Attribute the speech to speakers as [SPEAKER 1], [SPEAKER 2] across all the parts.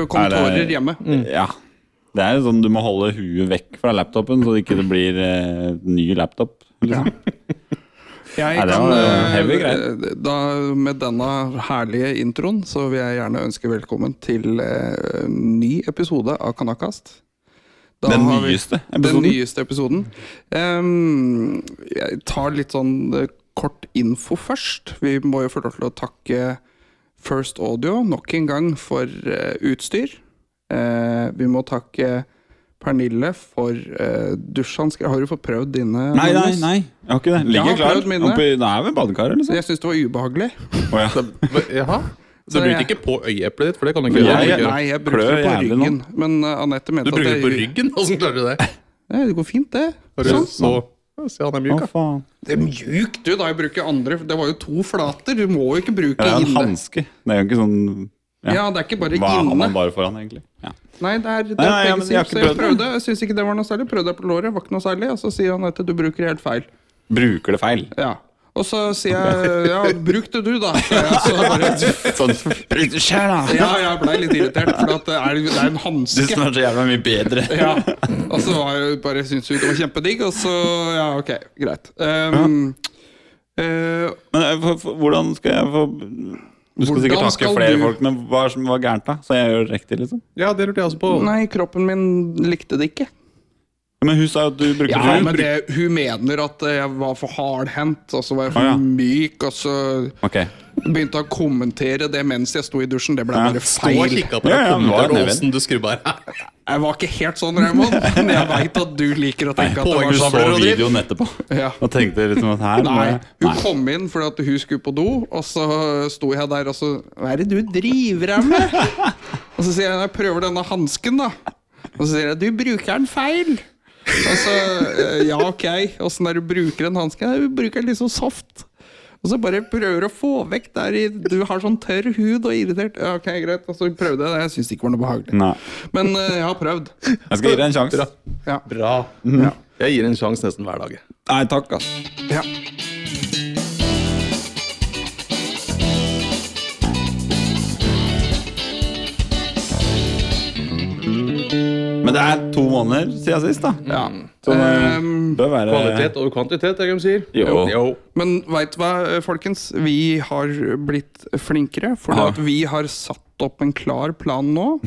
[SPEAKER 1] jo kontorer hjemme.
[SPEAKER 2] Ja. Det er jo sånn du må holde huet vekk fra laptopen, så det ikke det blir eh, ny laptop. Liksom.
[SPEAKER 1] Jeg
[SPEAKER 2] Nei, det
[SPEAKER 1] kan,
[SPEAKER 2] var
[SPEAKER 1] eh,
[SPEAKER 2] heavy greier.
[SPEAKER 1] da, med denne herlige introen så vil jeg gjerne ønske velkommen til eh, ny episode av Kanakast. Da
[SPEAKER 2] Den
[SPEAKER 1] har vi-
[SPEAKER 2] nyeste episoden.
[SPEAKER 1] Den nyeste episoden. Em, jeg tar litt sånn eh, kort info først. Vi må jo få lov til å takke First Audio nok en gang for eh, utstyr. Eh, vi må takke Pernille for uh, dusjahansker. Har du fått prøvd dine?
[SPEAKER 2] Nei, nei,
[SPEAKER 1] Magnus?
[SPEAKER 2] nei. Jeg har ikke det.
[SPEAKER 1] Jeg har
[SPEAKER 2] Ligger klar.
[SPEAKER 1] prøvd mine.
[SPEAKER 2] Oppi, det er vel badekaret, liksom.
[SPEAKER 1] Jeg syns det var ubehagelig.
[SPEAKER 2] Å, ja.
[SPEAKER 3] Hva- Jaha? Så
[SPEAKER 1] Så
[SPEAKER 3] du brukte
[SPEAKER 1] jeg-
[SPEAKER 3] ikke på øyeeplet ditt? For det kan du ikke
[SPEAKER 2] Men
[SPEAKER 3] gjøre.
[SPEAKER 2] jeg-
[SPEAKER 3] kan du ikke
[SPEAKER 1] Nei,
[SPEAKER 3] gjøre.
[SPEAKER 1] jeg bruker
[SPEAKER 2] Klør
[SPEAKER 1] det på
[SPEAKER 2] jævlig nå.
[SPEAKER 1] ryggen. Men uh, Anette mente
[SPEAKER 3] Du bruker det
[SPEAKER 1] at
[SPEAKER 3] på ryggen? Åssen klarer du det?
[SPEAKER 1] Ja, det går fint, det.
[SPEAKER 3] Har du
[SPEAKER 1] Sånn.
[SPEAKER 3] så Ja, Se, han er
[SPEAKER 2] Å,
[SPEAKER 3] mjuk, da.
[SPEAKER 2] faen.
[SPEAKER 1] Det er mjukt, du, da jeg bruker andre. Det var jo to flater. Du må jo ikke bruke
[SPEAKER 2] Det er en
[SPEAKER 1] inne.
[SPEAKER 2] hanske. Det er jo ikke sånn
[SPEAKER 1] Ja.
[SPEAKER 2] ja.
[SPEAKER 1] det er ikke bare
[SPEAKER 2] Hva har
[SPEAKER 1] inne.
[SPEAKER 2] man bare foran, egentlig? Ja.
[SPEAKER 1] Nei, det er, det er
[SPEAKER 2] Nei, nei, ja,
[SPEAKER 1] begge
[SPEAKER 2] men jeg
[SPEAKER 1] sider.
[SPEAKER 2] har ikke
[SPEAKER 1] Så jeg
[SPEAKER 2] prøvd
[SPEAKER 1] prøvde, jeg syns ikke det var noe særlig. Prøvde jeg på låret, var ikke noe særlig. Og så sier han at du bruker helt feil.
[SPEAKER 2] Bruker det feil.
[SPEAKER 1] Ja. Og så sier jeg ja, bruk det du, da. sier jeg. Så bare,
[SPEAKER 2] Sånn Bruk det sjæl, da!
[SPEAKER 1] ja, jeg blei litt irritert, for at det er, det er en
[SPEAKER 2] Du
[SPEAKER 1] hanske.
[SPEAKER 2] som er så jævla mye bedre.
[SPEAKER 1] Ja. Og så var jeg bare syntes jo det var kjempedigg, og så Ja, ok, greit. Um, eh,
[SPEAKER 2] Men eh, for, for, hvordan skal jeg få Du skal
[SPEAKER 1] Hvordan
[SPEAKER 2] sikkert takke
[SPEAKER 1] skal
[SPEAKER 2] flere
[SPEAKER 1] du-
[SPEAKER 2] folk, men hva er som var gærent, da? Så jeg gjør det riktig, liksom?
[SPEAKER 3] Ja, det lurte jeg også på.
[SPEAKER 1] nei, kroppen min likte det ikke.
[SPEAKER 2] Men hun sa jo at du brukte
[SPEAKER 1] Ja,
[SPEAKER 2] feil.
[SPEAKER 1] men det, Hun mener at eh, jeg var for hardhendt, og så var jeg for
[SPEAKER 2] Å, ja.
[SPEAKER 1] myk, og så
[SPEAKER 2] Ok.
[SPEAKER 1] begynte jeg å kommentere det mens jeg sto i dusjen. Det ble
[SPEAKER 2] Ja.
[SPEAKER 1] bare
[SPEAKER 3] Stå og
[SPEAKER 1] feil.
[SPEAKER 3] kikka på
[SPEAKER 2] Ja,
[SPEAKER 3] deg,
[SPEAKER 2] ja, men
[SPEAKER 3] kommentar
[SPEAKER 2] det
[SPEAKER 3] og
[SPEAKER 2] er
[SPEAKER 3] åssen du skrubba her.
[SPEAKER 1] Jeg var ikke helt sånn, Raymond, men jeg veit at du liker å tenke at det
[SPEAKER 2] Du
[SPEAKER 1] var
[SPEAKER 2] så
[SPEAKER 1] sånn.
[SPEAKER 2] videoen etterpå
[SPEAKER 1] Ja.
[SPEAKER 2] og tenkte liksom at her må
[SPEAKER 1] Nei,
[SPEAKER 2] jeg-
[SPEAKER 1] hun
[SPEAKER 2] Nei.
[SPEAKER 1] kom inn fordi at hun skulle på do, og så sto jeg der og så Hva er det du driver her med? og så sier jeg jeg prøver denne hansken, da. Og så sier jeg du bruker den feil. Og så eh, ja, ok, åssen er det du bruker en hanske? «Nei, Du bruker den litt sånn soft. Og så bare prøver å få vekk der i, du har sånn tørr hud og irritert. Ja, ok, greit. Og så prøvde jeg det. Jeg syns det ikke var noe behagelig.
[SPEAKER 2] Nei.
[SPEAKER 1] Men eh, jeg har prøvd.
[SPEAKER 2] Jeg skal gi deg en sjanse.
[SPEAKER 1] Ja.
[SPEAKER 3] Bra. Jeg gir en sjanse nesten hver dag.
[SPEAKER 2] Nei, takk, ass.
[SPEAKER 1] ja.
[SPEAKER 2] Men det er to måneder siden sist, da.
[SPEAKER 1] ja.
[SPEAKER 2] Så det
[SPEAKER 1] Ehm,
[SPEAKER 2] bør være
[SPEAKER 3] Kvalitet over kvantitet, er det de sier.
[SPEAKER 2] Jo.
[SPEAKER 1] Men veit du hva, folkens? Vi har blitt flinkere. For
[SPEAKER 2] Ja.
[SPEAKER 1] at vi har satt opp en klar plan nå.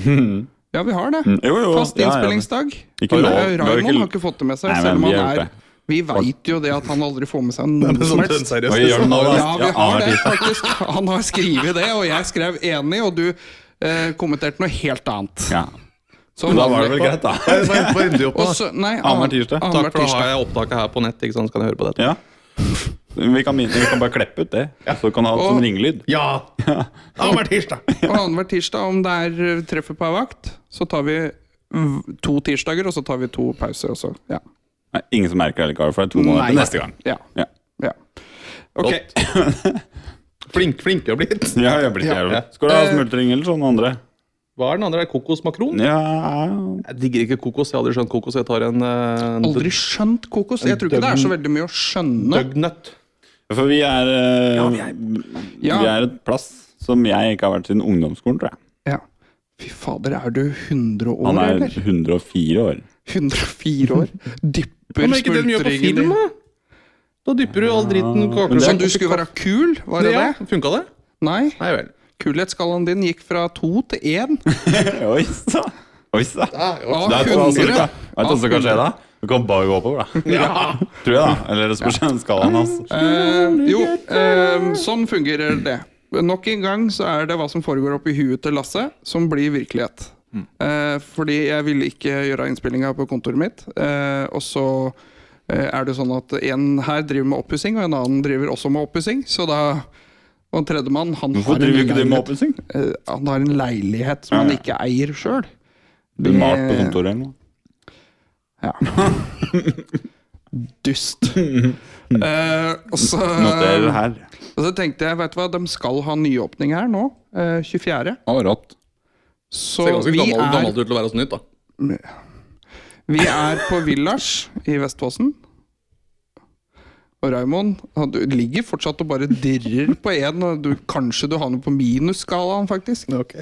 [SPEAKER 1] Ja, vi har det.
[SPEAKER 2] Mm, Jo, jo.
[SPEAKER 1] Fast
[SPEAKER 2] Ja, ja.
[SPEAKER 1] innspillingsdag.
[SPEAKER 2] Ikke lov.
[SPEAKER 1] Eh,
[SPEAKER 2] Det var ikke-
[SPEAKER 1] Raymond har ikke fått det med seg.
[SPEAKER 2] Nei,
[SPEAKER 1] selv om
[SPEAKER 2] men vi
[SPEAKER 1] han
[SPEAKER 2] har
[SPEAKER 1] er
[SPEAKER 2] gjort det.
[SPEAKER 1] Vi veit jo det at han aldri får med seg noe
[SPEAKER 3] Men sånn
[SPEAKER 1] som helst.
[SPEAKER 3] den seriøst,
[SPEAKER 2] Oi, gjør den nå, da.
[SPEAKER 3] liksom.
[SPEAKER 1] Ja, vi
[SPEAKER 2] Ja,
[SPEAKER 1] har
[SPEAKER 2] ja,
[SPEAKER 1] det,
[SPEAKER 2] det.
[SPEAKER 1] faktisk. Han har skrevet det, og jeg skrev enig, og du eh, kommenterte noe helt annet.
[SPEAKER 2] Ja.
[SPEAKER 1] Som
[SPEAKER 2] Da var det vel
[SPEAKER 1] vanlig.
[SPEAKER 2] greit, da.
[SPEAKER 3] Så jeg får endelig opp, da.
[SPEAKER 1] Og så- nei,
[SPEAKER 2] Annenhver tirsdag.
[SPEAKER 1] annen-
[SPEAKER 3] Takk, for da har
[SPEAKER 1] tirsdag.
[SPEAKER 3] jeg opptaket her på nett, ikke sant? så kan jeg høre på dette.
[SPEAKER 2] Ja. Vi kan, min- vi kan bare klippe ut det, så kan du ha det som
[SPEAKER 1] Og-
[SPEAKER 2] ringelyd.
[SPEAKER 3] Ja! Det har vært tirsdag.
[SPEAKER 1] Og annenhver tirsdag, om det er eh, treffer på ei vakt, så tar vi mm, to tirsdager, og så tar vi to pauser også. Ja.
[SPEAKER 2] Nei, Ingen som merker det likevel, for det er to måneder til neste gang.
[SPEAKER 1] Ja.
[SPEAKER 2] Ja.
[SPEAKER 1] ja. Ok.
[SPEAKER 3] Flink, flinkere blitt.
[SPEAKER 2] Ja, jeg blir ikke jævlig. Skal du ha smultring eller sånn andre?
[SPEAKER 3] Hva er den andre? Er det kokosmakron?
[SPEAKER 2] Ja
[SPEAKER 3] Jeg digger ikke kokos. Jeg har aldri skjønt kokos. Jeg tar en uh,
[SPEAKER 1] Aldri skjønt kokos. Jeg tror ikke det er så veldig mye å skjønne.
[SPEAKER 3] dugnut.
[SPEAKER 2] For vi er, eh,
[SPEAKER 1] Ja.
[SPEAKER 2] vi er et plass som jeg ikke har vært siden ungdomsskolen, tror jeg.
[SPEAKER 1] Ja. Fy fader, er du 100 år,
[SPEAKER 2] Han er
[SPEAKER 1] eller?
[SPEAKER 2] 104 år.
[SPEAKER 1] 104 år? Dypper
[SPEAKER 3] Men er ikke det mye på
[SPEAKER 1] smultringen
[SPEAKER 3] film,
[SPEAKER 1] i
[SPEAKER 3] da? Da dypper du all driten kaker
[SPEAKER 1] Sånn du skulle være kul, var det
[SPEAKER 3] ja,
[SPEAKER 1] det?
[SPEAKER 3] Funka det?
[SPEAKER 1] Nei.
[SPEAKER 3] Nei vel.
[SPEAKER 1] Kulhetsskalaen din gikk fra to til én.
[SPEAKER 2] Oi sa! Oi sa!
[SPEAKER 1] Av
[SPEAKER 2] Det er to av
[SPEAKER 1] 100.
[SPEAKER 2] da. Vet du hva som kan skje da? Du kan bare gå oppover, da. Tror jeg, da. Eller det spørs om skalaen altså. hans.
[SPEAKER 1] Eh, jo, eh, sånn fungerer det. Nok en gang så er det hva som foregår oppi huet til Lasse, som blir virkelighet. Eh, fordi jeg ville ikke gjøre innspillinga på kontoret mitt. Eh, og så eh, er det sånn at en her driver med oppussing, og en annen driver også med oppussing. Så da Og tredjemann, han,
[SPEAKER 2] Hvorfor
[SPEAKER 1] har
[SPEAKER 2] driver
[SPEAKER 1] en
[SPEAKER 2] ikke du
[SPEAKER 1] leilighet-
[SPEAKER 2] med oppussing?
[SPEAKER 1] eh, han har en leilighet som
[SPEAKER 2] Ja,
[SPEAKER 1] han
[SPEAKER 2] ja.
[SPEAKER 1] ikke eier sjøl.
[SPEAKER 2] Du malte på kontoret eller noe?
[SPEAKER 1] Ja. Dust. Eh, og så
[SPEAKER 2] Noterer her.
[SPEAKER 1] Og så tenkte jeg, vet du hva, de skal ha nyåpning her nå, eh, 24.
[SPEAKER 2] Å, rått.
[SPEAKER 1] Så
[SPEAKER 3] Ser ganske
[SPEAKER 1] vi
[SPEAKER 3] gammel,
[SPEAKER 1] er,
[SPEAKER 3] gammelt ut til å være så nytt, da.
[SPEAKER 1] vi er på Villars i Vestfossen. Og Raymond, han- du ligger fortsatt og bare dirrer på én, og du, kanskje du havner på minusskalaen, faktisk.
[SPEAKER 3] Okay.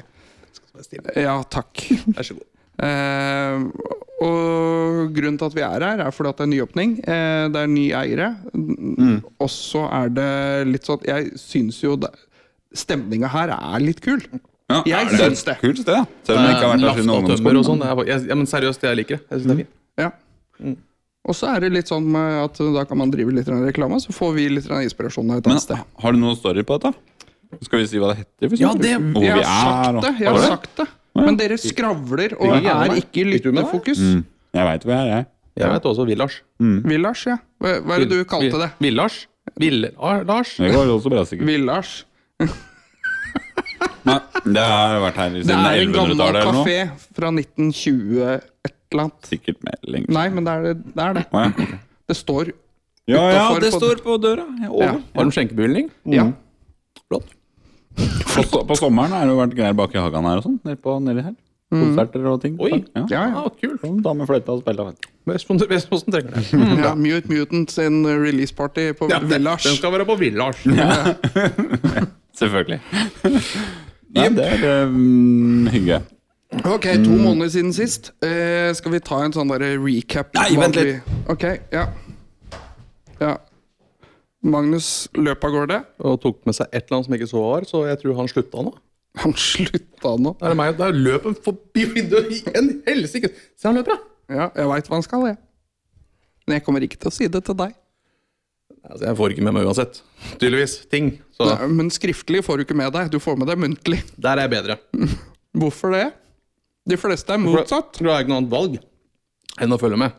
[SPEAKER 3] Bestill.
[SPEAKER 1] Ja, takk.
[SPEAKER 3] Vær så god.
[SPEAKER 1] Eh, og grunnen til at vi er her, er fordi at det er nyåpning. Eh, det er nye eiere.
[SPEAKER 3] Mm.
[SPEAKER 1] Og så er det litt sånn at Jeg syns jo det- stemninga her er litt kul.
[SPEAKER 2] Ja,
[SPEAKER 1] Jeg
[SPEAKER 2] er det
[SPEAKER 1] syns det.
[SPEAKER 2] et Kult sted, ja. Selv om jeg ikke har vært der siden
[SPEAKER 3] Laftatømmer og
[SPEAKER 2] ungdomsskolen.
[SPEAKER 3] sånn. det er bare- jeg- Ja, men seriøst, jeg liker det. Jeg synes det er fint.
[SPEAKER 1] Ja. Og så er det litt sånn med at da kan man drive litt grann reklame, så får vi litt grann inspirasjon av et
[SPEAKER 2] Men
[SPEAKER 1] annet sted.
[SPEAKER 2] har du noen story på dette? Skal vi si hva det heter? for
[SPEAKER 3] Ja,
[SPEAKER 2] eksempel?
[SPEAKER 3] det-
[SPEAKER 2] Hvor
[SPEAKER 1] Jeg
[SPEAKER 2] vi
[SPEAKER 1] har
[SPEAKER 2] er,
[SPEAKER 1] sagt
[SPEAKER 2] og-
[SPEAKER 1] det, jeg har
[SPEAKER 2] Har du det?
[SPEAKER 1] sagt det. Men dere skravler og
[SPEAKER 3] Gikk du gjennom
[SPEAKER 1] er
[SPEAKER 3] det?
[SPEAKER 1] ikke i
[SPEAKER 3] Gikk du med det?
[SPEAKER 1] lyttefokus.
[SPEAKER 2] Jeg veit hvor jeg er, jeg.
[SPEAKER 3] Jeg vet også Villars.
[SPEAKER 1] Villars, ja. Hva hva er det du kalte det?
[SPEAKER 3] Villars? ah, Villars?
[SPEAKER 2] Det går også bra, sikkert.
[SPEAKER 1] Villars.
[SPEAKER 2] Nei, det har vært her
[SPEAKER 1] Det
[SPEAKER 2] siden
[SPEAKER 1] er en gammel
[SPEAKER 2] 1100-tallet eller noe.
[SPEAKER 1] kafé fra 1920 et eller annet.
[SPEAKER 2] Sikkert mer lenge.
[SPEAKER 1] Nei, men det er det. Det, er det.
[SPEAKER 2] Å, ja.
[SPEAKER 1] det står
[SPEAKER 2] ja, ja,
[SPEAKER 1] Utenfor
[SPEAKER 2] det
[SPEAKER 1] på-
[SPEAKER 2] står på døra. Jeg er
[SPEAKER 1] Ja.
[SPEAKER 2] Over.
[SPEAKER 3] Har de skjenkebevilgning?
[SPEAKER 1] Ja.
[SPEAKER 3] Flott.
[SPEAKER 2] På, so- på sommeren har det jo vært greier bak i hagen her og sånn. Nede på nedi her.
[SPEAKER 4] Mm.
[SPEAKER 2] Konserter og ting.
[SPEAKER 3] Oi.
[SPEAKER 2] Ja.
[SPEAKER 1] Ja, ja.
[SPEAKER 3] Ah, kult.
[SPEAKER 2] Sånn, Damer fløyta og spilla. vet du.
[SPEAKER 3] Vestfossen Vestfossen trenger det.
[SPEAKER 1] ja. Mute Mutant sin release-party på
[SPEAKER 3] Ja, det-
[SPEAKER 1] Villars.
[SPEAKER 3] Den skal være på Villars.
[SPEAKER 2] Selvfølgelig. Nei, det er um, hygge.
[SPEAKER 1] Ok, to
[SPEAKER 2] Mm.
[SPEAKER 1] måneder siden sist. Eh, skal vi ta en sånn derre recap?
[SPEAKER 2] Nei,
[SPEAKER 1] Hva
[SPEAKER 2] vent
[SPEAKER 1] vi-
[SPEAKER 2] litt.
[SPEAKER 1] Ok, ja. ja. Magnus løp av gårde.
[SPEAKER 3] Og tok med seg et eller annet som ikke så var, så jeg tror han slutta nå.
[SPEAKER 1] Han slutta nå.
[SPEAKER 3] Da er det meg, da løp han forbi vinduet i en helsike. Se, han løper, ja.
[SPEAKER 1] Ja, jeg veit hva han skal, jeg. Men jeg kommer ikke til å si det til deg.
[SPEAKER 3] Altså, jeg får ikke med meg uansett. Tydeligvis. Ting. Så
[SPEAKER 1] Nei, Eh, men skriftlig får du ikke med deg. Du får med deg muntlig.
[SPEAKER 3] der er jeg bedre.
[SPEAKER 1] Hvorfor det? De fleste er motsatt.
[SPEAKER 3] For Da har jeg ikke noe annet valg enn å følge med.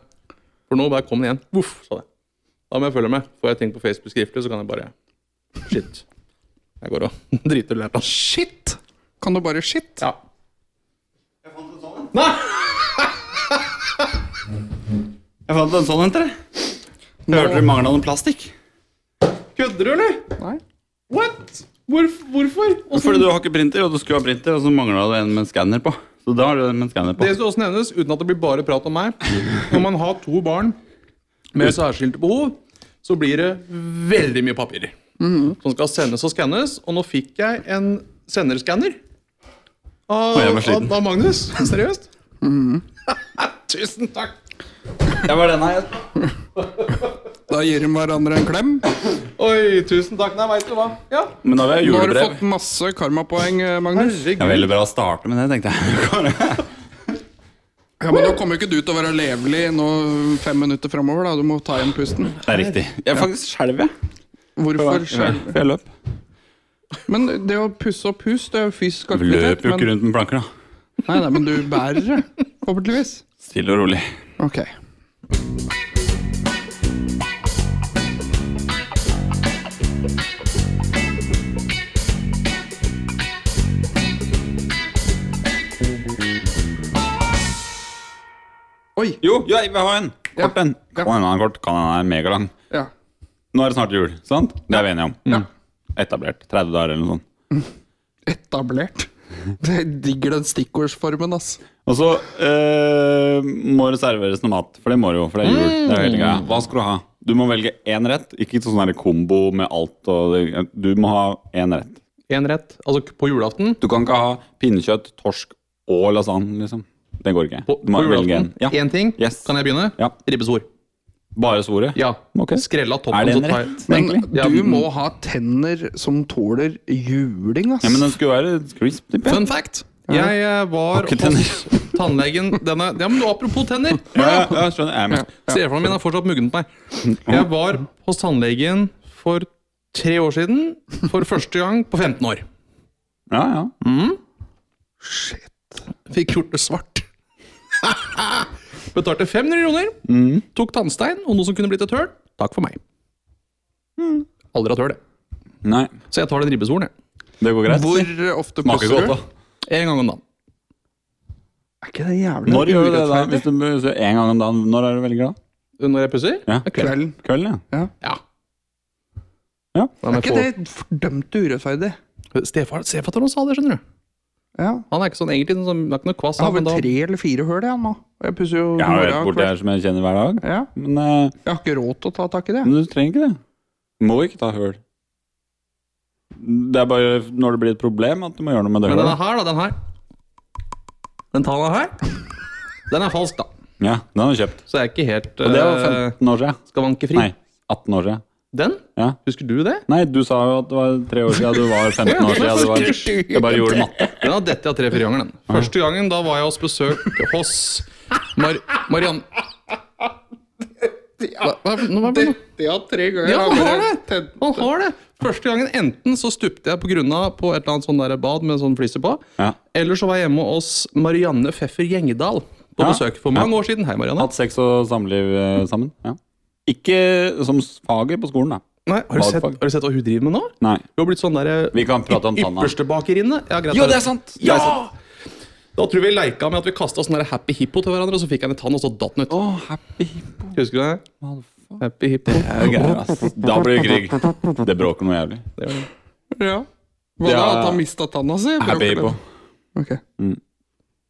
[SPEAKER 3] For nå bare kom den igjen. Voff, sa det. Da må jeg følge med. Får jeg ting på Facebook skriftlig, så kan jeg bare Shit. Jeg går og driter og lærer.
[SPEAKER 1] Shit! Kan du bare shit?
[SPEAKER 3] Ja.
[SPEAKER 4] Jeg fant en sånn en til. Hørte du mangla noe plastikk?
[SPEAKER 3] Kødder du, eller?
[SPEAKER 1] Nei.
[SPEAKER 3] What? Hvorf- hvorfor? Åssen-
[SPEAKER 4] Fordi du har ikke printer, og du skulle ha printer, og så mangla du en med en skanner på. Så da har du en med en skanner på.
[SPEAKER 3] Det skal også nevnes, uten at det blir bare prat om meg Når man har to barn med særskilte behov, så blir det veldig mye papirer. Som skal sendes og skannes. Og nå fikk jeg en senderskanner av,
[SPEAKER 4] jeg var sliten.
[SPEAKER 3] av, av Magnus. Seriøst. Tusen takk.
[SPEAKER 4] Det var denne jeg
[SPEAKER 1] Da gir de hverandre en klem.
[SPEAKER 3] Oi, tusen takk. Nei, veit du hva. Ja.
[SPEAKER 4] Men da vil jeg
[SPEAKER 1] Nå
[SPEAKER 4] ha
[SPEAKER 1] har du
[SPEAKER 4] julebrev.
[SPEAKER 1] fått masse karmapoeng, eh, Magnus.
[SPEAKER 4] Det er
[SPEAKER 3] Herregud.
[SPEAKER 4] veldig bra å starte med det, tenkte jeg.
[SPEAKER 1] Ja, Men nå kommer jo ikke du til å være levelig nå fem minutter framover. Du må ta igjen pusten.
[SPEAKER 4] Det er riktig. Jeg er faktisk skjelv, jeg.
[SPEAKER 1] Hvorfor
[SPEAKER 4] For
[SPEAKER 1] selv?
[SPEAKER 4] jeg løp.
[SPEAKER 1] Men det å pusse opp hus, det er jo fysisk
[SPEAKER 4] Du
[SPEAKER 1] aktivitet.
[SPEAKER 4] løper jo ikke
[SPEAKER 1] Men,
[SPEAKER 4] rundt med planker, da.
[SPEAKER 1] nei, nei, men du bærer det. Forhåpentligvis.
[SPEAKER 4] Stille og rolig.
[SPEAKER 1] Ok. Oi.
[SPEAKER 4] Jo, ja, vi har en! Kort en.
[SPEAKER 1] Ja.
[SPEAKER 4] Kan hende den er kort, kan hende den er megalang.
[SPEAKER 1] Ja.
[SPEAKER 4] Nå er det snart jul, sant? Det er vi enige om. Mm. Etablert. 30 dager eller noe sånt.
[SPEAKER 1] Etablert. Jeg digger den stikkordsformen, ass.
[SPEAKER 4] Og så eh, må det serveres noe mat, for det må det jo, for det er jul. Det er
[SPEAKER 3] Mm.
[SPEAKER 4] jo hele greia. Hva skal du ha? Du må velge én rett, ikke sånn der kombo med alt. Og det, du må ha én rett.
[SPEAKER 3] Én rett. Altså på julaften.
[SPEAKER 4] Du kan ikke ha pinnekjøtt, torsk og lasagne, liksom. Det går ikke.
[SPEAKER 3] På,
[SPEAKER 4] Du må
[SPEAKER 3] på
[SPEAKER 4] velge
[SPEAKER 3] julaften.
[SPEAKER 4] en. Ja.
[SPEAKER 3] Én ting.
[SPEAKER 4] Yes.
[SPEAKER 3] Kan jeg begynne?
[SPEAKER 4] Ja.
[SPEAKER 3] Ribbesvor.
[SPEAKER 4] Bare svoret?
[SPEAKER 3] Ja.
[SPEAKER 4] Ok.
[SPEAKER 3] Skrella toppen.
[SPEAKER 4] Er det en
[SPEAKER 3] så tar jeg-
[SPEAKER 4] rett,
[SPEAKER 1] Men
[SPEAKER 4] egentlig?
[SPEAKER 3] Ja,
[SPEAKER 1] du
[SPEAKER 3] men-
[SPEAKER 1] må ha tenner som tåler juling, ass.
[SPEAKER 4] Ja, men den skulle være crisp, tipper jeg.
[SPEAKER 3] Fun fact. Jeg eh, var
[SPEAKER 4] Ikke tenner.
[SPEAKER 3] hos tannlegen denne Ja, men apropos tenner!
[SPEAKER 4] Ja, ja, ja, skjønner jeg. er med.
[SPEAKER 3] Stefaren min har fortsatt muggen på meg. Jeg var hos tannlegen for tre år siden. For første gang på 15 år.
[SPEAKER 4] Ja, Mm. ja.
[SPEAKER 3] Fikk gjort det svart. Betalte 500 kroner. Tok tannstein og noe som kunne blitt et høl. Takk for meg. Aldri hatt høl, jeg.
[SPEAKER 4] Nei,
[SPEAKER 3] Så jeg tar den ribbesvoren, jeg.
[SPEAKER 4] det går greit.
[SPEAKER 1] Hvor ofte
[SPEAKER 4] Smaker
[SPEAKER 1] pusser
[SPEAKER 4] godt,
[SPEAKER 1] du?
[SPEAKER 4] da.
[SPEAKER 3] En gang om dagen.
[SPEAKER 1] Er ikke det jævlig
[SPEAKER 4] Når gjør du det, da?
[SPEAKER 1] urettferdig?
[SPEAKER 4] Hvis du så en gang om dagen, når er du velger da?
[SPEAKER 3] Når jeg pusser?
[SPEAKER 4] Ja.
[SPEAKER 3] Det er Kvelden.
[SPEAKER 1] Kvelden.
[SPEAKER 4] Kvelden, ja.
[SPEAKER 3] Ja.
[SPEAKER 4] Ja.
[SPEAKER 3] Da
[SPEAKER 1] Er
[SPEAKER 3] må jeg
[SPEAKER 1] ikke det fordømt urettferdig?
[SPEAKER 3] få- Stefar- Stefaren sa det, skjønner du.
[SPEAKER 1] Ja.
[SPEAKER 3] Han er ikke sånn egentlig sånn, han er ikke noe kvass.
[SPEAKER 1] Jeg har
[SPEAKER 3] han, men
[SPEAKER 1] vel
[SPEAKER 3] da-
[SPEAKER 1] tre eller fire høl igjen nå. Og Jeg pusser jo
[SPEAKER 4] Jeg har jo et borti
[SPEAKER 1] kveld.
[SPEAKER 4] her som jeg kjenner hver dag.
[SPEAKER 1] Ja.
[SPEAKER 4] Men, eh,
[SPEAKER 1] Jeg har ikke råd til å ta tak i det.
[SPEAKER 4] men du trenger ikke det. Du må ikke ta høl. Det er bare når det blir et problem at du må gjøre noe med det
[SPEAKER 3] Men denne
[SPEAKER 4] hølet.
[SPEAKER 3] her, da. Den her. Den tala her, den er falsk, da.
[SPEAKER 2] Ja, den har jeg kjøpt.
[SPEAKER 3] Så jeg er ikke helt
[SPEAKER 2] Og det var
[SPEAKER 3] eh,
[SPEAKER 2] 15 år siden.
[SPEAKER 3] skavankefri.
[SPEAKER 2] Nei, 18 år siden.
[SPEAKER 3] Den?
[SPEAKER 2] Ja.
[SPEAKER 3] Husker du det?
[SPEAKER 2] Nei, du sa jo at det var tre år siden du var 15 år siden. Du var, jeg bare gjorde matte.
[SPEAKER 3] Den har dette av tre-fire ganger, den. Første gangen da var jeg hos besøk hos Mar Marianne hva, hva, nå, hva, nå?
[SPEAKER 1] Ja, tre ganger.
[SPEAKER 3] Ja, han har det!
[SPEAKER 1] Tent-
[SPEAKER 3] Han har det! Første gangen enten så stupte jeg på grunna på et eller annet sånn der bad med sånn flise på,
[SPEAKER 2] Ja.
[SPEAKER 3] eller så var jeg hjemme hos Marianne Pfeffer Gjengedal på
[SPEAKER 2] Ja.
[SPEAKER 3] besøk for mange år siden. Hei, Marianne.
[SPEAKER 2] Hatt sex og samliv eh, sammen. Ja. Ikke som faget på skolen, da.
[SPEAKER 3] Nei, har, du sett,
[SPEAKER 2] Badfag.
[SPEAKER 3] har du sett hva hun driver med nå?
[SPEAKER 2] Nei.
[SPEAKER 3] Hun har blitt sånn derre
[SPEAKER 2] Vi kan prate om tanna.
[SPEAKER 3] ypperste bakerinne. Ja, greit,
[SPEAKER 2] Jo, det er sant!
[SPEAKER 3] Ja!
[SPEAKER 2] Det er
[SPEAKER 3] Da tror jeg vi leika med at vi kasta sånn der happy hippo til hverandre, og så fikk jeg en tann, og så datt den ut.
[SPEAKER 2] Å, happy hippo.
[SPEAKER 3] Husker du det? Happy hippo.
[SPEAKER 2] Det er greier, ass. Da blir det krig. Det bråker noe jævlig.
[SPEAKER 3] Det var det.
[SPEAKER 1] Ja. Hva da?
[SPEAKER 2] Ja.
[SPEAKER 1] At han mista tanna si?
[SPEAKER 2] Happy
[SPEAKER 1] Bråker det?
[SPEAKER 2] hippo.
[SPEAKER 1] Ok.
[SPEAKER 4] Mm.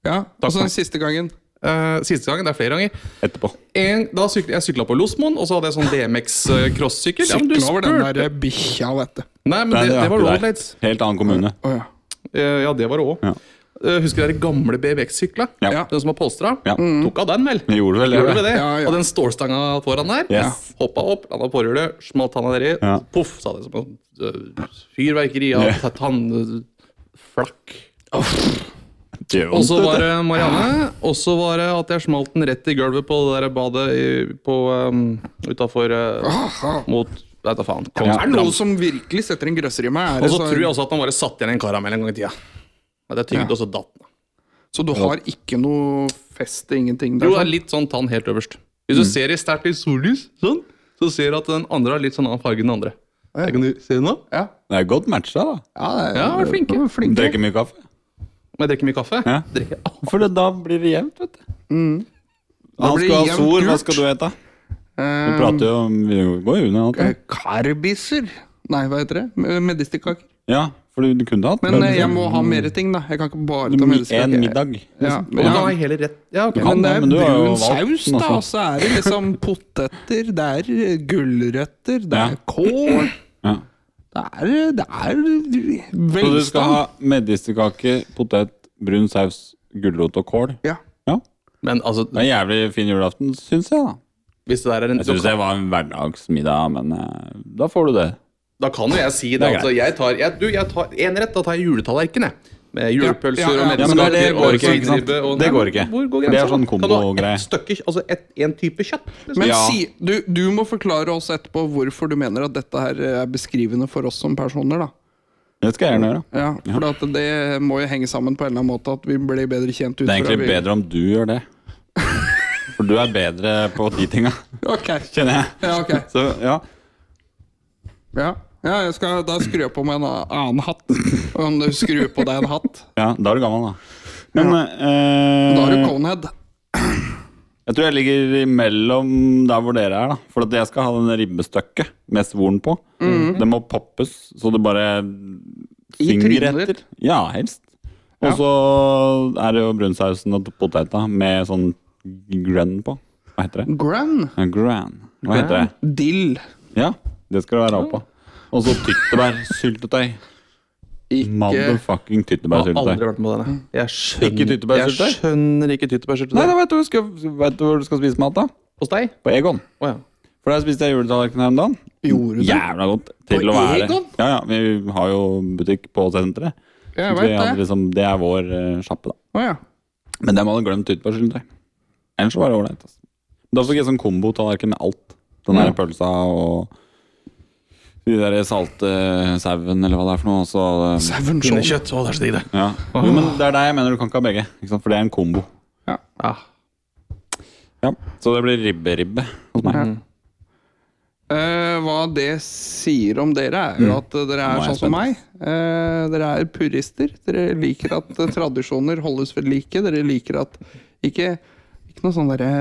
[SPEAKER 1] Ja, og så den siste gangen.
[SPEAKER 3] Eh, siste gangen, det er flere ganger.
[SPEAKER 2] Etterpå.
[SPEAKER 3] En, da syk, jeg sykla på Losmoen, og så hadde jeg sånn DMX eh, crossykkel. Ja, men du
[SPEAKER 1] Sykla over den
[SPEAKER 3] spurte-
[SPEAKER 1] der eh, bikkja, vet du.
[SPEAKER 3] Nei, men det,
[SPEAKER 2] Nei, ikke
[SPEAKER 3] det var
[SPEAKER 2] der.
[SPEAKER 3] rollerblades.
[SPEAKER 2] Helt annen kommune.
[SPEAKER 1] Å ja.
[SPEAKER 3] Eh, Ja, det var det òg.
[SPEAKER 2] Ja.
[SPEAKER 3] Husker dere gamle BMX-sykla?
[SPEAKER 2] Ja.
[SPEAKER 3] Den som var polstra? Mm.
[SPEAKER 2] Ja.
[SPEAKER 3] Tok av den, vel?
[SPEAKER 2] Vi gjorde vel det.
[SPEAKER 3] Gjorde vi det?
[SPEAKER 1] Ja, ja.
[SPEAKER 3] Og den stålstanga foran der?
[SPEAKER 2] Yes.
[SPEAKER 3] Hoppa opp, landa på forhjulet, smalt tanna nedi.
[SPEAKER 2] Ja.
[SPEAKER 3] Poff, sa det som en øh, fyrverkeri av
[SPEAKER 2] Ja.
[SPEAKER 3] tannflakk.
[SPEAKER 2] Det gjør
[SPEAKER 3] Og så
[SPEAKER 2] vondt,
[SPEAKER 3] var
[SPEAKER 2] vet
[SPEAKER 3] det Marianne, og så var det at jeg smalt den rett i gulvet på det der badet i, på um, utafor Ah. mot Vet da faen.
[SPEAKER 1] Det er noe
[SPEAKER 3] Kongsberg.
[SPEAKER 1] som virkelig setter en grøsser i meg. Er
[SPEAKER 3] Og
[SPEAKER 1] det
[SPEAKER 3] så
[SPEAKER 1] sånn-
[SPEAKER 3] tror jeg også at han bare satte igjen en karamell en gang i tida. At jeg tygde,
[SPEAKER 1] Ja.
[SPEAKER 3] og så datt den.
[SPEAKER 1] så du har ikke noe feste, ingenting? der,
[SPEAKER 3] Jo, det
[SPEAKER 1] sånn?
[SPEAKER 3] er litt sånn tann helt øverst.
[SPEAKER 2] Mm.
[SPEAKER 3] Hvis du ser i sterkt i sollys, sånn, så ser du at den andre har litt sånn annen farge enn den andre. Der kan du se den nå.
[SPEAKER 1] Ja,
[SPEAKER 2] du. Det er godt matcha, da.
[SPEAKER 1] ja, det er,
[SPEAKER 3] Ja, vær flinke.
[SPEAKER 1] Ja,
[SPEAKER 2] Drikker mye kaffe.
[SPEAKER 3] Men jeg drikker mye kaffe.
[SPEAKER 2] Ja.
[SPEAKER 3] Drikker alt.
[SPEAKER 2] For det- da blir det jevnt, vet du.
[SPEAKER 1] Mm.
[SPEAKER 2] Han
[SPEAKER 1] blir
[SPEAKER 2] skal ha
[SPEAKER 1] jevnt
[SPEAKER 2] sor, hva
[SPEAKER 1] gult.
[SPEAKER 2] skal du ete? Vi
[SPEAKER 1] Eh,
[SPEAKER 2] prater jo om Vi går jo unna alt.
[SPEAKER 1] eh,
[SPEAKER 2] da.
[SPEAKER 1] Karbiser? Nei, hva heter det? Me- Medisterkaker.
[SPEAKER 2] Ja, for du kunne hatt
[SPEAKER 1] Men eh, jeg må ha mer ting, da. Jeg kan ikke bare ta
[SPEAKER 2] en
[SPEAKER 1] medisterkaker.
[SPEAKER 2] middag.
[SPEAKER 1] Ja,
[SPEAKER 2] liksom.
[SPEAKER 1] men,
[SPEAKER 3] Du
[SPEAKER 1] ja,
[SPEAKER 3] kan ha hele rett. Ja, ok.
[SPEAKER 2] kan
[SPEAKER 1] men det
[SPEAKER 2] det,
[SPEAKER 1] er
[SPEAKER 2] men du har jo
[SPEAKER 1] brun
[SPEAKER 2] valgt den
[SPEAKER 1] saus, da.
[SPEAKER 2] også.
[SPEAKER 1] Og så er det liksom poteter, det er eh, gulrøtter, det er
[SPEAKER 2] Ja.
[SPEAKER 1] kål.
[SPEAKER 2] Ja.
[SPEAKER 1] Det er, det er
[SPEAKER 2] Så du
[SPEAKER 1] velstand.
[SPEAKER 2] skal ha medisterkake, potet, brun saus, gulrot og kål.
[SPEAKER 1] Ja.
[SPEAKER 2] Ja.
[SPEAKER 3] Men altså,
[SPEAKER 2] Det er en jævlig fin julaften, syns jeg, da.
[SPEAKER 3] hvis det der er en
[SPEAKER 2] Jeg syns det var en hverdagsmiddag, men eh, da får du det.
[SPEAKER 3] Da kan jo jeg si det.
[SPEAKER 2] Det er
[SPEAKER 3] altså, jeg tar, jeg, du, jeg tar en rett, da tar jeg juletallerken, jeg. Med julepølser
[SPEAKER 1] Ja, ja, ja.
[SPEAKER 3] og
[SPEAKER 1] Ja,
[SPEAKER 2] men det-
[SPEAKER 3] medisterkaker
[SPEAKER 2] det går
[SPEAKER 3] og
[SPEAKER 2] ikke, ikke sant?
[SPEAKER 3] kvinnribbe og
[SPEAKER 2] Det
[SPEAKER 3] Nei,
[SPEAKER 2] går ikke.
[SPEAKER 3] Hvor går
[SPEAKER 2] Det er
[SPEAKER 3] grensa?
[SPEAKER 2] sånn
[SPEAKER 3] Kan du ha
[SPEAKER 2] kombo-greie.
[SPEAKER 3] ett stykke, altså ett, en type kjøtt? Liksom?
[SPEAKER 1] Men
[SPEAKER 2] Ja.
[SPEAKER 1] si, du, du må forklare oss etterpå hvorfor du mener at dette her er beskrivende for oss som personer. da
[SPEAKER 2] Det skal jeg gjerne gjøre.
[SPEAKER 1] Ja, For at det må jo henge sammen på en eller annen måte, at vi blir bedre kjent ut
[SPEAKER 2] Det er
[SPEAKER 1] fra
[SPEAKER 2] egentlig
[SPEAKER 1] vi-
[SPEAKER 2] bedre om du gjør det. For du er bedre på de tinga,
[SPEAKER 1] Ok,
[SPEAKER 2] kjenner jeg.
[SPEAKER 1] ja, ok
[SPEAKER 2] Så ja.
[SPEAKER 1] ja. ja, jeg skal da skru jeg på meg en annen hatt. Om du skrur på deg en hatt,
[SPEAKER 2] ja da er du gammel, da. Men eh,
[SPEAKER 1] da har du Conehead.
[SPEAKER 2] jeg tror jeg ligger imellom der hvor dere er, da. For at jeg skal ha den ribbestykket med svoren på. Det må poppes, så det bare
[SPEAKER 1] Mm. I
[SPEAKER 2] synger
[SPEAKER 1] trynet
[SPEAKER 2] etter.
[SPEAKER 1] ditt?
[SPEAKER 2] Ja, helst. Og
[SPEAKER 1] Ja.
[SPEAKER 2] så er det jo brunsausen og poteta med sånn grønn på. Hva heter det?
[SPEAKER 1] Gran.
[SPEAKER 2] Ja, Gran. Hva heter det?
[SPEAKER 1] Dill.
[SPEAKER 2] Ja, det skal det være opp av. Og så tyttebær, syltetøy.
[SPEAKER 1] Ikke
[SPEAKER 2] Motherfucking
[SPEAKER 3] Jeg har aldri
[SPEAKER 2] tyttebærsyltetøy.
[SPEAKER 3] vært med på denne. Jeg skjønner
[SPEAKER 2] Ikke tyttebærsyltetøy?
[SPEAKER 3] Jeg skjønner ikke
[SPEAKER 2] Nei,
[SPEAKER 3] tyttebærsyltetøy.
[SPEAKER 2] da vet du, hvor du skal, vet du hvor du skal spise mat, da?
[SPEAKER 3] Hos deg?
[SPEAKER 2] På Egon.
[SPEAKER 3] Å ja.
[SPEAKER 2] For der spiste jeg juletallerken her om dagen.
[SPEAKER 1] gjorde du.
[SPEAKER 2] Jævla godt. Til
[SPEAKER 1] På
[SPEAKER 2] å være
[SPEAKER 1] Egon?
[SPEAKER 2] Ja, ja, vi har jo butikk på senteret.
[SPEAKER 1] Jeg
[SPEAKER 2] Så
[SPEAKER 1] vet
[SPEAKER 2] vi hadde
[SPEAKER 1] det.
[SPEAKER 2] Liksom, det er vår eh, sjappe, da.
[SPEAKER 1] Å ja.
[SPEAKER 2] Men dem hadde glemt tyttebærsyltetøy. Ellers så var det ålreit. altså. Da fikk jeg sånn kombotallerken med alt. Den der pølsa og de der salte eh, sauen, eller hva det er for noe. Og så eh,
[SPEAKER 1] Sauen Shaun.
[SPEAKER 3] Pinnekjøtt. Å, det er så digg, det.
[SPEAKER 2] Ja. Jo, men det er der jeg mener du kan ikke ha begge. Ikke sant? For det er en kombo.
[SPEAKER 3] Ja.
[SPEAKER 2] Ja. Så det blir ribbe-ribbe hos meg.
[SPEAKER 1] Eh, hva det sier om dere, er jo at eh, dere er
[SPEAKER 2] Nå er jeg
[SPEAKER 1] sånn som meg. Eh, dere er purister. Dere liker at eh, tradisjoner holdes ved like. Dere liker at ikke, ikke noe sånn derre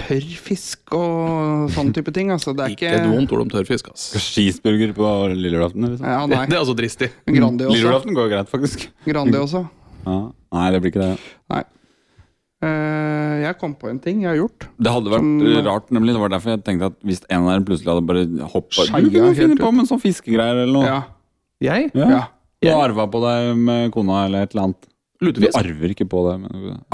[SPEAKER 1] tørr fisk og sånn type ting. Altså, det er
[SPEAKER 3] Ikke
[SPEAKER 1] ikke
[SPEAKER 3] et vondt ord om tørrfisk, ass.
[SPEAKER 2] Cheeseburger på lille julaften. Liksom.
[SPEAKER 1] Ja,
[SPEAKER 3] Det
[SPEAKER 1] nei.
[SPEAKER 3] er altså dristig.
[SPEAKER 1] Grandi
[SPEAKER 2] Lille
[SPEAKER 1] også.
[SPEAKER 2] julaften går jo greit, faktisk.
[SPEAKER 1] Grandi også.
[SPEAKER 2] Ja. Nei, det blir ikke det.
[SPEAKER 1] Nei. Eh, jeg kom på en ting jeg har gjort.
[SPEAKER 2] Det hadde vært eh, rart, nemlig. Det var derfor jeg tenkte at hvis en av dere plutselig hadde bare hoppa
[SPEAKER 1] Skeia
[SPEAKER 2] Du kunne
[SPEAKER 1] helt
[SPEAKER 2] finne
[SPEAKER 1] ut.
[SPEAKER 2] på med en sånn fiskegreier eller noe.
[SPEAKER 1] Ja.
[SPEAKER 3] Mm. Jeg?
[SPEAKER 2] Ja.
[SPEAKER 1] ja.
[SPEAKER 2] Du arva på deg med kona eller et eller annet. Du
[SPEAKER 3] Lutefisk?
[SPEAKER 2] arver ikke på det. Men,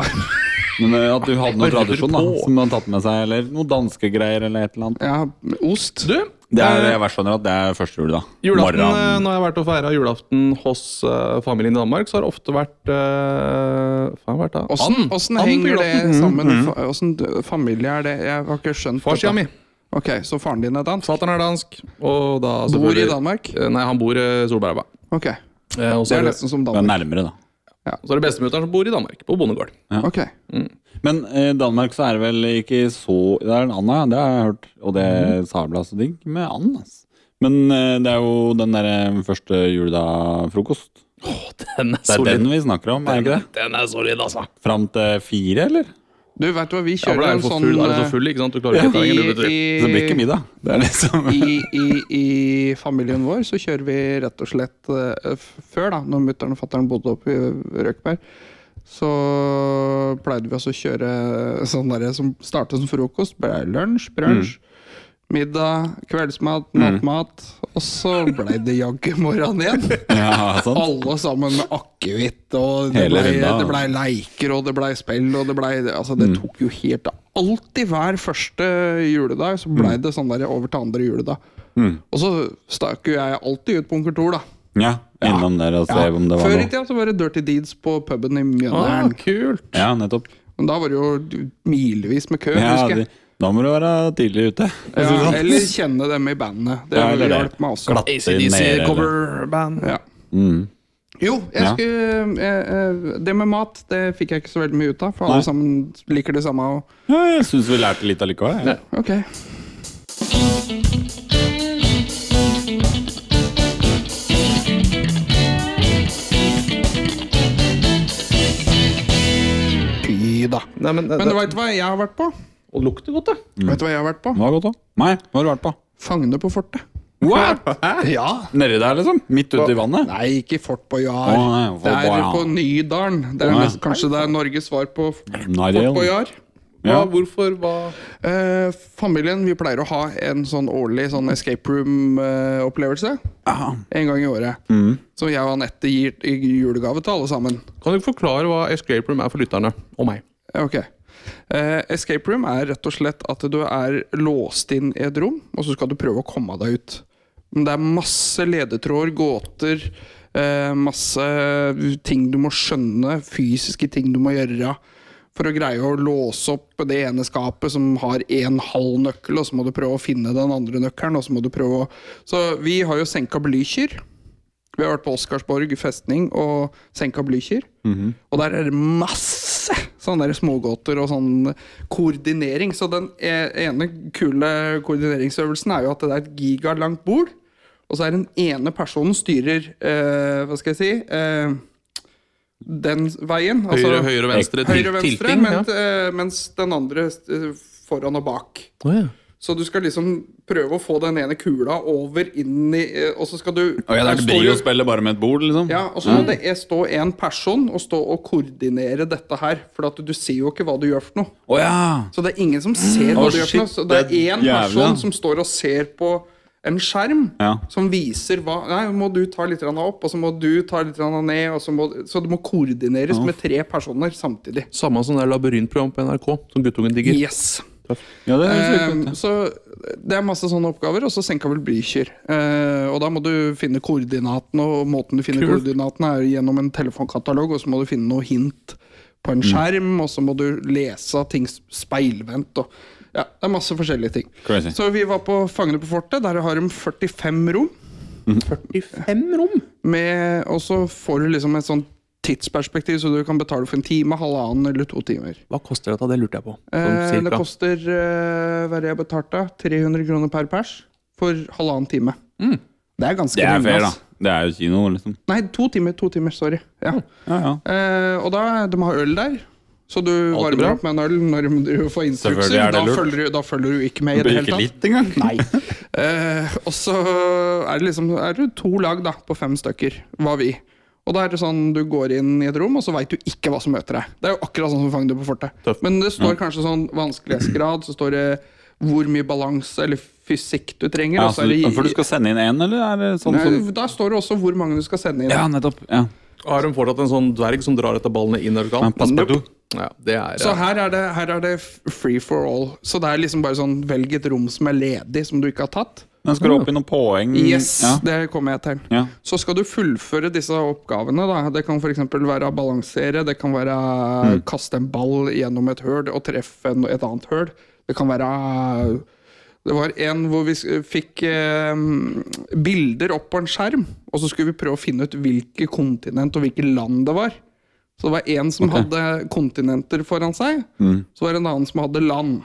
[SPEAKER 2] men eh, at du hadde noen
[SPEAKER 3] Arver
[SPEAKER 2] tradisjon da,
[SPEAKER 3] på.
[SPEAKER 2] som du har tatt med seg, eller noen danske greier eller et eller annet.
[SPEAKER 1] Ja, ost.
[SPEAKER 3] Du,
[SPEAKER 2] Det er,
[SPEAKER 3] eh,
[SPEAKER 2] jeg skjønner at det er første jul, da.
[SPEAKER 3] julaften, eh,
[SPEAKER 2] Morgen.
[SPEAKER 3] når jeg har vært og feira julaften hos eh, familien i Danmark, så har det ofte vært eh, Hva har det vært da? Mm.
[SPEAKER 1] Åssen
[SPEAKER 3] And.
[SPEAKER 1] åssen
[SPEAKER 3] And på
[SPEAKER 1] henger
[SPEAKER 3] julaften.
[SPEAKER 1] det sammen? Fa- Åssen d- familie er det? Jeg har ikke skjønt
[SPEAKER 3] Farsia mi.
[SPEAKER 1] dette. Ok, Så faren din er dansk?
[SPEAKER 3] Fatter'n er dansk. Og da
[SPEAKER 1] Bor i
[SPEAKER 3] selvfølgelig-
[SPEAKER 1] Danmark?
[SPEAKER 3] Eh, Nei, han bor i Solberga.
[SPEAKER 1] Ok,
[SPEAKER 3] Eh, og
[SPEAKER 1] Det
[SPEAKER 3] så
[SPEAKER 1] er
[SPEAKER 3] er det,
[SPEAKER 1] nesten som
[SPEAKER 2] Det er
[SPEAKER 1] Danmark.
[SPEAKER 2] nærmere, da.
[SPEAKER 3] så er det bestemutteren som bor i Danmark, på bondegård.
[SPEAKER 1] Ok,
[SPEAKER 2] Men eh, Danmark så er det vel ikke så Det er en and, ja. Det har jeg hørt. Og det
[SPEAKER 1] Mhm.
[SPEAKER 2] sabla så digg med and. ass. Men eh, det er jo den derre første juledag-frokost.
[SPEAKER 3] Den er
[SPEAKER 2] Det er den vi snakker om, er det ikke det?
[SPEAKER 3] Den er solid, altså.
[SPEAKER 2] Fram til fire, eller?
[SPEAKER 1] Du, vet du hva, vi
[SPEAKER 3] Ja, for
[SPEAKER 1] kjører
[SPEAKER 3] da er
[SPEAKER 1] en
[SPEAKER 3] du for
[SPEAKER 1] sånn
[SPEAKER 3] full, da er du så full, ikke sant? Du klarer ikke å ta ingen
[SPEAKER 1] eh,
[SPEAKER 3] lubetur.
[SPEAKER 1] i,
[SPEAKER 2] Så det blir ikke middag. Det er liksom
[SPEAKER 1] i, i, I familien vår så kjører vi rett og slett eh, f- Før, da, når mutter'n og fatter'n bodde oppe i Røkberg, så pleide vi også å kjøre sånn derre som startet som frokost. Ble lunsj,
[SPEAKER 3] Mm.
[SPEAKER 1] brunsj, middag, kveldsmat, nattmat. Og så blei det jaggu morgen igjen.
[SPEAKER 2] Ja, sånn. sant?
[SPEAKER 1] Alle sammen med akevitt, og det
[SPEAKER 2] Hele
[SPEAKER 1] blei
[SPEAKER 2] runda,
[SPEAKER 1] det
[SPEAKER 2] ja. Mm.
[SPEAKER 1] ble leiker, og det blei spill, og det blei Altså, det tok jo helt av. Alltid hver første juledag så
[SPEAKER 2] Mm.
[SPEAKER 1] blei det sånn der over til andre juledag. Og så stakk jo jeg alltid ut på Onkel Thor, da.
[SPEAKER 2] Ja, innom der og se
[SPEAKER 1] Ja.
[SPEAKER 2] om det var
[SPEAKER 1] Før i
[SPEAKER 2] noe.
[SPEAKER 1] tida så var det Dirty Deeds på puben i
[SPEAKER 3] Ah,
[SPEAKER 1] Mjøndalen.
[SPEAKER 3] kult.
[SPEAKER 2] Ja, nettopp.
[SPEAKER 1] Men da var det jo milevis med kø,
[SPEAKER 2] Ja,
[SPEAKER 1] husker
[SPEAKER 2] de,
[SPEAKER 1] jeg.
[SPEAKER 2] da må du være tidlig ute.
[SPEAKER 1] Ja, eller kjenne dem i bandet. Det
[SPEAKER 2] sånn- Ja, eller det.
[SPEAKER 1] hjalp meg også.
[SPEAKER 2] Glatt inn ned, eller-
[SPEAKER 3] coverband.
[SPEAKER 1] Ja.
[SPEAKER 2] Mm.
[SPEAKER 1] Jo, jeg
[SPEAKER 2] Ja.
[SPEAKER 1] skulle, eh, eh, det med mat det fikk jeg ikke så veldig mye ut av, for alle
[SPEAKER 2] Nei.
[SPEAKER 1] sammen liker det samme. Og,
[SPEAKER 2] Ja, jeg syns vi lærte litt allikevel. jeg.
[SPEAKER 1] Ok. Fy da.
[SPEAKER 3] Nei, men, det,
[SPEAKER 1] Men du veit hva jeg har vært på?
[SPEAKER 3] og lukter godt, da.
[SPEAKER 2] Mm.
[SPEAKER 1] Vet du hva jeg har vært på?
[SPEAKER 2] Det var godt, da. Nei, hva har du vært på?
[SPEAKER 1] Fangene på fortet.
[SPEAKER 2] What?
[SPEAKER 1] Ja.
[SPEAKER 2] Nedi der, liksom? Midt ute i vannet?
[SPEAKER 1] Nei, ikke Fort Boyard.
[SPEAKER 2] Å, nei, Fort
[SPEAKER 1] det er
[SPEAKER 2] Boyard.
[SPEAKER 1] på Nydalen. Det er
[SPEAKER 2] Å, ja.
[SPEAKER 1] nest, kanskje det er Norges svar på Fort
[SPEAKER 2] Nydale.
[SPEAKER 1] Boyard.
[SPEAKER 3] Hva,
[SPEAKER 2] Ja.
[SPEAKER 3] hvorfor, hva
[SPEAKER 1] Eh, familien vi pleier å ha en sånn årlig sånn escape room-opplevelse. en gang i året.
[SPEAKER 2] Mm.
[SPEAKER 1] Som jeg og Anette gir i julegave til alle sammen.
[SPEAKER 3] Kan du forklare hva escape room er for lytterne? Og meg.
[SPEAKER 1] Ok. Eh, escape room er rett og slett at du er låst inn i et rom, og så skal du prøve å komme deg ut. Men det er masse ledetråder, gåter, eh, masse ting du må skjønne, fysiske ting du må gjøre. For å greie å låse opp det ene skapet som har en halv nøkkel, og så må du prøve å finne den andre nøkkelen. og Så må du prøve å... Så vi har jo senka Blücher. Vi har vært på Oscarsborg festning og senka Blücher.
[SPEAKER 3] Mhm.
[SPEAKER 1] Og der er det masse sånne der smågåter og sånn koordinering. Så den e- ene kule koordineringsøvelsen er jo at det er et gigalangt bord, og så er den ene personen styrer eh, Hva skal jeg si eh, Den veien. altså-
[SPEAKER 3] Høyre, høyre, venstre,
[SPEAKER 1] høyre og venstre,
[SPEAKER 3] tilting.
[SPEAKER 1] mens, eh, mens den andre eh, foran og bak. Så du skal liksom prøve å få den ene kula over inn i eh, Og så skal du
[SPEAKER 2] Og jeg
[SPEAKER 1] der
[SPEAKER 2] er
[SPEAKER 1] står
[SPEAKER 2] brig
[SPEAKER 1] jo-
[SPEAKER 2] å spille bare med et bord, liksom.
[SPEAKER 1] ja, og så må det er- stå en person og stå og koordinere dette her. For at du ser jo ikke hva du gjør for noe.
[SPEAKER 2] Å ja!
[SPEAKER 1] Så det er ingen som ser hva
[SPEAKER 2] Mm. Å,
[SPEAKER 1] du gjør for noe.
[SPEAKER 2] shit,
[SPEAKER 1] Så det
[SPEAKER 2] det
[SPEAKER 1] er
[SPEAKER 2] er
[SPEAKER 1] én
[SPEAKER 2] jævlig, da.
[SPEAKER 1] person som står og ser på en skjerm
[SPEAKER 2] Ja.
[SPEAKER 1] som viser hva Nei, må du ta litt grann opp, og så må du ta litt grann ned, og så må Så det må koordineres med tre personer samtidig.
[SPEAKER 3] Samme som det labyrintprogram på NRK, som guttungen digger.
[SPEAKER 1] Yes.
[SPEAKER 2] ja det høres litt
[SPEAKER 1] Eh,
[SPEAKER 2] ut, ja.
[SPEAKER 1] så det er masse sånne oppgaver, og så senka vel Blücher. Eh, og da må du finne koordinatene, og måten du finner
[SPEAKER 3] Kult.
[SPEAKER 1] koordinatene er gjennom en telefonkatalog, og så må du finne noe hint på en skjerm, og så må du lese av ting speilvendt. Og, ja, det er masse forskjellige ting.
[SPEAKER 2] Crazy.
[SPEAKER 1] Så vi var på Fangene på fortet. Der har de 45 rom.
[SPEAKER 3] 45 rom!
[SPEAKER 1] Med, og så får du liksom et sånt tidsperspektiv, så du kan betale for en time, halvannen eller to timer.
[SPEAKER 3] Hva koster dette? Det lurte jeg på.
[SPEAKER 1] Eh,
[SPEAKER 3] Sånn
[SPEAKER 1] det
[SPEAKER 3] cirka.
[SPEAKER 1] koster eh, hva er det jeg betalte? 300 kroner per pers for halvannen time. Det er ganske
[SPEAKER 2] Mm. Det er
[SPEAKER 1] lenge,
[SPEAKER 2] fair, da.
[SPEAKER 1] ass.
[SPEAKER 2] Det er jo kino, liksom.
[SPEAKER 1] Nei, to timer. to timer, Sorry. Ja.
[SPEAKER 2] Ja, ja.
[SPEAKER 1] Eh, og da, de har øl der, så du
[SPEAKER 3] Alltid
[SPEAKER 1] varmer
[SPEAKER 3] bra.
[SPEAKER 1] opp med en øl når du får
[SPEAKER 2] Selvfølgelig
[SPEAKER 1] instrukser.
[SPEAKER 2] er det
[SPEAKER 1] Da
[SPEAKER 2] lurt.
[SPEAKER 1] følger, du, da følger du ikke med. i det hele
[SPEAKER 2] Ikke
[SPEAKER 1] tatt
[SPEAKER 2] litt engang.
[SPEAKER 1] Nei. Eh, og så er det liksom er det to lag da, på fem stykker, var vi. Og da er det sånn, Du går inn i et rom, og så veit du ikke hva som møter deg. Det er jo akkurat sånn som Fang det på fortet.
[SPEAKER 3] Tøft.
[SPEAKER 1] Men det står kanskje sånn vanskelighetsgrad, så står det hvor mye balanse eller fysikk du trenger.
[SPEAKER 2] Ja,
[SPEAKER 1] og
[SPEAKER 2] altså,
[SPEAKER 1] så
[SPEAKER 2] så,
[SPEAKER 1] er det,
[SPEAKER 2] for du skal sende inn én, eller er det sånn som
[SPEAKER 1] Nei, da står det også hvor mange du skal sende inn.
[SPEAKER 2] Ja, nettopp. Ja.
[SPEAKER 3] Har de fortsatt en sånn dverg som drar etter ballene inn når du kan?
[SPEAKER 2] Pass på to.
[SPEAKER 3] Ja, det er
[SPEAKER 1] Så her er, det, her er det f- free for all. Så det er liksom bare sånn velg et rom som er ledig, som du ikke har tatt.
[SPEAKER 2] Den skal opp i noen poeng.
[SPEAKER 1] Yes,
[SPEAKER 2] Mm. Ja.
[SPEAKER 1] det kommer jeg til.
[SPEAKER 2] Ja.
[SPEAKER 1] Så skal du fullføre disse oppgavene. da Det kan f.eks. være å balansere, det kan være å kaste en ball gjennom et høl og treffe en, et annet høl. Det kan være eh, Det var en hvor vi s- fikk eh, bilder opp på en skjerm, og så skulle vi prøve å finne ut hvilke kontinent og hvilke land det var. Så det var en som hadde kontinenter foran seg, så var det en annen som hadde land.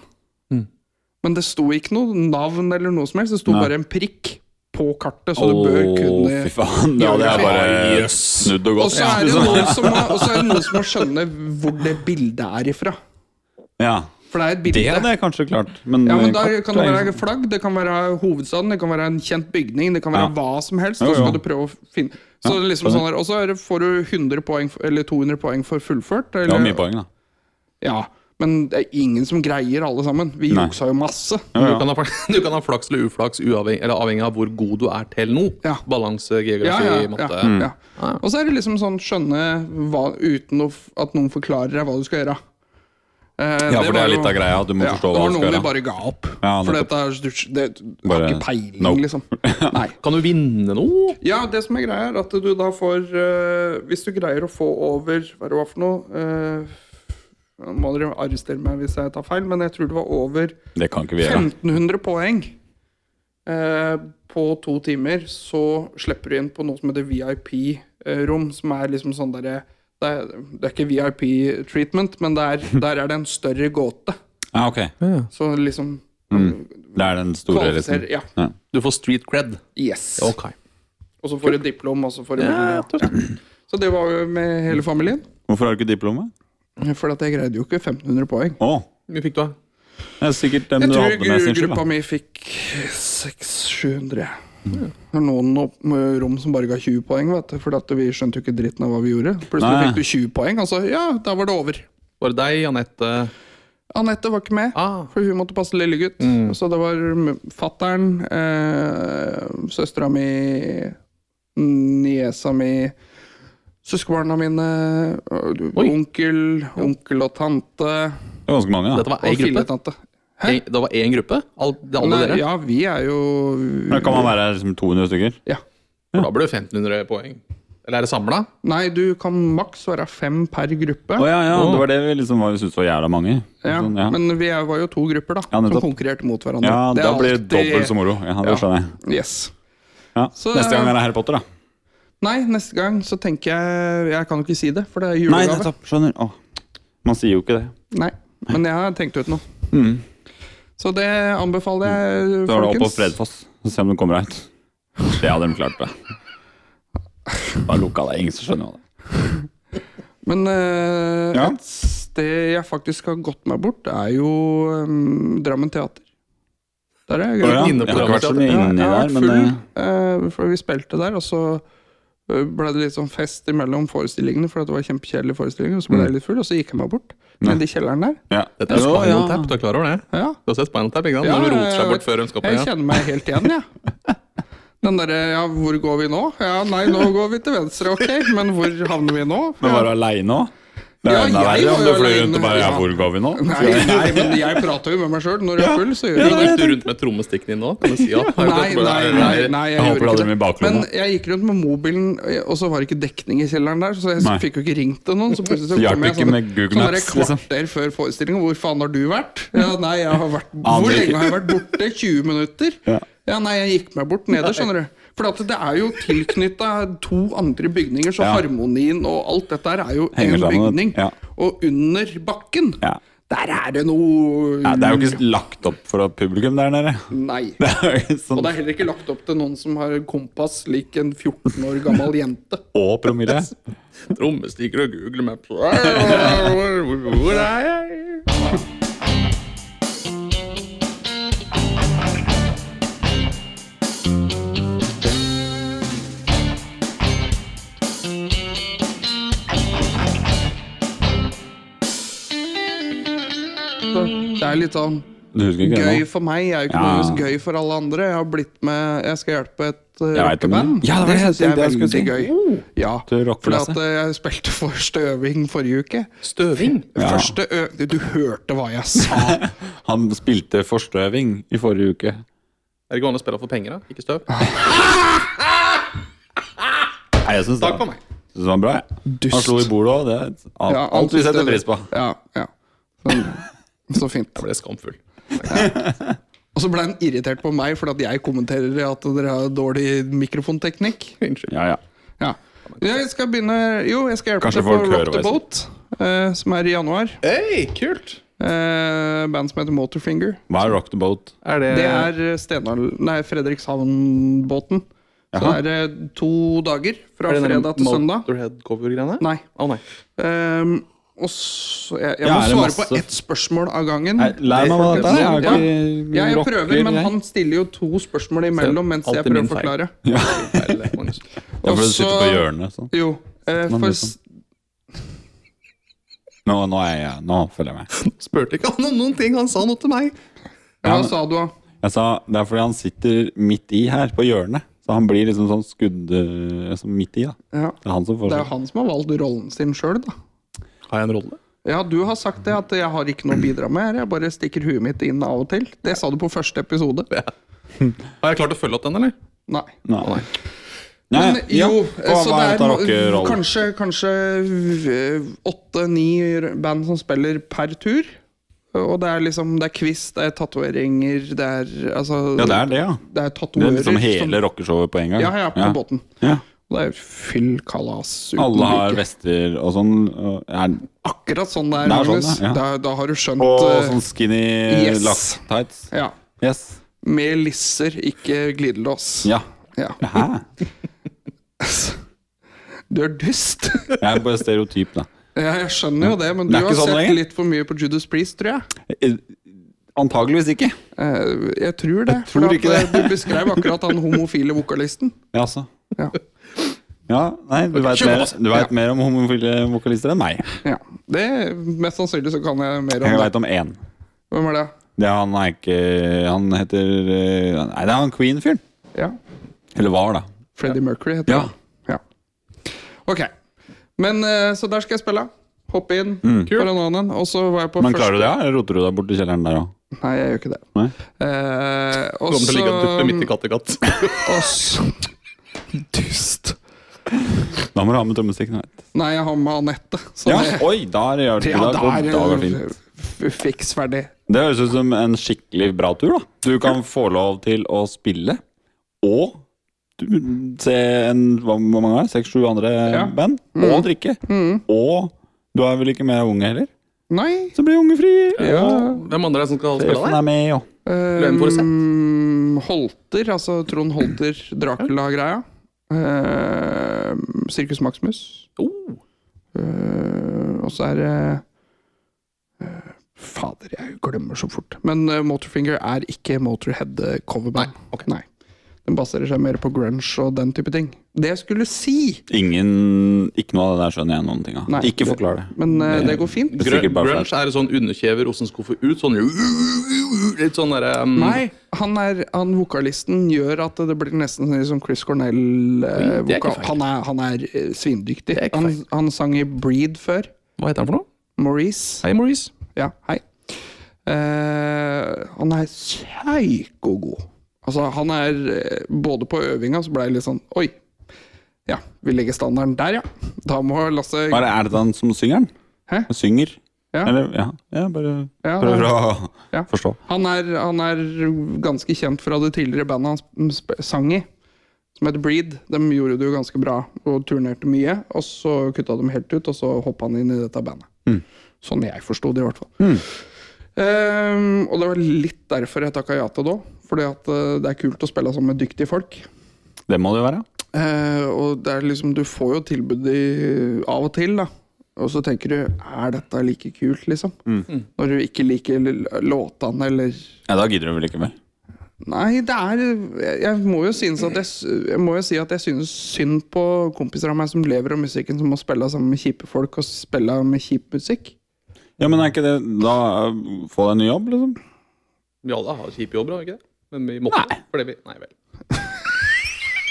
[SPEAKER 1] Men det sto ikke noe navn eller noe som helst, det sto bare en prikk på kartet, så du bør
[SPEAKER 2] Åh,
[SPEAKER 1] kunne
[SPEAKER 2] Fy faen, det hadde jeg bare snudd og
[SPEAKER 1] og
[SPEAKER 2] gått.
[SPEAKER 1] så er det noen som må, og så er det noen som må skjønne hvor det bildet er ifra.
[SPEAKER 2] Ja.
[SPEAKER 1] For det er et
[SPEAKER 2] Det
[SPEAKER 1] bilde.
[SPEAKER 2] hadde jeg kanskje klart, men, eh,
[SPEAKER 1] Ja, men Da
[SPEAKER 2] kart
[SPEAKER 1] kan det
[SPEAKER 2] er-
[SPEAKER 1] være flagg, det kan være hovedstaden, det kan være en kjent bygning, det kan være
[SPEAKER 2] Ja.
[SPEAKER 1] hva som helst.
[SPEAKER 2] Jo,
[SPEAKER 1] Og så
[SPEAKER 2] jo.
[SPEAKER 1] skal du prøve å finne Så det er liksom sånn der, Og så er det- får du 100 poeng, for- eller 200 poeng for fullført.
[SPEAKER 2] Det
[SPEAKER 1] Eller,
[SPEAKER 2] var mye poeng, da.
[SPEAKER 1] Ja, Men det er ingen som greier alle sammen. Vi
[SPEAKER 2] Nei.
[SPEAKER 1] juksa jo masse.
[SPEAKER 3] Du kan, ha, fl- du kan ha flaks eller uflaks uavhengig, eller avhengig av hvor god du er til nå.
[SPEAKER 1] Ja. Ja,
[SPEAKER 3] Balanse, geografi,
[SPEAKER 1] ja,
[SPEAKER 3] matte.
[SPEAKER 1] ja, Mm. ja. Og så er det liksom sånn skjønne hva, uten å f- at noen forklarer deg hva du skal gjøre. Eh,
[SPEAKER 2] Ja, for det
[SPEAKER 1] var
[SPEAKER 2] er
[SPEAKER 1] jo-
[SPEAKER 2] litt av greia. Du må
[SPEAKER 1] Ja,
[SPEAKER 2] forstå
[SPEAKER 1] det
[SPEAKER 2] hva
[SPEAKER 1] var
[SPEAKER 2] du
[SPEAKER 1] noen
[SPEAKER 2] skal
[SPEAKER 1] vi
[SPEAKER 2] gjøre.
[SPEAKER 1] bare ga opp.
[SPEAKER 2] Ja,
[SPEAKER 1] for
[SPEAKER 2] nettopp.
[SPEAKER 1] dette er, du, det, du
[SPEAKER 2] Bare,
[SPEAKER 1] har ikke peiling,
[SPEAKER 2] nope.
[SPEAKER 1] liksom. Nei.
[SPEAKER 3] Kan du vinne noe?
[SPEAKER 1] Ja, det som er greia, er at du da får eh, Hvis du greier å få over Hva er det var for noe? Eh, nå må dere arrestere meg hvis jeg tar feil, men jeg tror det var over
[SPEAKER 2] Det kan ikke vi gjøre.
[SPEAKER 1] 1500 poeng eh, på to timer. Så slipper du inn på noe som heter VIP-rom, som er liksom sånn derre det, er- det er ikke VIP-treatment, men det er, der er det en større gåte.
[SPEAKER 2] Ja, ok.
[SPEAKER 1] Så liksom
[SPEAKER 2] Det er den store, liksom.
[SPEAKER 1] Kvalifiserer, ja.
[SPEAKER 3] Du får street cred.
[SPEAKER 1] Yes.
[SPEAKER 3] Ok.
[SPEAKER 1] Og så får du diplom, og så får du Så det var jo med hele familien.
[SPEAKER 2] Hvorfor har du ikke diplomet?
[SPEAKER 1] For at jeg greide jo ikke 1500 poeng.
[SPEAKER 2] Å,
[SPEAKER 3] Hvor mye fikk du? da?
[SPEAKER 2] det er sikkert dem
[SPEAKER 1] Jeg
[SPEAKER 2] du
[SPEAKER 1] tror
[SPEAKER 2] hadde med sin skyld,
[SPEAKER 1] gruppa
[SPEAKER 2] da. Mm.
[SPEAKER 1] mi fikk 600-700. Det er noen opp- med rom som bare ga 20 poeng, vet du, for at vi skjønte jo ikke dritten av hva vi gjorde. Plutselig
[SPEAKER 2] Nei.
[SPEAKER 1] fikk du 20 poeng, altså ja, da var det over.
[SPEAKER 3] Var det deg, Anette?
[SPEAKER 1] Anette var ikke med,
[SPEAKER 3] Ah.
[SPEAKER 1] for hun måtte passe lillegutt.
[SPEAKER 2] Mm.
[SPEAKER 1] Så det var fattern, eh, søstera mi, niesa mi, søskenbarna mine, øh,
[SPEAKER 3] Oi.
[SPEAKER 1] onkel, onkel og tante.
[SPEAKER 2] Det er ganske mange, da.
[SPEAKER 3] Dette var ei
[SPEAKER 1] Og
[SPEAKER 3] gruppe?
[SPEAKER 1] filletante. Hæ?
[SPEAKER 3] En, det var én gruppe? All, det er alle
[SPEAKER 1] Nei,
[SPEAKER 3] dere?
[SPEAKER 1] ja, vi er jo
[SPEAKER 2] Men kan man være liksom 200 stykker?
[SPEAKER 1] ja.
[SPEAKER 3] For da blir det 1500 poeng. Eller er det samla?
[SPEAKER 1] Nei, du kan maks være fem per gruppe.
[SPEAKER 2] Å ja, ja,
[SPEAKER 3] Å.
[SPEAKER 2] det var det vi liksom var, syntes var jævla mange.
[SPEAKER 1] Ja,
[SPEAKER 2] Sånn, ja.
[SPEAKER 1] Men vi er- var jo to grupper da
[SPEAKER 2] Ja,
[SPEAKER 1] som
[SPEAKER 2] nettopp.
[SPEAKER 1] konkurrerte mot hverandre.
[SPEAKER 2] ja,
[SPEAKER 1] Det er
[SPEAKER 2] da blir det
[SPEAKER 1] alltid-
[SPEAKER 2] dobbelt så moro. Ja, det
[SPEAKER 1] Ja.
[SPEAKER 2] skjønner jeg.
[SPEAKER 1] Yes.
[SPEAKER 2] Ja.
[SPEAKER 1] Så-
[SPEAKER 2] Neste gang er det Harry Potter, da.
[SPEAKER 1] Nei, neste gang så tenker jeg Jeg kan jo ikke si det, for det er
[SPEAKER 2] Nei,
[SPEAKER 1] julegave.
[SPEAKER 2] nettopp. Skjønner. Å, man sier jo ikke det.
[SPEAKER 1] Nei, men jeg har tenkt ut noe. Så det anbefaler jeg,
[SPEAKER 2] Så Mm. er det opp på Fredfoss, så se om du kommer deg ut. Det hadde de klart, det. Bare lukka deg, ingen som skjønner hva det er.
[SPEAKER 1] Men eh,
[SPEAKER 2] Ja.
[SPEAKER 1] et sted jeg faktisk har gått meg bort, er jo eh, Drammen teater. Der er jeg
[SPEAKER 2] Å, ja.
[SPEAKER 3] inne på
[SPEAKER 2] Jeg har ikke vært så mye
[SPEAKER 1] Ja,
[SPEAKER 2] inni
[SPEAKER 1] jeg har
[SPEAKER 2] der,
[SPEAKER 1] vært
[SPEAKER 2] men
[SPEAKER 1] full,
[SPEAKER 2] eh,
[SPEAKER 1] eh, for vi spilte der, og så eh, ble det litt sånn fest imellom forestillingene, for at det var kjempekjedelige forestillinger. Og så ble jeg litt full, og så gikk jeg meg bort. Nede i kjelleren der.
[SPEAKER 2] Mm. ja.
[SPEAKER 3] Dette er
[SPEAKER 2] Jo,
[SPEAKER 3] Spinal
[SPEAKER 2] ja.
[SPEAKER 3] Tap, du er klar over det?
[SPEAKER 1] Ja,
[SPEAKER 3] Du har sett Spinal Tap, ikke sant?
[SPEAKER 1] Ja,
[SPEAKER 3] Når de roter
[SPEAKER 1] jeg
[SPEAKER 3] seg
[SPEAKER 1] vet.
[SPEAKER 3] bort før de skal på
[SPEAKER 1] Jeg
[SPEAKER 3] ja.
[SPEAKER 1] kjenner meg helt igjen, jeg. Den derre ja, 'hvor går vi nå?' Ja, nei, nå går vi til venstre, ok, men hvor havner vi nå?
[SPEAKER 2] Men var du aleine òg? Det
[SPEAKER 1] Ja,
[SPEAKER 2] er enda
[SPEAKER 1] jeg
[SPEAKER 2] verre om
[SPEAKER 1] var
[SPEAKER 2] du
[SPEAKER 1] jo
[SPEAKER 2] fløy
[SPEAKER 1] alene,
[SPEAKER 2] rundt og bare ja,
[SPEAKER 1] ja.
[SPEAKER 2] 'Hvor går vi nå?'
[SPEAKER 1] Nei, nei, men jeg prater jo med meg sjøl. Når jeg er full, så gjør jeg det.
[SPEAKER 3] Gikk du rundt med trommestikken din nå? Kan du si ja?
[SPEAKER 1] Nei, nei, nei, nei jeg, gjorde
[SPEAKER 2] Jeg håper du hadde dem i
[SPEAKER 1] ikke det. Men
[SPEAKER 2] baklomma.
[SPEAKER 1] jeg gikk rundt med mobilen, og så var det ikke dekning i kjelleren der, så jeg
[SPEAKER 2] Nei.
[SPEAKER 1] fikk jo ikke ringt til noen. Så plutselig så
[SPEAKER 2] Hjalp
[SPEAKER 1] kom jeg
[SPEAKER 2] ikke
[SPEAKER 1] sånn,
[SPEAKER 2] med Google
[SPEAKER 1] sånn der
[SPEAKER 2] Maps, liksom.
[SPEAKER 1] et kvarter før forestillingen. Hvor faen har du vært? Ja, nei, jeg har vært
[SPEAKER 2] Aner
[SPEAKER 1] Hvor
[SPEAKER 2] ikke.
[SPEAKER 1] lenge har jeg vært borte? 20 minutter?
[SPEAKER 2] Ja.
[SPEAKER 1] Ja, nei, jeg gikk meg bort nede, skjønner du. For at det er jo tilknytta to andre bygninger, så
[SPEAKER 2] Ja.
[SPEAKER 1] harmonien og alt dette her er jo
[SPEAKER 2] Henger
[SPEAKER 1] én
[SPEAKER 2] sammen,
[SPEAKER 1] bygning.
[SPEAKER 2] ja.
[SPEAKER 1] Og under bakken,
[SPEAKER 2] Ja.
[SPEAKER 1] der er det noe
[SPEAKER 2] Ja, det er jo ikke lagt opp for at publikum der nede.
[SPEAKER 1] Nei.
[SPEAKER 2] Det er jo ikke
[SPEAKER 1] Og
[SPEAKER 2] sånn
[SPEAKER 1] det er heller ikke lagt opp til noen som har kompass lik en 14 år gammel jente.
[SPEAKER 2] Å promille.
[SPEAKER 3] Trommestikker og Google Maps. Hvor hvor er jeg?
[SPEAKER 1] Så det er litt sånn
[SPEAKER 2] Du husker ikke
[SPEAKER 1] Gøy
[SPEAKER 2] det nå?
[SPEAKER 1] for meg er jo ikke
[SPEAKER 2] Ja.
[SPEAKER 1] noe gøy for alle andre. Jeg har blitt med Jeg skal hjelpe et uh,
[SPEAKER 2] Jeg vet om det.
[SPEAKER 1] rockeband.
[SPEAKER 2] Ja, det var det jeg
[SPEAKER 1] synes jeg er
[SPEAKER 2] tenkte jeg skulle Oh.
[SPEAKER 1] veldig gøy. Ja,
[SPEAKER 2] Til
[SPEAKER 1] fordi
[SPEAKER 2] rockeblasset.
[SPEAKER 1] at uh, jeg spilte for Støving forrige uke.
[SPEAKER 3] Støving.
[SPEAKER 1] Første ø... Du, du hørte hva jeg sa!
[SPEAKER 2] Han spilte forstøving i forrige uke.
[SPEAKER 3] Er det ikke vanlig å spille for penger, da? Ikke støv.
[SPEAKER 1] Ah.
[SPEAKER 2] Nei, jeg syns det,
[SPEAKER 3] Takk for meg.
[SPEAKER 2] synes det var bra. jeg.
[SPEAKER 1] Dust.
[SPEAKER 2] Han slo i bordet òg. Alt,
[SPEAKER 1] Ja,
[SPEAKER 2] alt vi setter pris på.
[SPEAKER 1] Ja, ja. Så, så fint.
[SPEAKER 3] Jeg ble skamfull.
[SPEAKER 1] Og så ble han irritert på meg fordi at jeg kommenterer at dere har dårlig mikrofonteknikk.
[SPEAKER 3] Unnskyld.
[SPEAKER 2] Ja, ja.
[SPEAKER 1] Ja. Jeg skal begynne Jo, jeg skal hjelpe
[SPEAKER 2] Kanskje
[SPEAKER 1] deg på
[SPEAKER 2] folk hører
[SPEAKER 1] Rock the
[SPEAKER 2] hva jeg sier.
[SPEAKER 1] Boat, eh, som er i januar.
[SPEAKER 3] Hei, kult!
[SPEAKER 1] Eh, band som heter Motorfinger.
[SPEAKER 2] Hva er Rock the Boat?
[SPEAKER 3] Er det,
[SPEAKER 1] Det
[SPEAKER 2] Eh,
[SPEAKER 1] er Stenal... Nei, Fredrikshavn-båten. Så
[SPEAKER 2] Jaha.
[SPEAKER 1] er det to dager fra
[SPEAKER 3] er det
[SPEAKER 1] fredag til søndag.
[SPEAKER 3] Motorhead-cover-greiene?
[SPEAKER 1] Nei.
[SPEAKER 3] Å nei.
[SPEAKER 1] Ehm, og så, jeg, jeg
[SPEAKER 2] Ja,
[SPEAKER 1] må
[SPEAKER 2] er det
[SPEAKER 1] svare
[SPEAKER 2] masse-
[SPEAKER 1] på ett spørsmål av gangen.
[SPEAKER 2] Nei, Lær meg hva dette er. Jeg
[SPEAKER 1] Ja.
[SPEAKER 2] er ikke
[SPEAKER 1] Ja, jeg
[SPEAKER 2] rocker,
[SPEAKER 1] prøver, men
[SPEAKER 2] jeg.
[SPEAKER 1] han stiller jo to spørsmål imellom mens jeg
[SPEAKER 2] alltid
[SPEAKER 1] prøver
[SPEAKER 2] min
[SPEAKER 1] å
[SPEAKER 2] feil.
[SPEAKER 1] forklare.
[SPEAKER 2] ja.
[SPEAKER 3] Feil, Magnus.
[SPEAKER 2] Ja, for du sitter på
[SPEAKER 1] Også-
[SPEAKER 2] hjørnet sånn.
[SPEAKER 1] Jo, eh,
[SPEAKER 2] Man sånn.
[SPEAKER 1] for
[SPEAKER 2] blir
[SPEAKER 1] s-
[SPEAKER 2] Nå, nå, er jeg, nå følger jeg med.
[SPEAKER 3] Spurte ikke han om noen ting. Han sa noe til meg.
[SPEAKER 1] ja,
[SPEAKER 2] men-
[SPEAKER 1] Hva sa du, da?
[SPEAKER 2] Jeg sa, Det er fordi han sitter midt i her, på hjørnet. Så han blir liksom sånn skudd eh, sånn midt i. da.
[SPEAKER 1] Ja.
[SPEAKER 2] Det er han som får
[SPEAKER 1] Det er jo han som har valgt rollen sin sjøl, da.
[SPEAKER 3] Har jeg en rolle?
[SPEAKER 1] Ja, du har sagt det, at jeg har ikke noe å bidra med her. Jeg bare stikker huet mitt inn av og til. Det sa du på første episode.
[SPEAKER 3] Har jeg klart å følge opp den, eller?
[SPEAKER 1] Nei.
[SPEAKER 2] Nei.
[SPEAKER 3] Nei.
[SPEAKER 2] Nei,
[SPEAKER 1] Men
[SPEAKER 2] Eh, ja.
[SPEAKER 1] jo, eh,
[SPEAKER 2] Hva,
[SPEAKER 1] så
[SPEAKER 2] hva
[SPEAKER 1] det
[SPEAKER 2] er dette
[SPEAKER 1] er no-
[SPEAKER 2] rockerollen?
[SPEAKER 1] kanskje, kanskje eh, åtte-ni band som spiller per tur. Og det er liksom, det er quiz, det er tatoveringer, det er altså
[SPEAKER 2] Ja, det er det, ja.
[SPEAKER 1] det er
[SPEAKER 2] Det
[SPEAKER 1] tatoverer
[SPEAKER 2] er liksom hele
[SPEAKER 1] som,
[SPEAKER 2] rockeshowet på en gang.
[SPEAKER 1] Ja, ja, på båten.
[SPEAKER 2] Ja.
[SPEAKER 1] Og det er fyll kalas uten
[SPEAKER 2] Alle har
[SPEAKER 1] like.
[SPEAKER 2] vester og sånn. Og, er,
[SPEAKER 1] Akkurat sånn det er,
[SPEAKER 2] Det er sånn,
[SPEAKER 1] Magnus.
[SPEAKER 2] ja.
[SPEAKER 1] Da, da har du skjønt
[SPEAKER 2] og
[SPEAKER 1] eh,
[SPEAKER 2] sånn skinny
[SPEAKER 1] yes.
[SPEAKER 2] laks tights.
[SPEAKER 1] Ja.
[SPEAKER 2] Yes.
[SPEAKER 1] Med lisser, ikke glidelås.
[SPEAKER 2] Ja.
[SPEAKER 1] Ja.
[SPEAKER 2] Hæ?
[SPEAKER 1] Du er dust.
[SPEAKER 2] Jeg er bare stereotyp, da.
[SPEAKER 1] ja, jeg skjønner jo det, men
[SPEAKER 2] Det
[SPEAKER 1] du
[SPEAKER 2] er
[SPEAKER 1] har
[SPEAKER 2] ikke sånn
[SPEAKER 1] sett
[SPEAKER 2] lenger.
[SPEAKER 1] litt for mye på Judas Priest, tror jeg.
[SPEAKER 2] Eh, Antageligvis ikke.
[SPEAKER 1] Eh, Jeg tror det.
[SPEAKER 2] tror
[SPEAKER 1] for at,
[SPEAKER 2] ikke det.
[SPEAKER 1] eh, Du beskrev akkurat han homofile vokalisten.
[SPEAKER 2] Ja, altså.
[SPEAKER 1] Ja.
[SPEAKER 2] Ja, nei, du veit
[SPEAKER 3] kjør på,
[SPEAKER 2] mer,
[SPEAKER 3] altså.
[SPEAKER 2] du vet mer om homofile vokalister enn meg.
[SPEAKER 1] ja. Det, mest sannsynlig så kan jeg mer
[SPEAKER 2] Jeg
[SPEAKER 1] om det.
[SPEAKER 2] veit om én.
[SPEAKER 1] Hvem er det?
[SPEAKER 2] Det er han er ikke Han heter eh, Nei, det er han Queen-fyren.
[SPEAKER 1] Ja.
[SPEAKER 2] Eller var, da.
[SPEAKER 1] Freddie Mercury heter
[SPEAKER 2] Ja.
[SPEAKER 1] han. Ja. Ok. Men eh, Så der skal jeg spille. Hoppe inn. Paranonen. Og så var jeg på
[SPEAKER 2] Men
[SPEAKER 1] første
[SPEAKER 2] klarer du det? Eller roter du deg bort i kjelleren der òg?
[SPEAKER 1] Nei, jeg gjør ikke det.
[SPEAKER 2] Nei?
[SPEAKER 1] Eh, og
[SPEAKER 3] Kommer til å ligge og duppe midt i
[SPEAKER 1] så
[SPEAKER 3] Kattegat.
[SPEAKER 1] og så- Dust.
[SPEAKER 2] Da må du ha med trommestikken. vet du.
[SPEAKER 1] Nei, jeg har med Anette. Så
[SPEAKER 2] Ja,
[SPEAKER 1] det,
[SPEAKER 2] oi, der gjør du det.
[SPEAKER 1] ja,
[SPEAKER 2] Da går- Da går det
[SPEAKER 1] det
[SPEAKER 2] fint.
[SPEAKER 1] er f- fiks ferdig.
[SPEAKER 2] Det høres ut som en skikkelig bra tur, da. Du kan få lov til å spille, og du, se en, hva hvor mange er det? Seks-sju andre
[SPEAKER 1] Ja. Mm.
[SPEAKER 2] band, og drikke. Og du er vel ikke mer unge heller?
[SPEAKER 1] Nei.
[SPEAKER 2] Så blir du ungefri.
[SPEAKER 1] Ja.
[SPEAKER 3] Hvem andre er det som skal spille
[SPEAKER 2] Steffen
[SPEAKER 3] der?
[SPEAKER 2] er med, og
[SPEAKER 3] Glenn Forsett.
[SPEAKER 1] Um, Holter, altså Trond Holter, Dracula-greia. Ehm, Circus Maximus.
[SPEAKER 3] Oh,
[SPEAKER 1] Eh, og så er det eh, Fader, jeg glemmer så fort. Men eh, Motorfinger er ikke Motorhead-coverband. Nei, Den baserer seg mer på grunge og den type ting. Det jeg skulle si,
[SPEAKER 2] Ingen Ikke noe av det der skjønner jeg noen ting av.
[SPEAKER 1] Nei.
[SPEAKER 2] Ikke forklar det.
[SPEAKER 1] men eh, det går fint.
[SPEAKER 2] Det er sikkert bare
[SPEAKER 3] grunge
[SPEAKER 2] flaut.
[SPEAKER 3] er et sånn underkjeve rosenskuffe ut, sånn Litt sånn derre um,
[SPEAKER 1] Nei, han, er, han vokalisten gjør at det blir nesten sånn som Chris
[SPEAKER 3] Oi, det er ikke
[SPEAKER 1] Cornell-vokal.
[SPEAKER 3] feil.
[SPEAKER 1] han, er- han er eh, svindyktig.
[SPEAKER 3] Det er ikke
[SPEAKER 1] Han,
[SPEAKER 3] feil.
[SPEAKER 1] han sang i Breed før.
[SPEAKER 3] Hva heter han for noe?
[SPEAKER 1] Maurice.
[SPEAKER 3] Hei, Maurice.
[SPEAKER 1] Ja, hei. Eh, han er psykogod. Altså, han er eh, Både på øvinga så ble jeg litt sånn Oi. Ja, vi legger standarden der, ja. Da må Lasse
[SPEAKER 2] Hva er det- er det han som synger den?
[SPEAKER 1] Hæ?
[SPEAKER 2] Synger?
[SPEAKER 1] Ja.
[SPEAKER 2] Eller, ja. ja bare
[SPEAKER 1] Ja,
[SPEAKER 2] prøver å
[SPEAKER 1] Ja.
[SPEAKER 2] forstå.
[SPEAKER 1] Han er, han er ganske kjent fra det tidligere bandet han sp- sp- sang i, som heter Breed. De gjorde det jo ganske bra og turnerte mye. Og så kutta de helt ut, og så hoppa han inn i dette bandet. Sånn jeg forsto det, i hvert fall. Ehm, og det var litt derfor jeg takka ja til det òg. Fordi at eh, det er kult å spille sammen med dyktige folk.
[SPEAKER 2] Det må det jo være.
[SPEAKER 1] Eh, og det er liksom, du får jo tilbud i, av og til, da. Og så tenker du er dette like kult, liksom? Når du ikke liker l- låtene eller
[SPEAKER 2] Ja, da gidder du vel ikke mer?
[SPEAKER 1] Nei, det er jeg- Jeg må jo, synes at jeg, s- jeg må jo si at jeg synes synd på kompiser av meg som lever av musikken, som må spille sammen med kjipe folk og spille med kjip musikk.
[SPEAKER 2] eh, Ja, men er ikke det Da øh, få deg en ny jobb, liksom?
[SPEAKER 3] Vi alle har kjipe jobber, har vi ikke det? Men vi måtte det. Fordi vi, nei vel.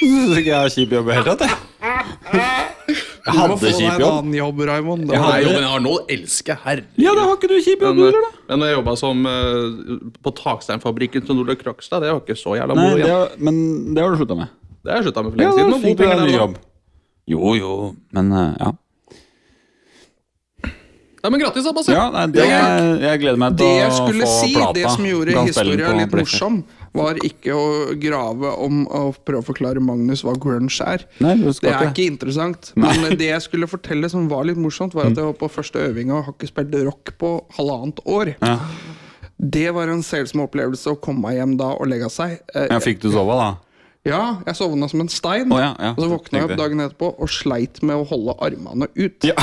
[SPEAKER 4] Syns ikke jeg har kjip jobb i det hele tatt, jeg. Jeg
[SPEAKER 1] Du må få
[SPEAKER 4] hadde
[SPEAKER 1] deg
[SPEAKER 4] kjip
[SPEAKER 1] en
[SPEAKER 4] jobb.
[SPEAKER 1] annen jobb, Raymond. Det
[SPEAKER 3] Ja,
[SPEAKER 1] var-
[SPEAKER 3] nei, jobben jeg har nå, elsker jeg. Herregud.
[SPEAKER 2] Ja, da har ikke du kjip jobb,
[SPEAKER 3] Men,
[SPEAKER 2] du,
[SPEAKER 3] eh,
[SPEAKER 2] eller? da?
[SPEAKER 3] men når jeg jobba som eh, på taksteinfabrikken til Nordahl Krokstad, det var ikke så jævla
[SPEAKER 2] Nei,
[SPEAKER 3] moro.
[SPEAKER 2] det
[SPEAKER 3] igjen.
[SPEAKER 2] har- men det har du slutta med.
[SPEAKER 3] Det har jeg slutta med for lenge
[SPEAKER 2] Ja,
[SPEAKER 3] siden.
[SPEAKER 2] da
[SPEAKER 3] og
[SPEAKER 2] fikk
[SPEAKER 3] god
[SPEAKER 2] du deg
[SPEAKER 3] penger
[SPEAKER 2] en ny
[SPEAKER 3] der, da.
[SPEAKER 2] jobb. Jo, jo, men eh, ja.
[SPEAKER 3] Nei, men grattis, da, Basse.
[SPEAKER 2] Ja, nei, det, jeg, jeg gleder meg til
[SPEAKER 1] Det jeg
[SPEAKER 2] å få
[SPEAKER 1] skulle si,
[SPEAKER 2] plata.
[SPEAKER 1] det som gjorde
[SPEAKER 2] Kan spille den
[SPEAKER 1] historia
[SPEAKER 2] på
[SPEAKER 1] litt
[SPEAKER 2] Play.
[SPEAKER 1] morsom, var ikke å grave om å prøve å forklare Magnus hva grunge er.
[SPEAKER 2] Nei, du skal
[SPEAKER 1] Det er
[SPEAKER 2] ikke.
[SPEAKER 1] ikke interessant. Men det jeg skulle fortelle som var litt morsomt,
[SPEAKER 2] Mm.
[SPEAKER 1] var at jeg var på første øving og har ikke spilt rock på halvannet år.
[SPEAKER 2] Ja.
[SPEAKER 1] Det var en selsom opplevelse å komme meg hjem da og legge seg. Eh,
[SPEAKER 2] Jeg fikk du sove, da?
[SPEAKER 1] Ja, jeg sovna som en stein,
[SPEAKER 2] Å, ja, ja.
[SPEAKER 1] og så våkna jeg
[SPEAKER 2] Tenkte
[SPEAKER 1] opp
[SPEAKER 2] jeg.
[SPEAKER 1] dagen etterpå og sleit med å holde armene ut.
[SPEAKER 2] Ja.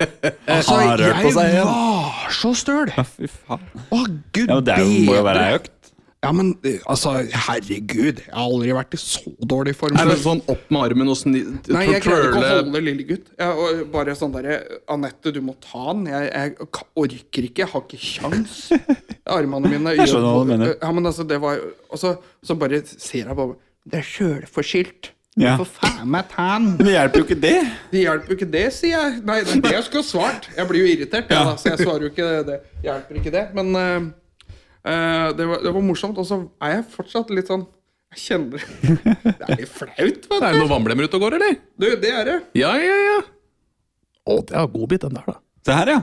[SPEAKER 1] altså,
[SPEAKER 2] Han har rørt på
[SPEAKER 1] jeg
[SPEAKER 2] seg igjen.
[SPEAKER 1] var så støl!
[SPEAKER 2] Fy faen.
[SPEAKER 1] Å, gud
[SPEAKER 2] Ja, men det er jo- må jo være ei
[SPEAKER 1] bedre.
[SPEAKER 2] økt.
[SPEAKER 1] Ja, men eh, altså, herregud. Jeg har aldri vært i så dårlig form.
[SPEAKER 3] Nei,
[SPEAKER 1] før.
[SPEAKER 3] men sånn opp med armen og sni...
[SPEAKER 1] Nei, jeg greide ikke å
[SPEAKER 3] twirle-
[SPEAKER 1] holde lille gutt. Jeg, og bare sånn derre Anette, du må ta han. Jeg, jeg ka- orker ikke. Jeg har ikke kjangs. Armene mine
[SPEAKER 2] Jeg skjønner hva du mener.
[SPEAKER 1] Ja, men altså, det var Og så, så bare ser jeg bare Det er sjølforskyldt.
[SPEAKER 2] Ja.
[SPEAKER 1] For faen meg ta han.
[SPEAKER 2] Men det hjelper jo ikke det.
[SPEAKER 1] Det hjelper jo ikke det, sier jeg. Nei, det er det jeg skulle ha svart. Jeg blir jo irritert, jeg, da, så jeg svarer jo ikke det. det. Hjelper ikke det. Men eh, eh, det, var, det var morsomt. Og så er jeg fortsatt litt sånn Jeg kjenner Det er litt flaut, vet
[SPEAKER 3] Er det noen vamlemmer ute og går, eller?
[SPEAKER 1] du. Du, det er det.
[SPEAKER 3] Ja, ja, ja. Å, det er godbit, den der, da.
[SPEAKER 2] Se her, ja.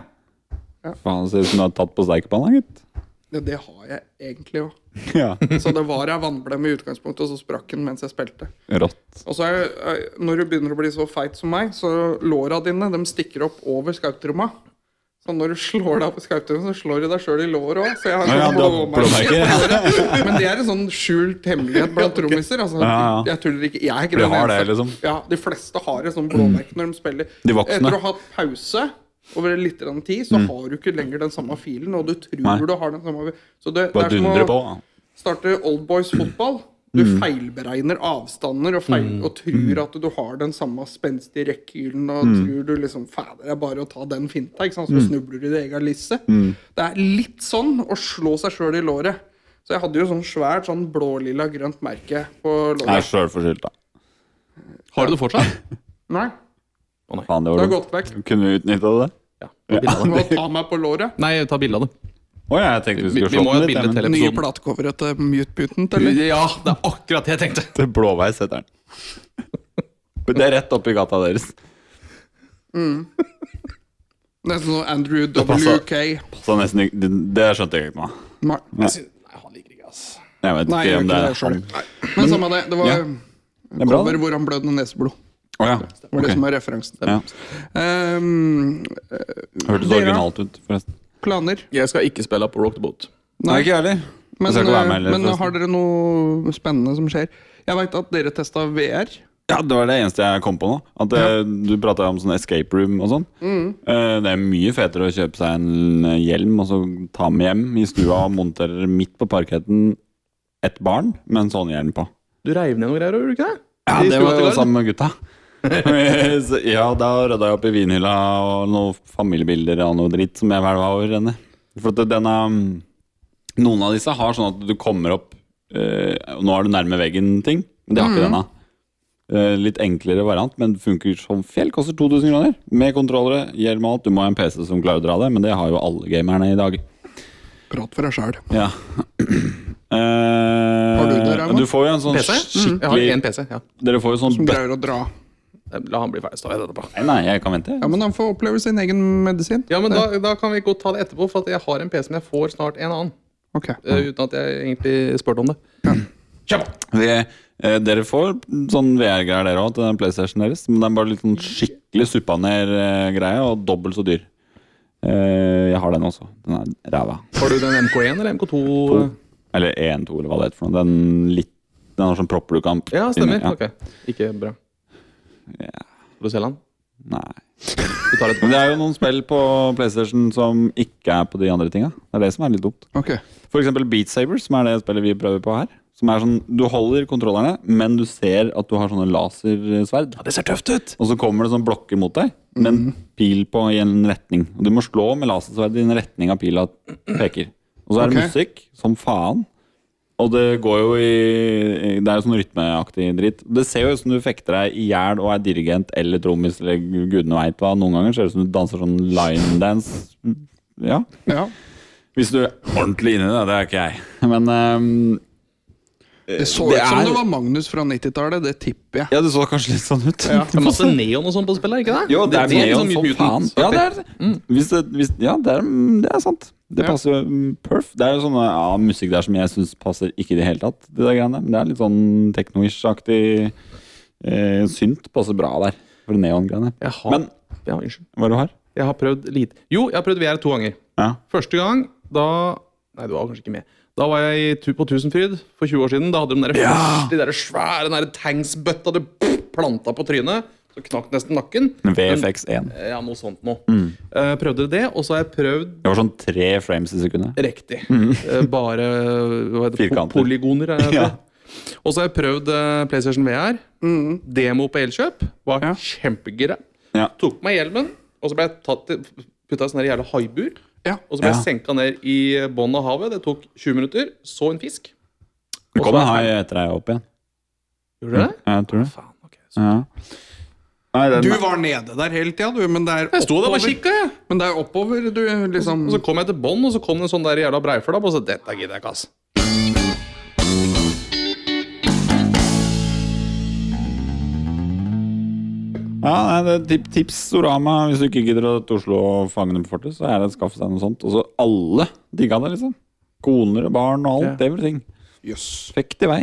[SPEAKER 2] Faen, det ser ut som du har tatt på steikepanna, gitt.
[SPEAKER 1] Ja, det har jeg egentlig òg.
[SPEAKER 2] Ja.
[SPEAKER 1] Så det var ei vannblemme i utgangspunktet, og så sprakk den mens jeg spilte.
[SPEAKER 2] Rått.
[SPEAKER 1] Og så er, er- Når du begynner å bli så feit som meg, så låra dine de stikker opp over skautromma. Så når du slår deg på skautromma, så slår du deg sjøl i låret òg. Så jeg har
[SPEAKER 2] Ja, ja,
[SPEAKER 1] sånn
[SPEAKER 2] du har
[SPEAKER 1] blåmerke
[SPEAKER 2] blåmerker,
[SPEAKER 1] på låret. Men det er en sånn skjult hemmelighet blant trommiser. Altså,
[SPEAKER 2] Ja, ja.
[SPEAKER 1] Jeg tuller ikke. Jeg er ikke
[SPEAKER 2] Du
[SPEAKER 1] den
[SPEAKER 2] har det,
[SPEAKER 1] eneste.
[SPEAKER 2] liksom?
[SPEAKER 1] Ja, De fleste har et sånt blåmerke når de spiller.
[SPEAKER 2] De voksne. Mm.
[SPEAKER 1] Etter å ha hatt pause over litt grann tid, så har du ikke lenger den samme filen, og du tror
[SPEAKER 2] Nei.
[SPEAKER 1] du har den samme Så det, det
[SPEAKER 2] Bare
[SPEAKER 1] er som å-
[SPEAKER 2] dundre på. da.
[SPEAKER 1] starter Old Boys fotball. Du feilberegner avstander og, feil, og tror at du har den samme spenstige rekkehylen. Og tror du liksom Fader, det er bare å ta den finta. Ikke sant? Så snubler du i det egen lisse. Det er litt sånn å slå seg sjøl i låret. Så jeg hadde jo sånn svært sånn blålilla grønt merke på
[SPEAKER 2] Jeg er
[SPEAKER 1] låret.
[SPEAKER 2] sjølforskyldt, da.
[SPEAKER 3] Har du det fortsatt?
[SPEAKER 1] Nei,
[SPEAKER 2] Faen, det
[SPEAKER 1] det
[SPEAKER 2] var
[SPEAKER 1] har
[SPEAKER 2] dumt.
[SPEAKER 1] gått vekk.
[SPEAKER 2] Kunne vi utnytta det?
[SPEAKER 3] Ja.
[SPEAKER 1] Du må ta meg på låret.
[SPEAKER 3] Nei, ta bilde av det.
[SPEAKER 2] Å ja, jeg tenkte vi
[SPEAKER 3] Vi,
[SPEAKER 2] skulle
[SPEAKER 3] vi må
[SPEAKER 2] slått den
[SPEAKER 3] ha et
[SPEAKER 2] litt.
[SPEAKER 3] bilde
[SPEAKER 2] jeg,
[SPEAKER 3] til
[SPEAKER 1] Nye
[SPEAKER 3] episoden.
[SPEAKER 1] platecovere til Mute Putent, eller?
[SPEAKER 3] Ja, det er akkurat det jeg tenkte.
[SPEAKER 2] Men til blåveis heter den. Men det er rett oppi gata deres.
[SPEAKER 1] Nesten sånn Andrew
[SPEAKER 2] passer.
[SPEAKER 1] WK.
[SPEAKER 2] Så nesten, ikke- det, det skjønte jeg ikke nå.
[SPEAKER 1] Nei,
[SPEAKER 3] Nei, han liker ikke, ass.
[SPEAKER 2] Jeg vet
[SPEAKER 1] Nei,
[SPEAKER 2] ikke
[SPEAKER 1] jeg gjør
[SPEAKER 2] om
[SPEAKER 1] ikke
[SPEAKER 2] det
[SPEAKER 1] det sånn.
[SPEAKER 2] er
[SPEAKER 1] sjøl. Men samme det. Det var
[SPEAKER 2] Ja. Det er bra.
[SPEAKER 1] cover
[SPEAKER 2] da.
[SPEAKER 1] hvor han blødde neseblod.
[SPEAKER 2] Å ja.
[SPEAKER 1] var det
[SPEAKER 2] ok.
[SPEAKER 1] som var referansen.
[SPEAKER 2] Ja.
[SPEAKER 1] Ehm,
[SPEAKER 2] Hørtes
[SPEAKER 1] Dere?
[SPEAKER 2] originalt ut, forresten.
[SPEAKER 1] planer?
[SPEAKER 3] Jeg skal ikke spille på Rock the Boat.
[SPEAKER 2] Nei, ikke jeg heller.
[SPEAKER 1] Men,
[SPEAKER 2] Jeg skal ikke være med
[SPEAKER 1] eh,
[SPEAKER 2] heller,
[SPEAKER 1] men
[SPEAKER 2] forresten.
[SPEAKER 1] har dere noe spennende som skjer? Jeg veit at dere testa VR.
[SPEAKER 2] Ja, Det var det eneste jeg kom på nå. At eh, Du prata om sånn escape room og sånn. Eh, det er mye fetere å kjøpe seg en eh, hjelm og så ta med hjem i stua og montere midt på parketten et barn med en sånn hjelm på.
[SPEAKER 3] Du reiv ned noen greier, gjorde du ikke det?
[SPEAKER 2] Ja,
[SPEAKER 3] I
[SPEAKER 2] det
[SPEAKER 3] stua
[SPEAKER 2] var
[SPEAKER 3] til
[SPEAKER 2] jo
[SPEAKER 3] Gard.
[SPEAKER 2] sammen med gutta. Så, ja, da rydda jeg opp i vinhylla og noen familiebilder og noe dritt som jeg hvelva over henne. For at denne mm, Noen av disse har sånn at du kommer opp eh, Nå er du nærme veggen-ting. Men det har
[SPEAKER 1] Mhm.
[SPEAKER 2] ikke denne. Eh, litt enklere variant, men funker som fjell. Koster 2000 kroner. Med kontrollere, hjelm og alt. Du må ha en PC som klarer å dra det, men det har jo alle gamerne i dag.
[SPEAKER 1] Prat for deg sjæl.
[SPEAKER 2] Ja. Eh,
[SPEAKER 1] Har du det, Raymond? Mm,
[SPEAKER 2] du får jo en sånn
[SPEAKER 3] PC? Mm, Jeg har
[SPEAKER 2] skikkelig
[SPEAKER 3] én PC. ja.
[SPEAKER 2] Dere får jo sånn bøtte
[SPEAKER 1] Greier å dra.
[SPEAKER 3] La han bli ferdig, så tar jeg det etterpå.
[SPEAKER 2] Nei, nei, jeg kan vente.
[SPEAKER 1] Ja, Men han får oppleve sin egen medisin.
[SPEAKER 3] Ja, men da, da kan vi godt ta det etterpå, for at jeg har en PC, men jeg får snart en annen.
[SPEAKER 1] Ok.
[SPEAKER 3] eh, uten at jeg egentlig spurte om det. Kjør på!
[SPEAKER 2] Vi, eh, dere får sånn VR-greier dere òg til den PlayStation deres, men den er bare litt sånn skikkelig suppa ned eh, greie, og dobbelt så dyr. Eh, jeg har den også. Den er ræva.
[SPEAKER 3] Har du den MK1 eller MK2?
[SPEAKER 2] Eller 1-2, eller hva det heter for noe. Den, litt, den har sånn propper du kan
[SPEAKER 3] Ja,
[SPEAKER 2] inn
[SPEAKER 3] stemmer.
[SPEAKER 2] i. Ja.
[SPEAKER 3] Ok. Ikke bra.
[SPEAKER 2] Ja.
[SPEAKER 3] Vil du selge den?
[SPEAKER 2] Nei.
[SPEAKER 3] Vi tar
[SPEAKER 2] Men
[SPEAKER 3] etterpå.
[SPEAKER 2] det er jo noen spill på PlayStation som ikke er på de andre tinga. Det er det som er litt dumt.
[SPEAKER 1] ok.
[SPEAKER 2] For eksempel Beat Sabers, som er det spillet vi prøver på her. Som er sånn, Du holder kontrollerne, men du ser at du har sånne lasersverd.
[SPEAKER 3] Ja, det ser tøft ut! Mhm.
[SPEAKER 2] Og så kommer det sånn blokker mot deg, med en pil på i en retning. Og du må slå med lasersverdet i den retninga pila peker. Og så er det
[SPEAKER 1] Ok.
[SPEAKER 2] musikk som faen. Og det går jo i i- Det er jo sånn rytmeaktig dritt. Det ser jo ut som du fekter deg i hjel og er dirigent eller trommis eller gudene veit hva. Noen ganger ser det ut som du danser sånn line dance. Ja.
[SPEAKER 1] Ja.
[SPEAKER 2] Hvis du er ordentlig inni det. Det er ikke jeg. Men ehm,
[SPEAKER 1] Det så
[SPEAKER 2] Det
[SPEAKER 1] ut som
[SPEAKER 2] er-
[SPEAKER 1] det var Magnus fra 90-tallet, det tipper jeg.
[SPEAKER 2] ja, det så kanskje litt sånn ut.
[SPEAKER 3] Det er masse neon og sånn på spillet, er ikke det?
[SPEAKER 2] Jo, det er
[SPEAKER 3] litt
[SPEAKER 2] neon
[SPEAKER 3] sånn
[SPEAKER 2] som faen.
[SPEAKER 3] Mutant.
[SPEAKER 2] Ja, det er,
[SPEAKER 3] Mm.
[SPEAKER 2] hvis det, hvis, ja det, er, mm, det er sant. Det
[SPEAKER 1] Ja.
[SPEAKER 2] passer jo mm, perf. Det er jo sånn ja, musikk der som jeg syns passer ikke i det hele tatt. Det, der greiene. Men det er litt sånn tekno-ish-aktig eh, synt. Passer bra der. For neon-greiene.
[SPEAKER 3] Jeg har,
[SPEAKER 2] Men
[SPEAKER 3] ja, unnskyld.
[SPEAKER 2] hva er det du har?
[SPEAKER 3] Jeg har prøvd lite Jo, jeg har prøvd VR to ganger.
[SPEAKER 2] Ja.
[SPEAKER 3] Første gang, da Nei, du var kanskje ikke med. Da var jeg i tu- på Tusenfryd for 20 år siden. Da hadde de den der, første- de der svære den der tanksbøtta du planta på trynet. Så knakk nesten nakken.
[SPEAKER 2] VFX1.
[SPEAKER 3] Men- Ja, noe sånt noe. Eh, prøvde det, og så har jeg prøvd
[SPEAKER 2] Det var sånn tre frames i sekundet.
[SPEAKER 3] riktig. Eh, bare hva heter det? Po-
[SPEAKER 2] Firkanter.
[SPEAKER 3] polygoner. Er det
[SPEAKER 2] Ja.
[SPEAKER 3] det? Og så har jeg prøvd eh, PlayStation VR. Demo på Elkjøp. Var kjempegira.
[SPEAKER 2] Ja.
[SPEAKER 3] Tok på meg hjelmen, og så ble jeg tatt til putta i sånn her jævla haibur.
[SPEAKER 1] Ja.
[SPEAKER 3] Og så ble jeg
[SPEAKER 2] Ja.
[SPEAKER 3] senka ned i bånn av havet. Det tok 20 minutter. Så en fisk.
[SPEAKER 2] Det
[SPEAKER 3] Og så
[SPEAKER 2] kom
[SPEAKER 3] er
[SPEAKER 2] en hai
[SPEAKER 3] jeg
[SPEAKER 2] etter deg opp igjen.
[SPEAKER 3] Gjorde det?
[SPEAKER 2] Ja, jeg tror det.
[SPEAKER 3] Faen, ok. Så-
[SPEAKER 2] Ja. Nei, den,
[SPEAKER 1] Du var nede der hele tida, du, men det er
[SPEAKER 3] Jeg sto der og
[SPEAKER 1] oppover.
[SPEAKER 3] kikka, jeg.
[SPEAKER 1] Men det er oppover, du, liksom.
[SPEAKER 3] Og så kom jeg til bånn, og så kom det en sånn der jævla breiflabb, og så dette gidder jeg ikke, ass.
[SPEAKER 2] Ja, nei, det er tip, tips Sorama hvis du ikke gidder å dra til Oslo og fange dem på fortet, så er det skaff deg noe sånt. Og så alle digga det, liksom. Koner og barn og alt. Everything.
[SPEAKER 1] Jøss.
[SPEAKER 2] Fekt i vei.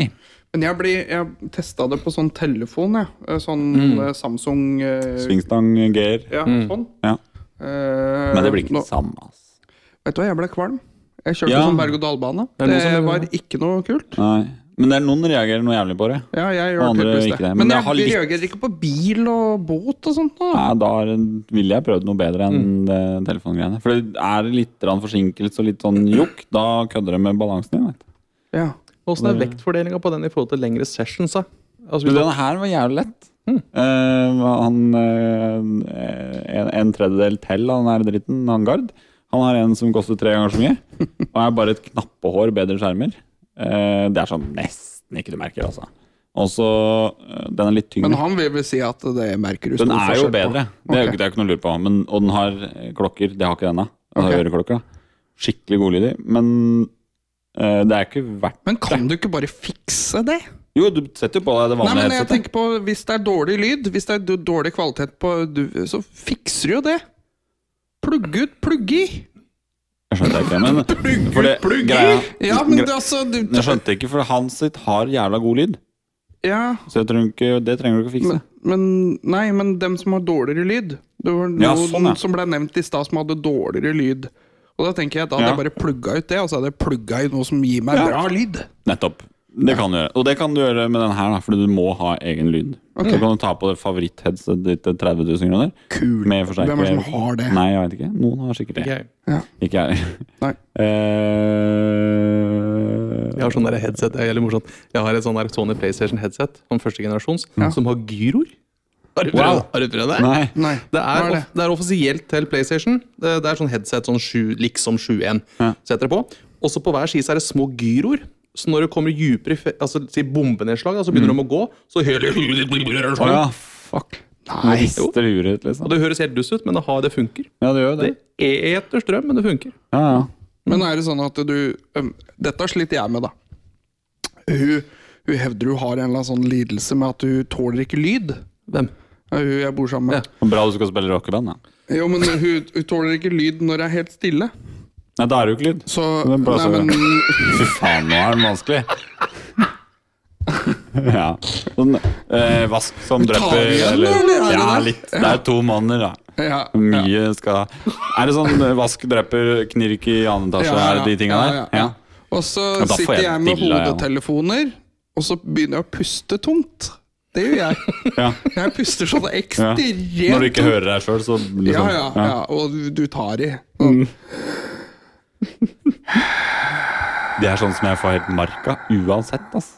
[SPEAKER 1] Men jeg, blir- jeg testa det på sånn telefon, jeg. Eh, Sånn
[SPEAKER 2] Mm.
[SPEAKER 1] eh, Samsung eh,
[SPEAKER 2] Svingstang gear.
[SPEAKER 1] Ja, sånn.
[SPEAKER 2] Ja.
[SPEAKER 1] Eh,
[SPEAKER 2] Men det blir ikke
[SPEAKER 1] nå-
[SPEAKER 2] det samme, altså. ass.
[SPEAKER 1] Vet du hva, jeg ble kvalm. Jeg kjørte
[SPEAKER 2] Ja.
[SPEAKER 1] sånn berg-og-dal-bane.
[SPEAKER 3] er noen
[SPEAKER 1] Det,
[SPEAKER 3] som gjør
[SPEAKER 1] var ikke noe kult.
[SPEAKER 2] Nei. Men det er noen reagerer noe jævlig på det.
[SPEAKER 1] Ja, jeg gjør
[SPEAKER 2] Og andre
[SPEAKER 1] tydeligvis
[SPEAKER 2] ikke det,
[SPEAKER 1] det.
[SPEAKER 2] men
[SPEAKER 1] Men
[SPEAKER 2] jeg
[SPEAKER 1] jeg
[SPEAKER 2] har litt-
[SPEAKER 1] reagerer ikke på bil og båt og sånt. Da.
[SPEAKER 2] Nei, da er- ville jeg prøvd noe bedre enn det telefongreiene. For det er det litt grann forsinkelse og litt sånn jukk, da kødder det med balansen din. Vet. du.
[SPEAKER 1] Ja.
[SPEAKER 3] Åssen er vektfordelinga på den i forhold til lengre sessions, da? Altså,
[SPEAKER 2] Du,
[SPEAKER 3] hvis Mm. du-
[SPEAKER 2] denne her var jævlig lett. Eh, han eh, en, en tredjedel til av den her dritten, han Gard, han har en som koster tre ganger så mye. Og er bare et knappehår bedre skjermer. Eh, det er sånn nesten ikke du merker, altså. Og så eh, Den er litt
[SPEAKER 1] Men
[SPEAKER 2] tyngre.
[SPEAKER 1] han vil vel si at det merker du
[SPEAKER 2] Den er
[SPEAKER 1] forskjell
[SPEAKER 2] jo
[SPEAKER 1] på.
[SPEAKER 2] bedre, det er jo
[SPEAKER 1] Ok.
[SPEAKER 2] ikke, det er ikke noe å lure på. Men, og den har eh, klokker. Det har ikke denne. Den har
[SPEAKER 1] Ok.
[SPEAKER 2] øreklokker. da. Skikkelig godlydig. Men eh, det er ikke verdt
[SPEAKER 1] Men kan du ikke bare fikse det?
[SPEAKER 2] Jo, du setter jo på deg
[SPEAKER 1] Nei,
[SPEAKER 2] det vanlige
[SPEAKER 1] men jeg
[SPEAKER 2] headsetet.
[SPEAKER 1] tenker på Hvis det er dårlig lyd, hvis det er d- dårlig kvalitet på du, Så fikser du jo det. Plugge ut, plugge i.
[SPEAKER 2] Jeg skjønte ikke, men for det,
[SPEAKER 1] plugg i!
[SPEAKER 2] greia,
[SPEAKER 1] Ja, men det,
[SPEAKER 2] gre-
[SPEAKER 1] altså du,
[SPEAKER 2] Jeg skjønte ikke, for han sitt har jævla god lyd.
[SPEAKER 1] Ja,
[SPEAKER 2] Så jeg trenger ikke, det trenger du ikke fikse.
[SPEAKER 1] men, men Nei, men dem som har dårligere lyd. Det var noen
[SPEAKER 2] Ja, sånn, ja.
[SPEAKER 1] som ble nevnt i stad, som hadde dårligere lyd. Og da tenker jeg, da hadde
[SPEAKER 2] Ja.
[SPEAKER 1] jeg bare plugga ut det, og så hadde jeg plugga ut noe som gir meg bra lyd.
[SPEAKER 2] Nettopp. Det kan du gjøre. Og det kan du gjøre med den her, da, fordi du må ha egen lyd. Så kan du ta på det favoritt-headsetet ditt til 30 000 kroner.
[SPEAKER 1] Kul.
[SPEAKER 2] Med forsterker.
[SPEAKER 1] Hvem er det som har det?
[SPEAKER 2] Nei, jeg vet ikke. Noen har sikkert det.
[SPEAKER 3] Ok.
[SPEAKER 2] Ikke jeg heller.
[SPEAKER 1] Nei.
[SPEAKER 2] Eh,
[SPEAKER 3] Jeg har sånn der headset, det er veldig morsomt. Jeg har et sånn der Sony PlayStation headset, sånn første generasjons, som har gyroer. Har du prøvd,
[SPEAKER 2] Wow.
[SPEAKER 3] har du prøvd det?
[SPEAKER 2] Nei.
[SPEAKER 1] Nei.
[SPEAKER 3] Det
[SPEAKER 1] hva
[SPEAKER 3] er,
[SPEAKER 1] er
[SPEAKER 3] off, det er offisielt til PlayStation. Det, det er sånn headset, sånn sju- liksom 7.1. Setter det på. Også på hver side så er det små gyroer. Så når det kommer dypere i fe- altså, si bombenedslag, da, så begynner de å gå. Så hele
[SPEAKER 2] Å
[SPEAKER 3] Og
[SPEAKER 2] ja, fuck. Nei. Rister huet ditt, liksom.
[SPEAKER 3] det høres helt dust ut, men det, har, det funker.
[SPEAKER 2] Ja, det gjør jo det.
[SPEAKER 3] Det eter strøm, men det funker.
[SPEAKER 2] Ja, ja.
[SPEAKER 1] Men er det sånn at du øhm, Dette sliter jeg med, da. Hun, hun hevder hun har en eller annen sånn lidelse med at hun tåler ikke lyd.
[SPEAKER 3] Hvem?
[SPEAKER 1] Ja, Hun jeg bor sammen med.
[SPEAKER 2] Bra du skal spille rockeband, da.
[SPEAKER 1] Jo, men hun, hun tåler ikke lyd når det er helt stille.
[SPEAKER 2] Nei, da er det jo ikke lyd.
[SPEAKER 1] Så
[SPEAKER 2] Det er bra,
[SPEAKER 1] Nei,
[SPEAKER 2] så bra.
[SPEAKER 1] men
[SPEAKER 2] Fy faen, nå er den vanskelig. Ja. Sånn eh, vask som drøpper
[SPEAKER 1] igjen,
[SPEAKER 2] eller-
[SPEAKER 1] eller er det
[SPEAKER 2] Ja,
[SPEAKER 1] det?
[SPEAKER 2] litt. Det er to måneder, da.
[SPEAKER 1] ja, ja.
[SPEAKER 2] Mye skal Er det sånn eh, vask, dreper, knirk i annen etasje?
[SPEAKER 1] Ja,
[SPEAKER 2] Er det de tinga
[SPEAKER 1] ja,
[SPEAKER 2] der?
[SPEAKER 1] ja,
[SPEAKER 2] Ja.
[SPEAKER 1] ja. Og så
[SPEAKER 2] Ja, da får
[SPEAKER 1] sitter
[SPEAKER 2] jeg
[SPEAKER 1] jeg med
[SPEAKER 2] dilla, ja.
[SPEAKER 1] hodetelefoner, og så begynner jeg å puste tungt. Det gjør jeg.
[SPEAKER 2] ja.
[SPEAKER 1] Jeg puster sånn
[SPEAKER 2] ja.
[SPEAKER 1] ekstremt
[SPEAKER 2] Når du ikke hører deg sjøl, så liksom,
[SPEAKER 1] Ja, ja, ja. Og du- du tar i. Sånn.
[SPEAKER 2] Mm. Det er sånn som jeg får helt marka uansett, ass.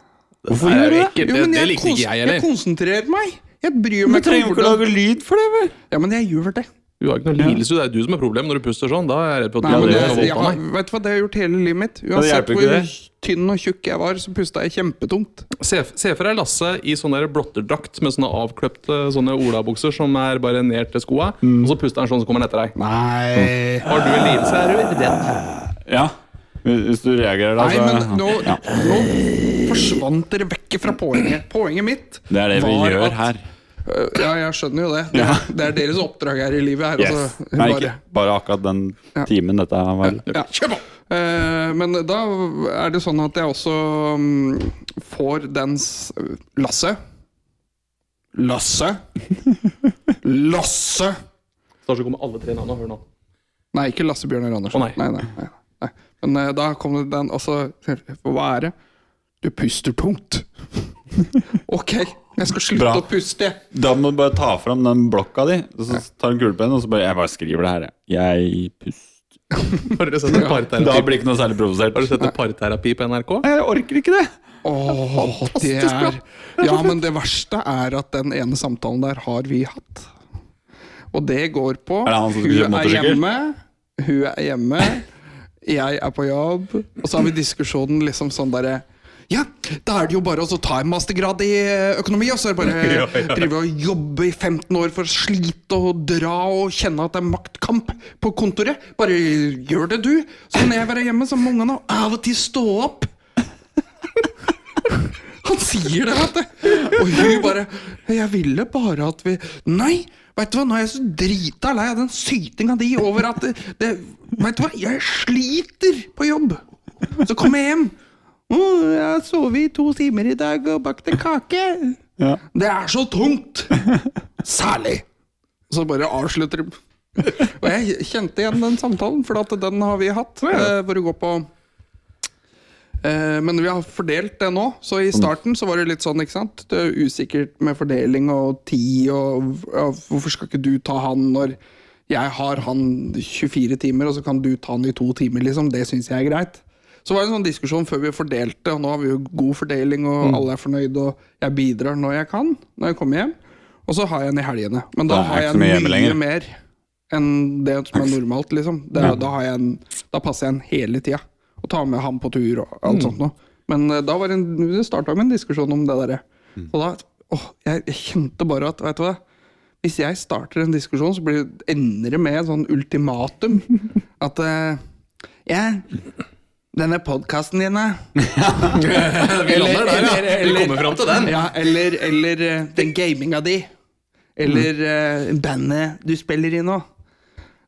[SPEAKER 2] Hvorfor
[SPEAKER 3] Nei,
[SPEAKER 2] gjør du det?
[SPEAKER 1] Jo,
[SPEAKER 3] ikke- det,
[SPEAKER 1] men
[SPEAKER 3] det
[SPEAKER 1] jeg
[SPEAKER 3] likte
[SPEAKER 1] kons-
[SPEAKER 3] ikke jeg heller.
[SPEAKER 1] Jeg konsentrerer meg. Jeg bryr meg ikke om hvordan
[SPEAKER 2] lyd for det, vel?
[SPEAKER 1] Ja, men jeg gjør det.
[SPEAKER 3] Du har ikke noe lidelse, det er du som er problemet når du puster sånn. Da er jeg redd for at
[SPEAKER 1] Nei,
[SPEAKER 3] du
[SPEAKER 1] men
[SPEAKER 3] det,
[SPEAKER 1] det,
[SPEAKER 3] kan
[SPEAKER 1] jeg,
[SPEAKER 3] voldta
[SPEAKER 1] har-
[SPEAKER 3] meg.
[SPEAKER 1] vet du hva, det har jeg gjort hele livet mitt. Uansett
[SPEAKER 2] hjelper
[SPEAKER 1] hvor
[SPEAKER 2] ikke
[SPEAKER 1] tynn og tjukk jeg var, så pusta jeg kjempetungt.
[SPEAKER 3] Se, se for deg Lasse i sånn der blotterdrakt med sånne avkløpte sånne olabukser som er bare ned til skoa, og så puster han sånn, så kommer han etter deg.
[SPEAKER 1] Nei
[SPEAKER 3] Har du en lidelse, er du redd.
[SPEAKER 2] Ja. Hvis du reagerer da,
[SPEAKER 1] Nei,
[SPEAKER 2] så
[SPEAKER 3] Altså,
[SPEAKER 1] men nå, nå forsvant dere vekk fra poenget. Poenget mitt
[SPEAKER 2] Det er det vi
[SPEAKER 1] var
[SPEAKER 2] gjør
[SPEAKER 1] at-
[SPEAKER 2] her.
[SPEAKER 1] Øh, Ja, jeg skjønner jo det. Det er, det er deres oppdrag her i livet. her
[SPEAKER 2] Yes.
[SPEAKER 1] altså,
[SPEAKER 2] Nei,
[SPEAKER 1] bare-
[SPEAKER 2] ikke bare akkurat den timen dette var.
[SPEAKER 1] Ja. Eh, men da er det sånn at jeg også mm, får den s- Lasse. Lasse. Lasse!
[SPEAKER 3] Så da så kommer alle tre navnene, hør nå.
[SPEAKER 1] Nei, ikke Lasse Bjørnar Andersen.
[SPEAKER 3] Å, nei.
[SPEAKER 1] Nei, nei, nei, nei. Men eh, da kom det den, og så Hva er det? Du puster tungt. ok, jeg skal slutte
[SPEAKER 2] Bra.
[SPEAKER 1] å puste, jeg.
[SPEAKER 2] Da må du bare ta fram den blokka di, og så tar du en kulepenn, og så bare Jeg bare skriver det her, jeg. Jeg puster.
[SPEAKER 3] Har dere sett en parterapi?
[SPEAKER 2] Da blir ikke noe særlig provosert.
[SPEAKER 3] Har du sett en parterapi på NRK?
[SPEAKER 2] Jeg orker ikke det!
[SPEAKER 1] Åh, det er Ja, men det verste er at den ene samtalen der har vi hatt. Og det går på
[SPEAKER 2] det han som skal kjøpe
[SPEAKER 1] Hun er
[SPEAKER 2] motorsykkel?
[SPEAKER 1] hjemme, hun er hjemme, jeg er på jobb. Og så har vi diskusjonen liksom sånn derre ja, da er det jo bare å så ta en mastergrad i økonomi, og så er det bare drive og jobbe i 15 år for å slite og dra og kjenne at det er maktkamp på kontoret. Bare gjør det, du. Så når jeg være hjemme, så må ungene av og til stå opp. Han sier det, vet du. Og hun bare Jeg ville bare at vi Nei! Vet du hva, nå er jeg så drita lei av den sytinga di over at det, det Vet du hva, jeg sliter på jobb! Så kommer jeg hjem. Å, jeg har sovet i to timer i dag og bakt en kake.
[SPEAKER 2] Ja.
[SPEAKER 1] Det er så tungt! Særlig! Så bare avslutter de. Og jeg kjente igjen den samtalen, for at den har vi hatt. eh, Hvor det går på Eh, Men vi har fordelt det nå, så i starten så var det litt sånn, ikke sant? Det er usikkert med fordeling og tid, og v- ja, hvorfor skal ikke du ta han når jeg har han 24 timer, og så kan du ta han i to timer, liksom. Det syns jeg er greit. Så var det en sånn diskusjon før vi fordelte, og nå har vi jo god fordeling, og
[SPEAKER 2] Mm.
[SPEAKER 1] alle er fornøyde, og jeg bidrar når jeg kan, når jeg kommer hjem. Og så har jeg en i helgene. Men da
[SPEAKER 2] Da er
[SPEAKER 1] har
[SPEAKER 2] ikke
[SPEAKER 1] jeg
[SPEAKER 2] så mye
[SPEAKER 1] mye
[SPEAKER 2] hjemme lenger.
[SPEAKER 1] mer enn det som er normalt, liksom. Det, er- da, har jeg en, da passer jeg en hele tida. Og tar med ham på tur og alt sånt noe. Men eh, da var det en- det starta med en diskusjon om det derre. Og da åh, jeg, jeg kjente bare at, vet du hva Hvis jeg starter en diskusjon, så blir, ender det med et sånn ultimatum. At eh, Ja, denne podkasten din, eh,
[SPEAKER 3] Vi lander der, ja.
[SPEAKER 1] eller-
[SPEAKER 3] Vi
[SPEAKER 1] eller-
[SPEAKER 3] kommer fram til den.
[SPEAKER 1] Ja, eller, eller eh, den gaminga di. Eller eh, bandet du spiller i nå.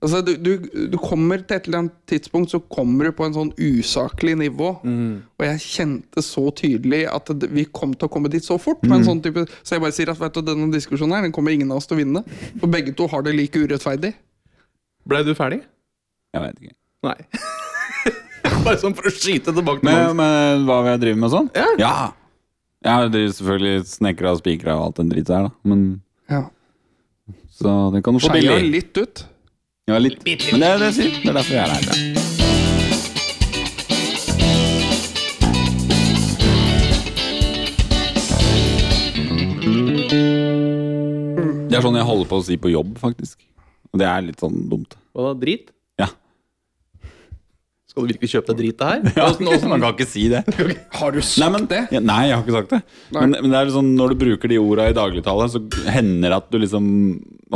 [SPEAKER 1] Altså, du, du, du kommer til et eller annet tidspunkt så kommer du på en sånn usaklig nivå. Og jeg kjente så tydelig at det- vi kom til å komme dit så fort. Med en sånn type, så jeg bare sier at vet du, denne diskusjonen her, den kommer ingen av oss til å vinne. For begge to har det like urettferdig.
[SPEAKER 3] Blei du ferdig?
[SPEAKER 2] Jeg vet ikke.
[SPEAKER 3] Nei. Bare sånn for å skyte tilbake til
[SPEAKER 2] Men,
[SPEAKER 3] Mons.
[SPEAKER 2] men hva vil jeg drive med og sånn?
[SPEAKER 3] Ja.
[SPEAKER 2] ja! Jeg driver selvfølgelig snekra og spikra og alt den driten der, da. Men
[SPEAKER 1] Ja.
[SPEAKER 2] så det kan du få
[SPEAKER 1] Skeia
[SPEAKER 2] billig.
[SPEAKER 1] litt ut.
[SPEAKER 2] Ja, litt. Men det er det jeg sier. Det er derfor jeg er her. Ja. Det er sånn jeg holder på å si på jobb, faktisk. Og det er litt sånn dumt.
[SPEAKER 3] Hva da, drit?
[SPEAKER 2] Ja.
[SPEAKER 3] Skal du virkelig kjøpe deg drit det her?
[SPEAKER 2] Ja, man kan ikke si det.
[SPEAKER 1] Har du sagt
[SPEAKER 2] Nei, men,
[SPEAKER 1] det?
[SPEAKER 2] Ja, nei, jeg har ikke sagt det. Men, men det er sånn, når du bruker de orda i dagligtale, så hender det at du liksom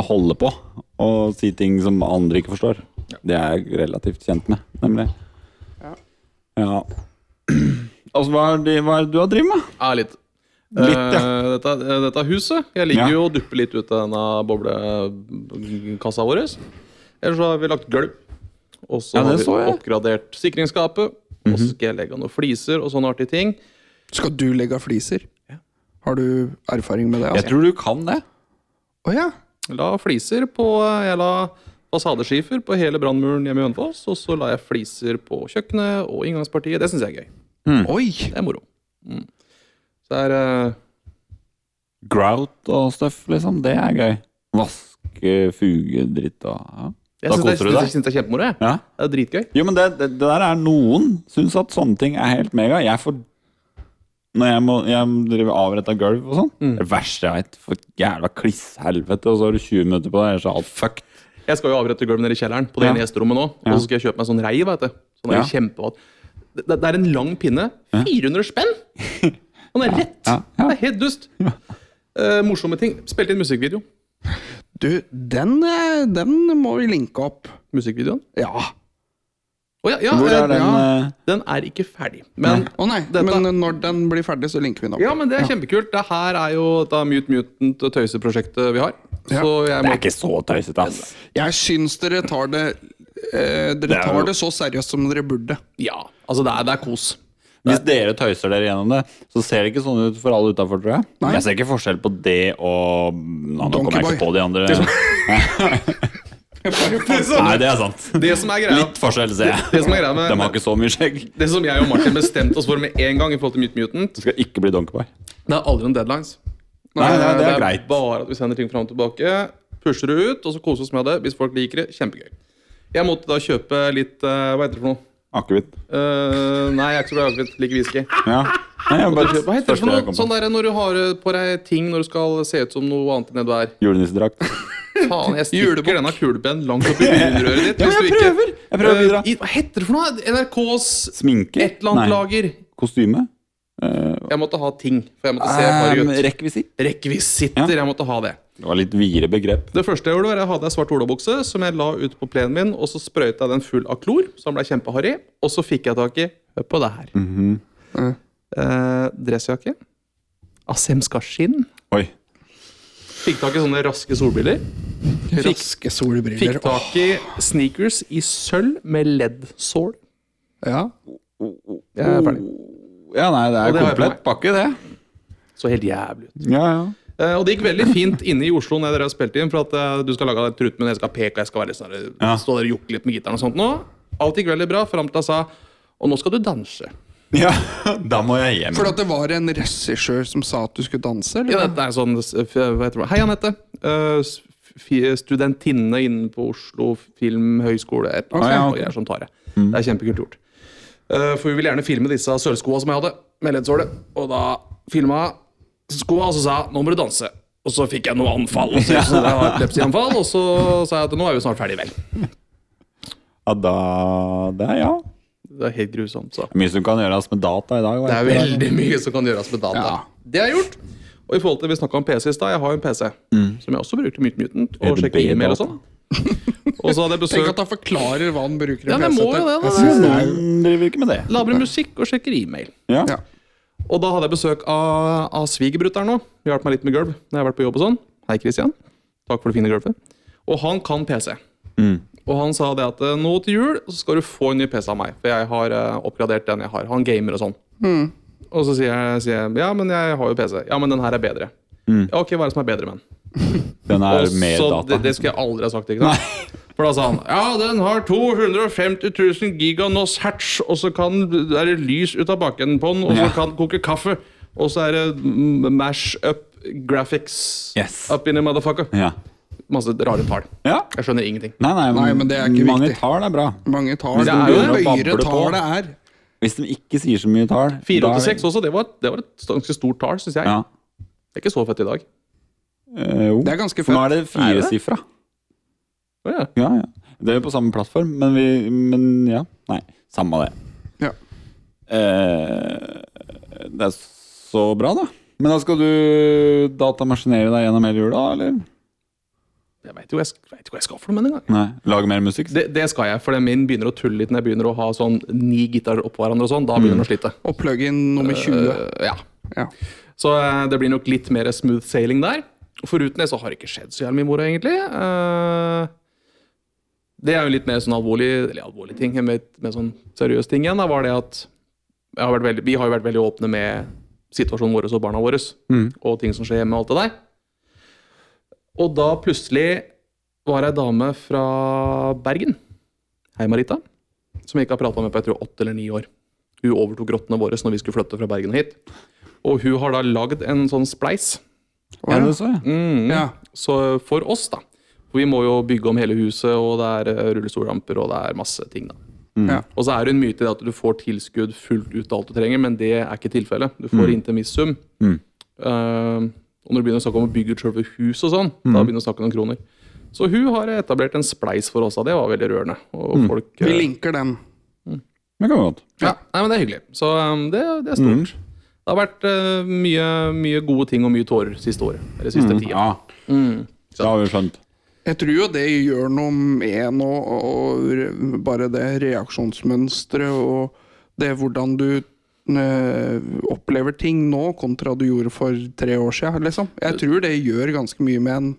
[SPEAKER 2] holder på å si ting som andre ikke forstår. Det er jeg relativt kjent med, nemlig. Ja. Altså, hva er det, hva er det du har drevet med?
[SPEAKER 3] Ja, litt.
[SPEAKER 2] Litt, ja.
[SPEAKER 3] Eh, dette, eh, dette huset Jeg ligger
[SPEAKER 2] Ja.
[SPEAKER 3] jo og dupper litt ut av denne boblekassa vår. Ellers så har vi lagt gulv. Og så
[SPEAKER 2] Ja,
[SPEAKER 3] har
[SPEAKER 2] det
[SPEAKER 3] vi
[SPEAKER 2] så jeg. Mhm.
[SPEAKER 3] oppgradert sikringsskapet. Og så skal jeg legge av noen fliser og sånne artige ting.
[SPEAKER 1] Skal du legge av fliser? Har du erfaring med det? Altså?
[SPEAKER 2] Jeg tror du kan det.
[SPEAKER 1] Å ja.
[SPEAKER 3] Jeg La fliser på eh, Jeg la fasadeskifer på hele brannmuren hjemme i Hønefoss. Og så la jeg fliser på kjøkkenet og inngangspartiet. Det syns jeg er gøy.
[SPEAKER 1] Oi!
[SPEAKER 3] Det er moro. Mm. Så det er eh,
[SPEAKER 2] Grout og stuff, liksom. Det er gøy. Vaske fugedritt og ja.
[SPEAKER 3] Jeg
[SPEAKER 2] Da
[SPEAKER 3] syns det,
[SPEAKER 2] koser du
[SPEAKER 3] jeg
[SPEAKER 2] deg.
[SPEAKER 3] synes det er kjempemoro. jeg.
[SPEAKER 2] ja.
[SPEAKER 3] Det er dritgøy.
[SPEAKER 2] Jo, men det, det, det der er noen syns at sånne ting er helt mega. Jeg får Når jeg må jeg driver avretta gulv og sånn, det verste jeg veit. For jævla klisshelvete, og så har du 20 minutter på deg, ellers er alt fucked.
[SPEAKER 3] Jeg skal jo avrette gulvet nede i kjelleren på det ene gjesterommet nå. Og så skal jeg kjøpe meg sånn rei, vet du. Sånn er jo kjempevatt. Det, det er en lang pinne. 400 spenn! Og den er rett! Det er helt dust. Eh, morsomme ting. Spilte inn musikkvideo.
[SPEAKER 1] Du, den, eh, den må vi linke opp.
[SPEAKER 3] Musikkvideoen?
[SPEAKER 1] Ja.
[SPEAKER 3] Å ja, ja,
[SPEAKER 2] Hvor
[SPEAKER 3] eh,
[SPEAKER 2] er den?
[SPEAKER 1] ja.
[SPEAKER 2] eh,
[SPEAKER 3] den er ikke ferdig. Men
[SPEAKER 1] Å nei,
[SPEAKER 3] Dette-
[SPEAKER 1] men eh, når den blir ferdig, så linker vi den opp.
[SPEAKER 3] Ja, men det er kjempekult. Det her er jo dette Mute Mutant tøyseprosjektet vi har.
[SPEAKER 1] Ja.
[SPEAKER 3] Så jeg
[SPEAKER 2] Det
[SPEAKER 3] må
[SPEAKER 2] er ikke så tøysete, ass.
[SPEAKER 1] Jeg syns dere tar det eh, Dere
[SPEAKER 2] er jo-
[SPEAKER 1] tar det så seriøst som dere burde.
[SPEAKER 3] Ja, altså det er, det er kos.
[SPEAKER 2] Hvis dere tøyser dere gjennom det, så ser det ikke sånn ut for alle utafor, tror jeg.
[SPEAKER 1] Nei.
[SPEAKER 2] Jeg ser ikke forskjell på det og Nå, nå kommer jeg
[SPEAKER 1] Donkey
[SPEAKER 2] ikke på de andre. Nei, det er sant.
[SPEAKER 3] Det som er greia
[SPEAKER 2] Litt forskjell, ser jeg.
[SPEAKER 3] Det som er greia med-
[SPEAKER 2] De har ikke så mye skjegg.
[SPEAKER 3] Det som jeg og Martin bestemte oss for med en gang, i forhold til Mute Mutant,
[SPEAKER 2] Du skal ikke bli Donkey Boy.
[SPEAKER 3] det er aldri noen deadlines.
[SPEAKER 2] Nei, nei, det
[SPEAKER 3] Eh, Det
[SPEAKER 2] er greit.
[SPEAKER 3] bare at vi sender ting fram og tilbake, pusher det ut, og så koser oss med det. Hvis folk liker det, kjempegøy. Jeg måtte da kjøpe litt eh, Hva heter det for noe?
[SPEAKER 2] Akevitt.
[SPEAKER 3] Eh, nei, jeg er ikke så glad i akevitt. Liker whisky.
[SPEAKER 2] Ja. Nei, jeg bare,
[SPEAKER 3] Hva heter det for
[SPEAKER 2] første jeg
[SPEAKER 3] noe?
[SPEAKER 2] kom
[SPEAKER 3] Sånn
[SPEAKER 2] på.
[SPEAKER 3] der når du har eh, på deg ting når du skal se ut som noe annet enn det du er.
[SPEAKER 2] Julenissedrakt.
[SPEAKER 3] Faen, jeg stikker denne kulepennen langt opp i urinrøret ditt.
[SPEAKER 2] Ja, men
[SPEAKER 3] hvis du
[SPEAKER 2] jeg
[SPEAKER 3] ikke-
[SPEAKER 2] prøver. Jeg prøver å
[SPEAKER 3] Eh,
[SPEAKER 2] bidra.
[SPEAKER 3] i- Hva heter det for noe? NRKs
[SPEAKER 2] Sminke?
[SPEAKER 3] et eller annet lager.
[SPEAKER 2] Kostyme?
[SPEAKER 3] Jeg måtte ha ting, for jeg måtte se farge
[SPEAKER 2] Eh,
[SPEAKER 3] ut.
[SPEAKER 2] rekvisitt?
[SPEAKER 3] Rekvisitter. Jeg måtte ha det.
[SPEAKER 2] Det var litt videre begrep.
[SPEAKER 3] Det første jeg gjorde, var jeg hadde en svart olabukse som jeg la ut på plenen min, og så sprøyta jeg den full av klor, så den ble kjempeharry. Og så fikk jeg tak i Hør på det her. Eh, dressjakke. Av Semskar-skinn.
[SPEAKER 2] Oi.
[SPEAKER 3] Fikk tak i sånne raske solbriller.
[SPEAKER 1] Raske solbriller.
[SPEAKER 3] Fikk tak i sneakers i sølv med LED-sål.
[SPEAKER 1] Ja.
[SPEAKER 3] Jeg er ferdig.
[SPEAKER 2] Oh, Ja, nei, det er
[SPEAKER 3] Og det har jeg på
[SPEAKER 2] komplett pakke, det.
[SPEAKER 3] Så helt jævlig ut.
[SPEAKER 2] Ja, ja.
[SPEAKER 3] Eh, og det gikk veldig fint inne i Oslo når dere har spilt inn, for at eh, du skal lage et trut, men jeg skal peke, og jeg skal være litt sånn, der,
[SPEAKER 2] Ja.
[SPEAKER 3] stå der og jukke litt med gitaren og sånt nå. Alt gikk veldig bra, fram til jeg sa og nå skal du danse.
[SPEAKER 2] Ja, da må jeg hjem.
[SPEAKER 1] For at det var en regissør som sa at du skulle danse?
[SPEAKER 3] Ja,
[SPEAKER 1] Eller?
[SPEAKER 3] dette er sånn, s- f- hva heter det? Hei, Anette. Eh, s- f- studentinne inne på Oslo filmhøgskole. Et eller
[SPEAKER 2] Ah, ja,
[SPEAKER 3] annet sånt, og
[SPEAKER 2] ok.
[SPEAKER 3] greier som tar jeg. Det er kjempekult gjort. Eh, for vi vil gjerne filme disse sølvskoa som jeg hadde, med leddsåle. Og da filma skoa, og så sa jeg 'nå må du danse'. Og så fikk jeg noe anfall. Og så, så det var et epilepsianfall, og så sa jeg at 'nå er vi snart ferdig, vel'.
[SPEAKER 2] Ja, da Det er ja. Det
[SPEAKER 3] Det er helt grusomt. så.
[SPEAKER 2] er mye som kan gjøres med data i dag. hva
[SPEAKER 3] Det er
[SPEAKER 2] heter det?
[SPEAKER 3] veldig mye som kan gjøres med data.
[SPEAKER 1] Ja.
[SPEAKER 3] Det er gjort. Og i forhold til vi snakket om PC i stad, jeg har jo en PC som jeg også bruker til Mute Mutant og
[SPEAKER 2] det
[SPEAKER 3] sjekker
[SPEAKER 2] bedre
[SPEAKER 3] e-mail og
[SPEAKER 2] data?
[SPEAKER 3] sånn. Og så hadde jeg
[SPEAKER 1] Tenk
[SPEAKER 3] besøkt
[SPEAKER 1] at han forklarer hva han bruker
[SPEAKER 3] Ja,
[SPEAKER 1] en
[SPEAKER 3] det
[SPEAKER 1] PC
[SPEAKER 3] må jo det, da.
[SPEAKER 1] Jeg synes det er jo-
[SPEAKER 2] Noen driver ikke med det.
[SPEAKER 3] Lager musikk og sjekker e-mail.
[SPEAKER 2] Ja.
[SPEAKER 1] Ja.
[SPEAKER 3] Og da hadde jeg besøk av, av svigerbrutteren nå. Hjalp meg litt med gulv når jeg har vært på jobb og sånn. Hei, Christian. Takk for det fine gulvet. Og han kan PC.
[SPEAKER 2] Mm.
[SPEAKER 3] Og han sa det at eh, nå til jul så skal du få en ny PC av meg, for jeg har eh, oppgradert den jeg har. Han gamer og sånn. Og så sier jeg, sier jeg ja, men jeg har jo PC. Ja, men den her er bedre. Ja, ok, hva er det som er bedre med den?
[SPEAKER 2] Den Mm. er
[SPEAKER 3] Og
[SPEAKER 2] mer
[SPEAKER 3] så
[SPEAKER 2] data.
[SPEAKER 3] Det, det skulle jeg aldri ha sagt, ikke sant? For da sa han ja, den har 250 000 giganos hertz, og så kan, er det lys ut av bakken på den, og så kan den koke kaffe, og så er det mm, mash up graphics
[SPEAKER 2] Yes.
[SPEAKER 3] up in a motherfucker.
[SPEAKER 2] Ja.
[SPEAKER 3] Masse rare tall.
[SPEAKER 2] ja.
[SPEAKER 3] Jeg skjønner ingenting.
[SPEAKER 2] Nei, nei,
[SPEAKER 1] Nei, men det er ikke
[SPEAKER 2] mange
[SPEAKER 1] viktig.
[SPEAKER 2] tall er bra.
[SPEAKER 1] Mange tall.
[SPEAKER 3] Det
[SPEAKER 1] Det
[SPEAKER 3] er
[SPEAKER 1] er
[SPEAKER 3] jo
[SPEAKER 1] jo
[SPEAKER 2] det.
[SPEAKER 1] høyere
[SPEAKER 2] Babler på.
[SPEAKER 1] tall det er.
[SPEAKER 2] Hvis de ikke sier så mye tall da er det-
[SPEAKER 3] 486 også, det var, det var et ganske stort tall, syns jeg.
[SPEAKER 2] Ja.
[SPEAKER 3] Det er ikke så fett i dag.
[SPEAKER 2] Eh, jo.
[SPEAKER 1] Det er ganske
[SPEAKER 2] For nå
[SPEAKER 1] fett.
[SPEAKER 2] er det firesifra.
[SPEAKER 3] Å, ja.
[SPEAKER 2] Ja, ja. Det er jo på samme plattform, men vi Men ja. Nei, samme det.
[SPEAKER 1] Ja.
[SPEAKER 2] Eh, det er så bra, da. Men da skal du datamaskinere deg gjennom hele jula, eller?
[SPEAKER 3] Jeg veit jo jeg sk- vet jo hva jeg skal for noe med den gang.
[SPEAKER 2] Nei, Lage mer musikk?
[SPEAKER 3] Det, det skal jeg, for min begynner å tulle litt når jeg begynner å ha sånn ni gitarer oppå hverandre og sånn. Da begynner den å slite.
[SPEAKER 1] Og plug-in nummer
[SPEAKER 2] Øh.
[SPEAKER 1] 20.
[SPEAKER 3] Eh, ja.
[SPEAKER 1] Ja.
[SPEAKER 3] Så eh, det blir nok litt mer smooth sailing der. Foruten det så har det ikke skjedd så jævlig mye moro, egentlig. Eh, det er jo litt mer sånn alvorlig, eller alvorlig ting, men litt mer sånn seriøs ting igjen, da, var det at jeg har vært veldig, vi har jo vært veldig åpne med situasjonen vår og barna våre, og ting som skjer hjemme og alt det der. Og da plutselig var ei dame fra Bergen, hei Marita, som jeg ikke har prata med på jeg tror åtte eller ni år. Hun overtok grottene våre når vi skulle flytte fra Bergen hit. Og hun har da lagd en sånn spleis.
[SPEAKER 2] Ja, det så
[SPEAKER 3] Mm.
[SPEAKER 2] jeg.
[SPEAKER 1] Ja.
[SPEAKER 3] Så for oss, da. For vi må jo bygge om hele huset, og det er eh, rullestolramper og det er masse ting. da.
[SPEAKER 2] Mm.
[SPEAKER 1] Ja.
[SPEAKER 3] Og så er det en myte i det at du får tilskudd fullt ut av alt du trenger, men det er ikke tilfellet. Du får inntil en viss sum. Eh, og når du begynner å snakke om å bygge ut selve huset og sånn, da begynner du å snakke om kroner. Så hun har etablert en spleis for oss, og det var veldig rørende. Og folk, eh,
[SPEAKER 1] Vi linker den.
[SPEAKER 2] Det kan vi godt.
[SPEAKER 3] ja. Nei, men det er hyggelig. Så um, det, det er stort. Det har vært eh, mye, mye gode ting og mye tårer siste året. Eller siste tida.
[SPEAKER 2] Mm,
[SPEAKER 3] Mm.
[SPEAKER 2] Ja. Det har vi skjønt.
[SPEAKER 1] Jeg tror jo det gjør noe med nå, og re- bare det reaksjonsmønsteret og det hvordan du eh, opplever ting nå kontra du gjorde for tre år siden, liksom. Jeg tror det gjør ganske mye med en,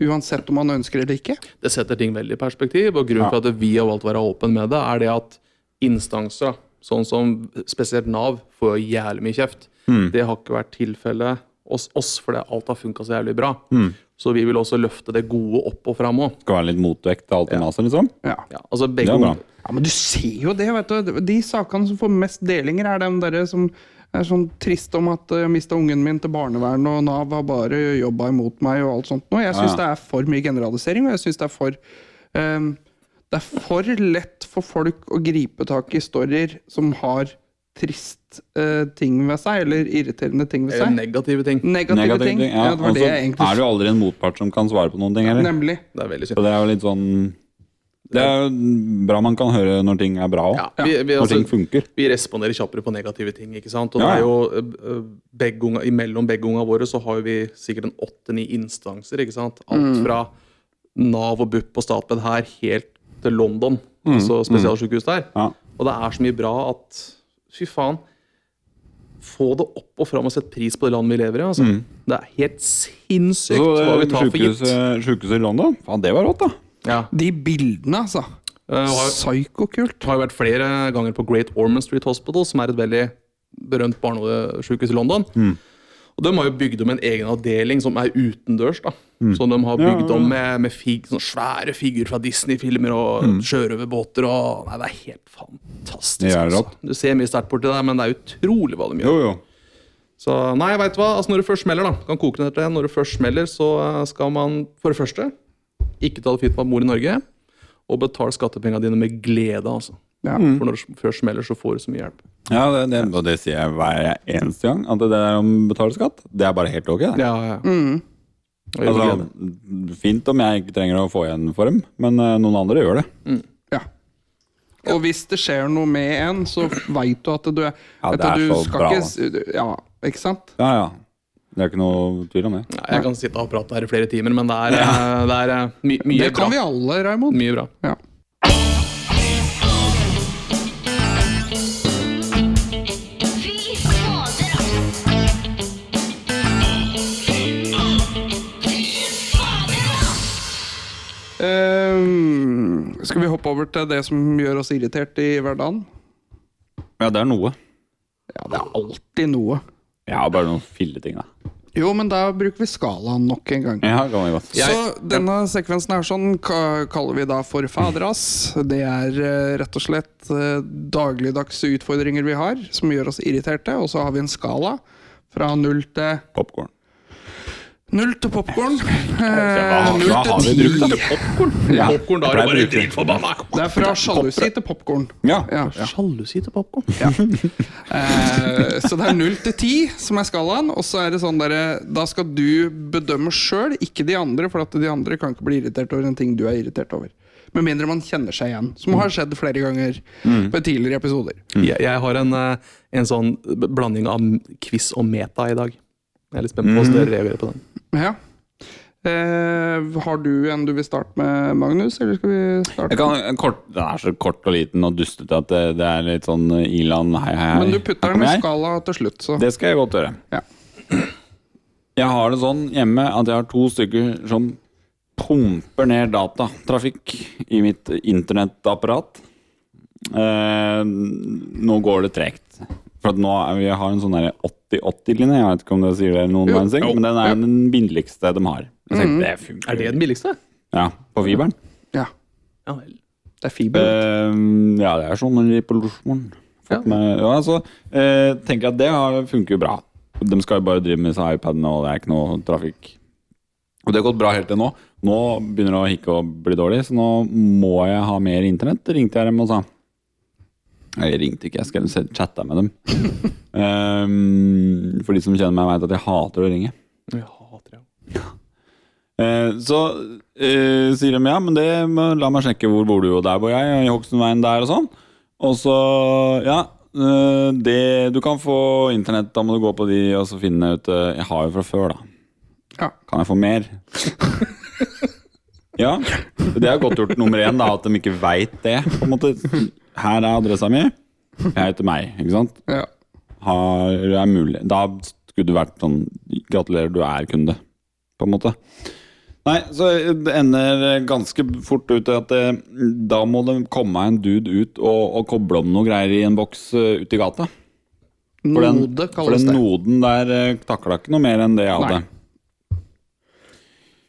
[SPEAKER 1] uansett om man ønsker eller ikke.
[SPEAKER 3] Det setter ting veldig i perspektiv, og grunnen for at vi har valgt å være åpen med det, er det at instanser, da, sånn som spesielt Nav, får jævlig mye kjeft.
[SPEAKER 2] Mm.
[SPEAKER 3] Det har ikke vært tilfellet hos oss, fordi alt har funka så jævlig bra.
[SPEAKER 2] Mm.
[SPEAKER 3] Så vi vil også løfte det gode opp og fram òg.
[SPEAKER 2] Skal være litt motvekt til alt det maset, liksom.
[SPEAKER 1] Ja.
[SPEAKER 3] Ja, altså
[SPEAKER 2] Det
[SPEAKER 3] begge
[SPEAKER 2] er bra.
[SPEAKER 1] Ja, men du ser jo det, vet du. De sakene som får mest delinger, er den derre som er sånn trist om at jeg mista ungen min til barnevernet, og Nav har bare jobba imot meg og alt sånt noe. Jeg syns det er for mye generalisering, og jeg syns det er for ehm, Det er for lett for folk å gripe tak i storyer som har trist eh, ting ved seg, eller irriterende ting ved
[SPEAKER 3] Eller
[SPEAKER 1] seg.
[SPEAKER 3] eh, negative ting.
[SPEAKER 1] Negative,
[SPEAKER 2] Eh, Negative
[SPEAKER 1] ting.
[SPEAKER 2] ting, ja.
[SPEAKER 1] Ja, det var
[SPEAKER 2] Og
[SPEAKER 1] det
[SPEAKER 2] så
[SPEAKER 1] jeg
[SPEAKER 2] er det
[SPEAKER 1] egentlig
[SPEAKER 2] jo aldri en motpart som kan svare på noen ting heller.
[SPEAKER 1] Nemlig.
[SPEAKER 3] Det er veldig synd.
[SPEAKER 2] Så det er jo litt sånn Det er jo bra man kan høre når ting er bra òg.
[SPEAKER 3] Ja, vi, vi,
[SPEAKER 2] Når ting
[SPEAKER 3] altså,
[SPEAKER 2] funker.
[SPEAKER 3] vi responderer kjappere på negative ting. ikke sant? Og
[SPEAKER 2] Ja,
[SPEAKER 3] det
[SPEAKER 2] ja.
[SPEAKER 3] er jo ø, ø, begge unga, Imellom begge unga våre så har jo vi sikkert en åtte-ni instanser. ikke sant?
[SPEAKER 2] Mm.
[SPEAKER 3] Alt fra Nav og BUP og Statped her helt til London, altså spesialsykehus der.
[SPEAKER 2] Mm, Ja.
[SPEAKER 3] Og det er så mye bra at Fy faen. Få det opp og fram og sett pris på det landet vi lever i. altså. Det er helt sinnssykt
[SPEAKER 2] Mm. Så eh,
[SPEAKER 3] hva vi
[SPEAKER 2] det
[SPEAKER 3] tar for gitt.
[SPEAKER 2] sjukehuset sjukehuset i London, faen, det var rått, da.
[SPEAKER 3] Ja.
[SPEAKER 1] De bildene, altså.
[SPEAKER 3] Ø, har-
[SPEAKER 1] Psykokult.
[SPEAKER 3] har jo vært flere ganger på Great Ormond Street Hospital, som er et veldig berømt barnesykehus i London.
[SPEAKER 2] Mm.
[SPEAKER 3] Og De har jo bygd om en egen avdeling som er utendørs. da.
[SPEAKER 2] Mm.
[SPEAKER 3] Som de har bygd om med, med fig, sånne svære figurer fra Disney-filmer og
[SPEAKER 2] Mm.
[SPEAKER 3] sjørøverbåter. og... Nei, Det er helt fantastisk.
[SPEAKER 2] Det er
[SPEAKER 3] altså.
[SPEAKER 2] rått.
[SPEAKER 3] Du ser mye sterkt borti der, men det er utrolig hva de gjør.
[SPEAKER 2] Jo, jo.
[SPEAKER 3] Så nei, vet du hva, altså Når det først smeller, da, kan koke ned til det. Når det først smeller, så eh, skal man for det første ikke ta det fint med mor i Norge, og betale skattepengene dine med glede. altså.
[SPEAKER 1] Ja.
[SPEAKER 3] For når det først smeller, så får du så mye hjelp.
[SPEAKER 2] Ja, det, det, og det sier jeg hver eneste gang. At det der om å betale skatt, det er bare helt ok. Det.
[SPEAKER 3] Ja, ja.
[SPEAKER 1] Mm.
[SPEAKER 3] Og gjør med glede.
[SPEAKER 2] Altså, fint om jeg ikke trenger å få igjen for dem, men eh, noen andre gjør det.
[SPEAKER 1] Ja. Og hvis det skjer noe med en, så veit du at du er
[SPEAKER 2] Ja,
[SPEAKER 1] vet
[SPEAKER 2] det
[SPEAKER 1] at
[SPEAKER 2] er
[SPEAKER 1] du
[SPEAKER 2] så
[SPEAKER 1] skal
[SPEAKER 2] bra,
[SPEAKER 1] ikke, s- Ja, ikke sant?
[SPEAKER 2] Ja, ja. Det er ikke noe tvil om det.
[SPEAKER 3] Nei, jeg kan sitte og prate her i flere timer, men det er, eh, det er eh, my mye
[SPEAKER 1] Det kan vi
[SPEAKER 3] bra.
[SPEAKER 1] alle, Raymond.
[SPEAKER 3] Mye bra.
[SPEAKER 1] Ja.
[SPEAKER 5] Fy fader, ass. Fy fader, ass.
[SPEAKER 1] Ehm, skal vi hoppe over til det som gjør oss irritert i hverdagen?
[SPEAKER 2] Ja, det er noe.
[SPEAKER 1] Ja, det er alltid noe.
[SPEAKER 2] Ja, bare noen filleting, da.
[SPEAKER 1] Jo, men da bruker vi skalaen nok en gang.
[SPEAKER 2] Ja, kan vi godt.
[SPEAKER 1] Så denne sekvensen her sånn ka- kaller vi da for faderas. Det er eh, rett og slett eh, dagligdagse utfordringer vi har, som gjør oss irriterte. Og så har vi en skala fra null til
[SPEAKER 2] Popcorn.
[SPEAKER 1] Null til popkorn.
[SPEAKER 2] Hva,
[SPEAKER 1] Null
[SPEAKER 2] hva har vi
[SPEAKER 1] til
[SPEAKER 2] brukt
[SPEAKER 1] ti.
[SPEAKER 2] av det?
[SPEAKER 3] Popkorn!
[SPEAKER 1] Ja.
[SPEAKER 3] Popcorn, da
[SPEAKER 2] Jeg
[SPEAKER 3] er det bare
[SPEAKER 2] bruker-
[SPEAKER 3] dritforbanna!
[SPEAKER 1] Det er fra sjalusi til popkorn.
[SPEAKER 2] Ja.
[SPEAKER 1] Ja.
[SPEAKER 3] Sjalusi til popkorn.
[SPEAKER 1] Eh, så det er null til ti som er skalaen. Og så er det sånn derre Da skal du bedømme sjøl, ikke de andre. For at de andre kan ikke bli irritert over en ting du er irritert over. Med mindre man kjenner seg igjen, som har skjedd flere ganger
[SPEAKER 2] Mm.
[SPEAKER 1] på tidligere episoder.
[SPEAKER 3] Jeg, jeg har en, eh, en sånn b- blanding av quiz og meta i dag. Jeg er litt spent på
[SPEAKER 2] Mm.
[SPEAKER 3] hvordan dere reagerer på den.
[SPEAKER 1] Ja. Eh, har du en du vil starte med, Magnus? Eller skal vi
[SPEAKER 2] Jeg
[SPEAKER 1] starte?
[SPEAKER 2] kan, en kort, den er så kort og liten og dustete at det, det er litt sånn eh, Ilan, hei, hei, hei.
[SPEAKER 1] Men du putter
[SPEAKER 2] Her
[SPEAKER 1] den i
[SPEAKER 2] kommer jeg.
[SPEAKER 1] skala til slutt, så
[SPEAKER 2] Det skal jeg godt gjøre.
[SPEAKER 1] Ja.
[SPEAKER 2] Jeg har det sånn hjemme at jeg har to stykker som pumper ned datatrafikk i mitt internettapparat. Eh, nå går det tregt. For at nå er, vi har en sånn der 80-80-linje. Jeg vet ikke om det sier dere noen
[SPEAKER 1] Jo. Mhm.
[SPEAKER 2] verdens ting, men den er den billigste de har. Jeg tenkte, det funker.
[SPEAKER 3] Er det den billigste?
[SPEAKER 2] Ja, på fiberen.
[SPEAKER 1] ja.
[SPEAKER 3] Ja vel.
[SPEAKER 1] Det er fiber.
[SPEAKER 2] Eh, ja, det er sånn en revolusjon.
[SPEAKER 3] Ja.
[SPEAKER 2] Fått med- Ja, altså, eh, tenker jeg at det har- funker jo bra. De skal jo bare drive med seg iPadene, og det er ikke noe trafikk. Og det har gått bra helt til nå. Nå begynner det å hikke og bli dårlig, så nå må jeg ha mer internett. Ringte jeg dem og sa. Nei, Jeg ringte ikke, jeg skrev chatta med dem. Ehm, Eh, for de som kjenner meg, veit at jeg hater å ringe.
[SPEAKER 3] Jeg hater det.
[SPEAKER 2] Eh, så eh, sier de ja, men det må- la meg sjekke hvor bor du, og der bor jeg, og i Hokksundveien der og sånn. Og så, ja eh, det, Du kan få internett, da må du gå på de og så finne ut eh, Jeg har jo fra før, da.
[SPEAKER 1] Ja.
[SPEAKER 2] Kan jeg få mer? ja. Det er godt gjort nummer én, da, at de ikke veit det. på en måte. Her er adressa mi. Jeg heter meg, ikke sant?
[SPEAKER 1] Ja.
[SPEAKER 2] har, er mulig. Da skulle du vært sånn Gratulerer, du er kunde, på en måte. Nei, så det ender ganske fort ut i at eh, da må det komme en dude ut og, og koble om noe greier i en boks eh, ute i gata. For den,
[SPEAKER 1] Node
[SPEAKER 2] for
[SPEAKER 1] kalles
[SPEAKER 2] den
[SPEAKER 1] det.
[SPEAKER 2] noden der eh, takla ikke noe mer enn det jeg hadde.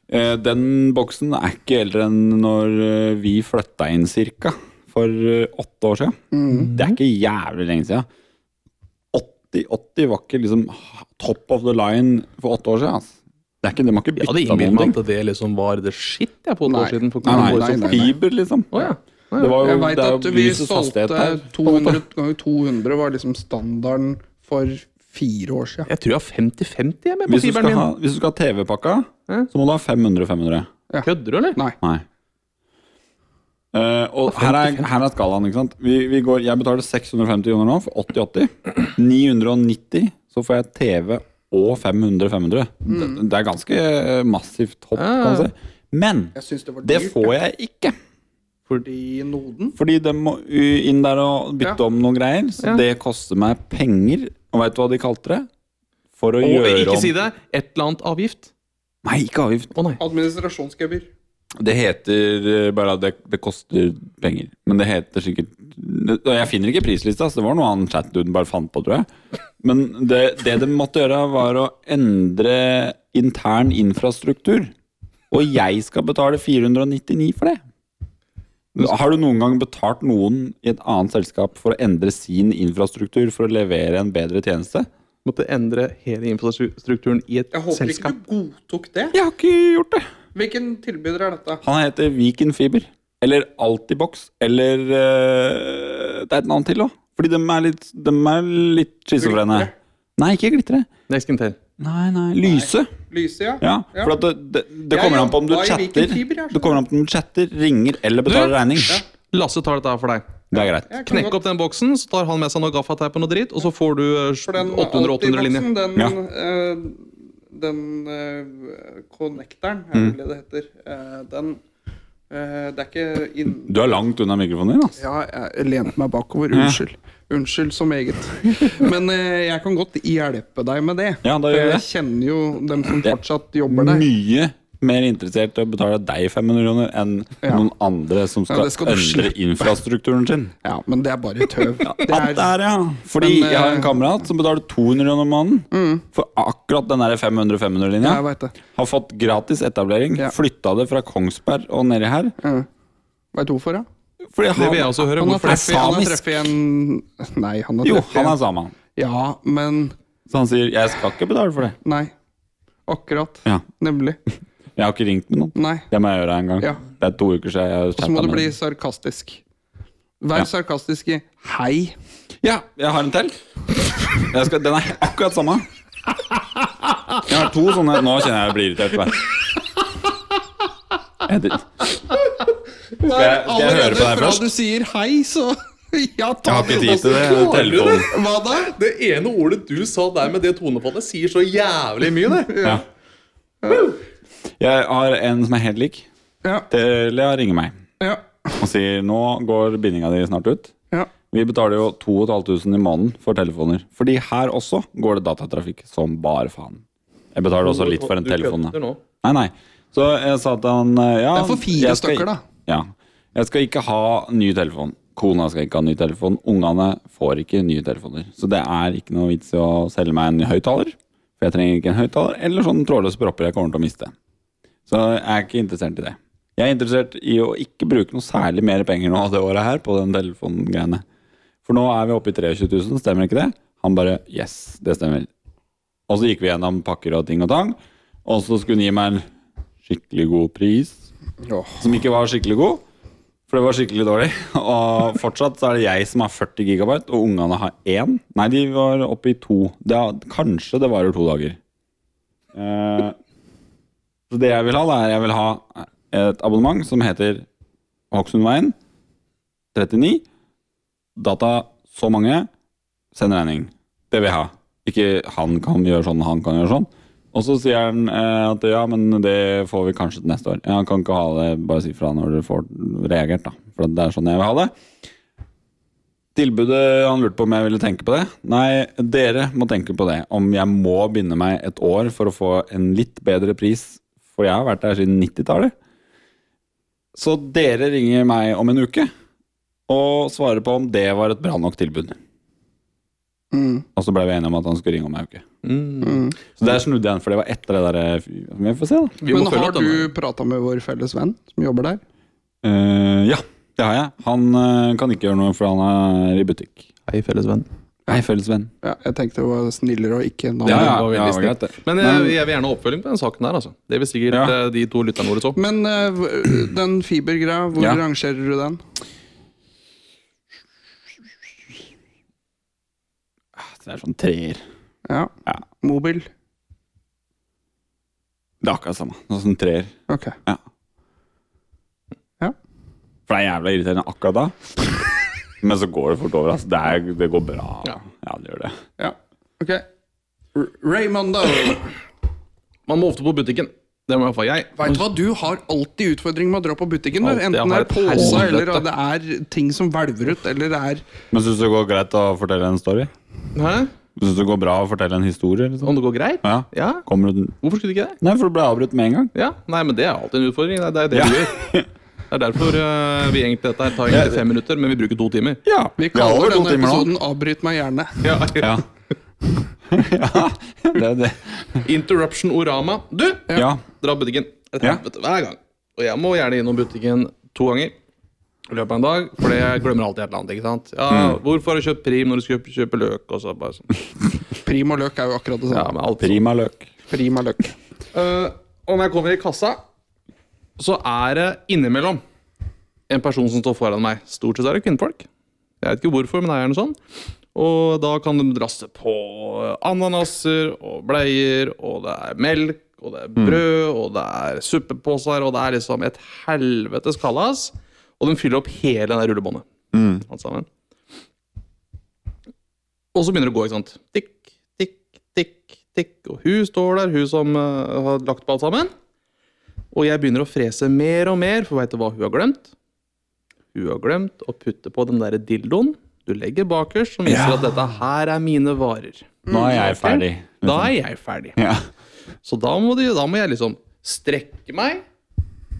[SPEAKER 2] Eh, Den boksen er ikke eldre enn når eh, vi flytta inn cirka, for eh, åtte år siden.
[SPEAKER 1] Mhm.
[SPEAKER 2] Det er ikke jævlig lenge siden. 80-80 var ikke liksom top of the line for åtte år siden. ass. Det er ikke det, man har ikke
[SPEAKER 3] Jeg hadde
[SPEAKER 2] bytta
[SPEAKER 3] innbilt
[SPEAKER 2] noen
[SPEAKER 3] meg
[SPEAKER 2] ting.
[SPEAKER 3] at det liksom var det shit jeg på et
[SPEAKER 1] Nei.
[SPEAKER 3] år siden. For
[SPEAKER 2] Nei, nei,
[SPEAKER 1] Nei,
[SPEAKER 2] nei,
[SPEAKER 1] nei, nei.
[SPEAKER 2] Fiber, liksom.
[SPEAKER 3] Å, ja. Nei,
[SPEAKER 2] Det var jo,
[SPEAKER 1] Jeg veit
[SPEAKER 2] det er jo
[SPEAKER 1] at vi
[SPEAKER 2] lysets
[SPEAKER 1] solgte
[SPEAKER 2] hastighet her.
[SPEAKER 1] 200 ganger 200 var liksom standarden for fire år siden.
[SPEAKER 3] Jeg tror jeg har 50-50 jeg med på
[SPEAKER 2] Hvis du skal
[SPEAKER 3] fiberen min.
[SPEAKER 2] ha, hvis du skal ha TV-pakka,
[SPEAKER 3] Mm.
[SPEAKER 2] så må du ha 500-500.
[SPEAKER 3] Kødder du, eller?
[SPEAKER 1] Nei.
[SPEAKER 2] Nei. Eh, og her er, her er skalaen, ikke sant. Vi, vi går, jeg betaler 650 kroner nå for 80-80. 990, så får jeg TV og 500-500. Det, det er ganske eh, massivt hopp, kan man si. Men
[SPEAKER 1] Jeg syns det var
[SPEAKER 2] det
[SPEAKER 1] dyrt.
[SPEAKER 2] får jeg ikke.
[SPEAKER 1] Fordi noden
[SPEAKER 2] Fordi de må u- inn der og bytte
[SPEAKER 1] Ja.
[SPEAKER 2] om noen greier. Så
[SPEAKER 3] Ja.
[SPEAKER 2] det koster meg penger. Og veit du hva de kalte det? For å
[SPEAKER 3] Å,
[SPEAKER 2] gjøre
[SPEAKER 3] ikke
[SPEAKER 2] om
[SPEAKER 3] si det! Et eller annet avgift.
[SPEAKER 2] Nei, ikke avgift.
[SPEAKER 3] Å nei.
[SPEAKER 1] Administrasjonsgebyr.
[SPEAKER 2] Det heter eh, bare at det, det koster penger. Men det heter sikkert Og Jeg finner ikke prislista, så det var noe han chat-duden bare fant på, tror jeg. Men det, det de måtte gjøre, var å endre intern infrastruktur. Og jeg skal betale 499 for det. Har du noen gang betalt noen i et annet selskap for å endre sin infrastruktur for å levere en bedre tjeneste?
[SPEAKER 3] Måtte endre hele infrastrukturen i et
[SPEAKER 1] Jeg håper
[SPEAKER 3] selskap.
[SPEAKER 1] ikke du godtok det.
[SPEAKER 2] Jeg har ikke gjort det.
[SPEAKER 1] Hvilken tilbyder er dette?
[SPEAKER 2] Han heter Viken Fiber. Eller Altibox. Eller eh, Det er et navn til òg. Fordi de er litt, de er litt schizofrene.
[SPEAKER 1] Glitre?
[SPEAKER 2] Nei, ikke Glitre.
[SPEAKER 3] Nei, skal til.
[SPEAKER 2] Nei, nei, Lyse.
[SPEAKER 1] Lyse, ja?
[SPEAKER 2] Ja,
[SPEAKER 1] Ja.
[SPEAKER 2] for at det, det, det
[SPEAKER 1] Jeg
[SPEAKER 2] kommer an på om du
[SPEAKER 1] jobba i Viken
[SPEAKER 2] chatter.
[SPEAKER 1] Fiber, jeg.
[SPEAKER 2] Det kommer an på om du chatter, ringer eller betaler regning.
[SPEAKER 3] Lasse tar dette her for deg.
[SPEAKER 2] Det er greit.
[SPEAKER 1] Jeg kan
[SPEAKER 3] Knekk
[SPEAKER 1] godt-
[SPEAKER 3] opp den boksen, så tar han med seg noe gaffateip og noe dritt, og så får du
[SPEAKER 1] For den
[SPEAKER 3] 800-800 linje.
[SPEAKER 1] Altiboksen, Den,
[SPEAKER 2] Ja.
[SPEAKER 1] eh, den eh, connecteren, er
[SPEAKER 2] Mm.
[SPEAKER 1] det det heter, eh, den eh, Det er ikke inn...
[SPEAKER 2] Du er langt unna mikrofonen din. ass.
[SPEAKER 1] Ja, jeg lente meg bakover. Unnskyld. Unnskyld så meget. Men eh, jeg kan godt hjelpe deg med det.
[SPEAKER 2] Ja, da
[SPEAKER 1] For
[SPEAKER 2] gjør vi
[SPEAKER 1] jeg
[SPEAKER 2] det.
[SPEAKER 1] kjenner jo dem som
[SPEAKER 2] Det-
[SPEAKER 1] fortsatt jobber der.
[SPEAKER 2] Mye mer interessert i å betale deg 500 kroner enn
[SPEAKER 1] Ja.
[SPEAKER 2] noen andre som skal,
[SPEAKER 1] det skal du
[SPEAKER 2] endre
[SPEAKER 1] slippe.
[SPEAKER 2] infrastrukturen sin.
[SPEAKER 1] Ja, men det er bare tøv. Det
[SPEAKER 2] At det er, ja. Fordi
[SPEAKER 1] Men, eh,
[SPEAKER 2] jeg har en kamerat som betaler 200 kroner om måneden for akkurat den 500-500-linja.
[SPEAKER 1] Jeg vet det.
[SPEAKER 2] Har fått gratis etablering.
[SPEAKER 1] Ja.
[SPEAKER 2] Flytta det fra Kongsberg og nedi her.
[SPEAKER 1] Veit du hvorfor, da?
[SPEAKER 2] Fordi han,
[SPEAKER 3] Det vil jeg også høre.
[SPEAKER 1] Han har
[SPEAKER 3] Hvorfor det?
[SPEAKER 1] treffet
[SPEAKER 2] treffet-
[SPEAKER 1] han har
[SPEAKER 2] samisk?
[SPEAKER 1] treffet en Nei, han har
[SPEAKER 2] Jo,
[SPEAKER 1] treffet
[SPEAKER 2] han er
[SPEAKER 1] en
[SPEAKER 2] sama.
[SPEAKER 1] Ja, men
[SPEAKER 2] Så han sier 'jeg skal ikke betale for det'.
[SPEAKER 1] Nei. Akkurat.
[SPEAKER 2] Ja.
[SPEAKER 1] Nemlig.
[SPEAKER 2] Jeg har ikke ringt med noen.
[SPEAKER 1] Nei.
[SPEAKER 2] Det må jeg gjøre en gang.
[SPEAKER 1] Ja.
[SPEAKER 2] Det er to uker siden jeg
[SPEAKER 1] Så må
[SPEAKER 2] chatta
[SPEAKER 1] du
[SPEAKER 2] med
[SPEAKER 1] bli
[SPEAKER 2] dem.
[SPEAKER 1] sarkastisk. Vær
[SPEAKER 2] Ja.
[SPEAKER 1] sarkastisk i 'hei'.
[SPEAKER 2] Ja, jeg har en til. Jeg skal, den er akkurat samme. Jeg har to sånne Nå kjenner jeg jeg blir irritert. Bare. Jeg drit- Skal jeg, skal jeg høre på deg
[SPEAKER 1] fra
[SPEAKER 2] først?
[SPEAKER 1] du sier 'hei', så Ja,
[SPEAKER 2] Jeg
[SPEAKER 1] ta
[SPEAKER 2] har ikke tid til det.
[SPEAKER 1] Altså,
[SPEAKER 3] klarer du
[SPEAKER 2] Telefonen.
[SPEAKER 1] Hva da?
[SPEAKER 3] Det ene ordet du sa der med det tonefallet, sier så jævlig mye, det.
[SPEAKER 2] Ja. Jeg har en som er helt lik.
[SPEAKER 1] Ja.
[SPEAKER 2] Telia ringer meg
[SPEAKER 1] Ja.
[SPEAKER 2] og sier nå går bindinga di snart ut.
[SPEAKER 1] ja.
[SPEAKER 2] Vi betaler jo 2500 i måneden for telefoner. Fordi her også går det datatrafikk som bare faen. Jeg betaler også litt for en
[SPEAKER 3] Du
[SPEAKER 2] telefon. da.
[SPEAKER 3] kødder nå.
[SPEAKER 2] Nei, nei. Så jeg sa til han eh, ja,
[SPEAKER 1] Det er for fire
[SPEAKER 2] jeg skal-
[SPEAKER 1] stykker, da.
[SPEAKER 2] Ja. Jeg skal ikke ha ny telefon. Kona skal ikke ha ny telefon. Ungene får ikke nye telefoner. Så det er ikke noe vits i å selge meg en høyttaler. For jeg trenger ikke en høyttaler eller sånne trådløse propper jeg kommer til å miste. Så jeg er ikke interessert i det. Jeg er interessert i å ikke bruke noe særlig mer penger nå det året her på den telefongreiene. For nå er vi oppe i 23 000, stemmer ikke det? Han bare yes, det stemmer. Og så gikk vi gjennom pakker og ting og tang. Og så skulle han gi meg en skikkelig god pris, som ikke var skikkelig god. For det var skikkelig dårlig. Og fortsatt så er det jeg som har 40 gigabyte, og ungene har én. Nei, de var oppe i to. Det, er- kanskje det varer to dager. Eh, Så det jeg vil ha, det er jeg vil ha et abonnement som heter Hokksundveien 39. Data så mange, send regning. Det vil jeg ha. Ikke han kan gjøre sånn, han kan gjøre sånn. Og så sier han eh, at ja, men det får vi kanskje til neste år. Ja, han kan ikke ha det, bare si fra når dere får reagert, da. For det er sånn jeg vil ha det. Tilbudet han lurte på om jeg ville tenke på det. Nei, dere må tenke på det. Om jeg må binde meg et år for å få en litt bedre pris, for jeg har vært der siden 90-tallet. Så dere ringer meg om en uke og svarer på om det var et bra nok tilbud.
[SPEAKER 1] Mm.
[SPEAKER 2] Og så ble vi enige om at han skulle ringe om en uke.
[SPEAKER 3] Mm.
[SPEAKER 2] Så der snudde jeg han, for det var etter det derre Vi får se, da.
[SPEAKER 3] Vi må
[SPEAKER 1] Men
[SPEAKER 3] følge
[SPEAKER 1] har
[SPEAKER 3] opp denne.
[SPEAKER 1] du prata med vår felles venn som jobber der?
[SPEAKER 2] Eh, ja, det har jeg. Han eh, kan ikke gjøre noe, for han er i butikk.
[SPEAKER 3] Hei, felles venn.
[SPEAKER 2] Hei, felles venn.
[SPEAKER 1] Ja, jeg tenkte det var snillere å ikke navne.
[SPEAKER 2] Ja, ja,
[SPEAKER 3] det var veldig
[SPEAKER 2] ja,
[SPEAKER 3] snilt.
[SPEAKER 2] greit, det.
[SPEAKER 3] Men jeg, jeg vil gjerne ha oppfølging på den saken der. altså. Det vil sikkert
[SPEAKER 2] Ja.
[SPEAKER 3] eh, de to lytterne våre så.
[SPEAKER 1] Men eh, hv- den fibergreia, hvor
[SPEAKER 2] Ja.
[SPEAKER 1] rangerer du den?
[SPEAKER 2] Det er sånn treer.
[SPEAKER 1] Ja.
[SPEAKER 2] Ja.
[SPEAKER 1] Mobil?
[SPEAKER 2] Det er akkurat samme. Noe sånn treer.
[SPEAKER 1] Ok.
[SPEAKER 2] For det er jævla irriterende akkurat da. Men så går det fort over. Altså. Det, er, det går bra.
[SPEAKER 3] Ja.
[SPEAKER 2] Ja. det gjør det.
[SPEAKER 1] Ja. Ok. R- Raymondo,
[SPEAKER 3] Man må ofte på butikken. Det må iallfall jeg.
[SPEAKER 1] vet du hva? Du har alltid utfordring med å dra på butikken. Du.
[SPEAKER 3] Alltid. Jeg
[SPEAKER 1] Enten det
[SPEAKER 3] har
[SPEAKER 1] er
[SPEAKER 3] et
[SPEAKER 1] pose,
[SPEAKER 3] helvete.
[SPEAKER 1] eller det er ting som hvelver ut, eller det er
[SPEAKER 2] Men syns du det går greit å fortelle en story?
[SPEAKER 3] Hæ?
[SPEAKER 2] Syns du det går bra å fortelle en historie? Liksom?
[SPEAKER 3] Om det går greit?
[SPEAKER 2] Ja.
[SPEAKER 3] Ja.
[SPEAKER 2] Kommer du den?
[SPEAKER 3] Hvorfor skulle det ikke det?
[SPEAKER 2] Nei, for du ble avbrutt med en gang.
[SPEAKER 3] Ja, Nei, men det er alltid en utfordring. Det er det vi gjør. Det er derfor eh, vi egentlig dette her tar egentlig fem minutter, men vi bruker to timer.
[SPEAKER 2] Ja,
[SPEAKER 1] Vi kaller
[SPEAKER 2] to
[SPEAKER 1] denne
[SPEAKER 2] timer nå.
[SPEAKER 1] episoden 'Avbryt meg gjerne'.
[SPEAKER 3] Ja.
[SPEAKER 2] Ja. ja, det er det.
[SPEAKER 3] Interruption orama. Du!
[SPEAKER 2] Ja.
[SPEAKER 3] Dra på butikken. Et
[SPEAKER 2] Ja.
[SPEAKER 3] helvete hver gang. Og jeg må gjerne innom butikken to ganger i løpet av en dag, for jeg glemmer alltid et eller annet. ikke sant? Ja, Hvorfor har du kjøpt prim når du skulle kjøpe løk? Og så bare sånn.
[SPEAKER 1] Prim og løk er jo akkurat det
[SPEAKER 3] Ja,
[SPEAKER 1] samme.
[SPEAKER 3] men alt
[SPEAKER 2] Prima løk.
[SPEAKER 1] Prim og løk.
[SPEAKER 3] Eh, og når jeg kommer i kassa, så er det innimellom en person som står foran meg. Stort sett er det kvinnfolk. Jeg vet ikke hvorfor, men det er gjerne sånn. Og da kan de drasse på ananaser og bleier, og det er melk, og det er brød, og det er suppeposer, og det er liksom et helvetes kalas. Og de fyller opp hele det der rullebåndet. Alt sammen. Og så begynner det å gå, ikke sant. Tikk, tikk, tikk, tikk. Og hun står der, hun som eh, har lagt på alt sammen. Og jeg begynner å frese mer og mer, for veit du hva hun har glemt? Hun har glemt å putte på den derre dildoen du legger bakerst, som viser at dette her er mine varer.
[SPEAKER 2] Nå er jeg ferdig.
[SPEAKER 3] Da er jeg ferdig.
[SPEAKER 2] Mm, Ja.
[SPEAKER 3] Så da må, de, da må jeg liksom strekke meg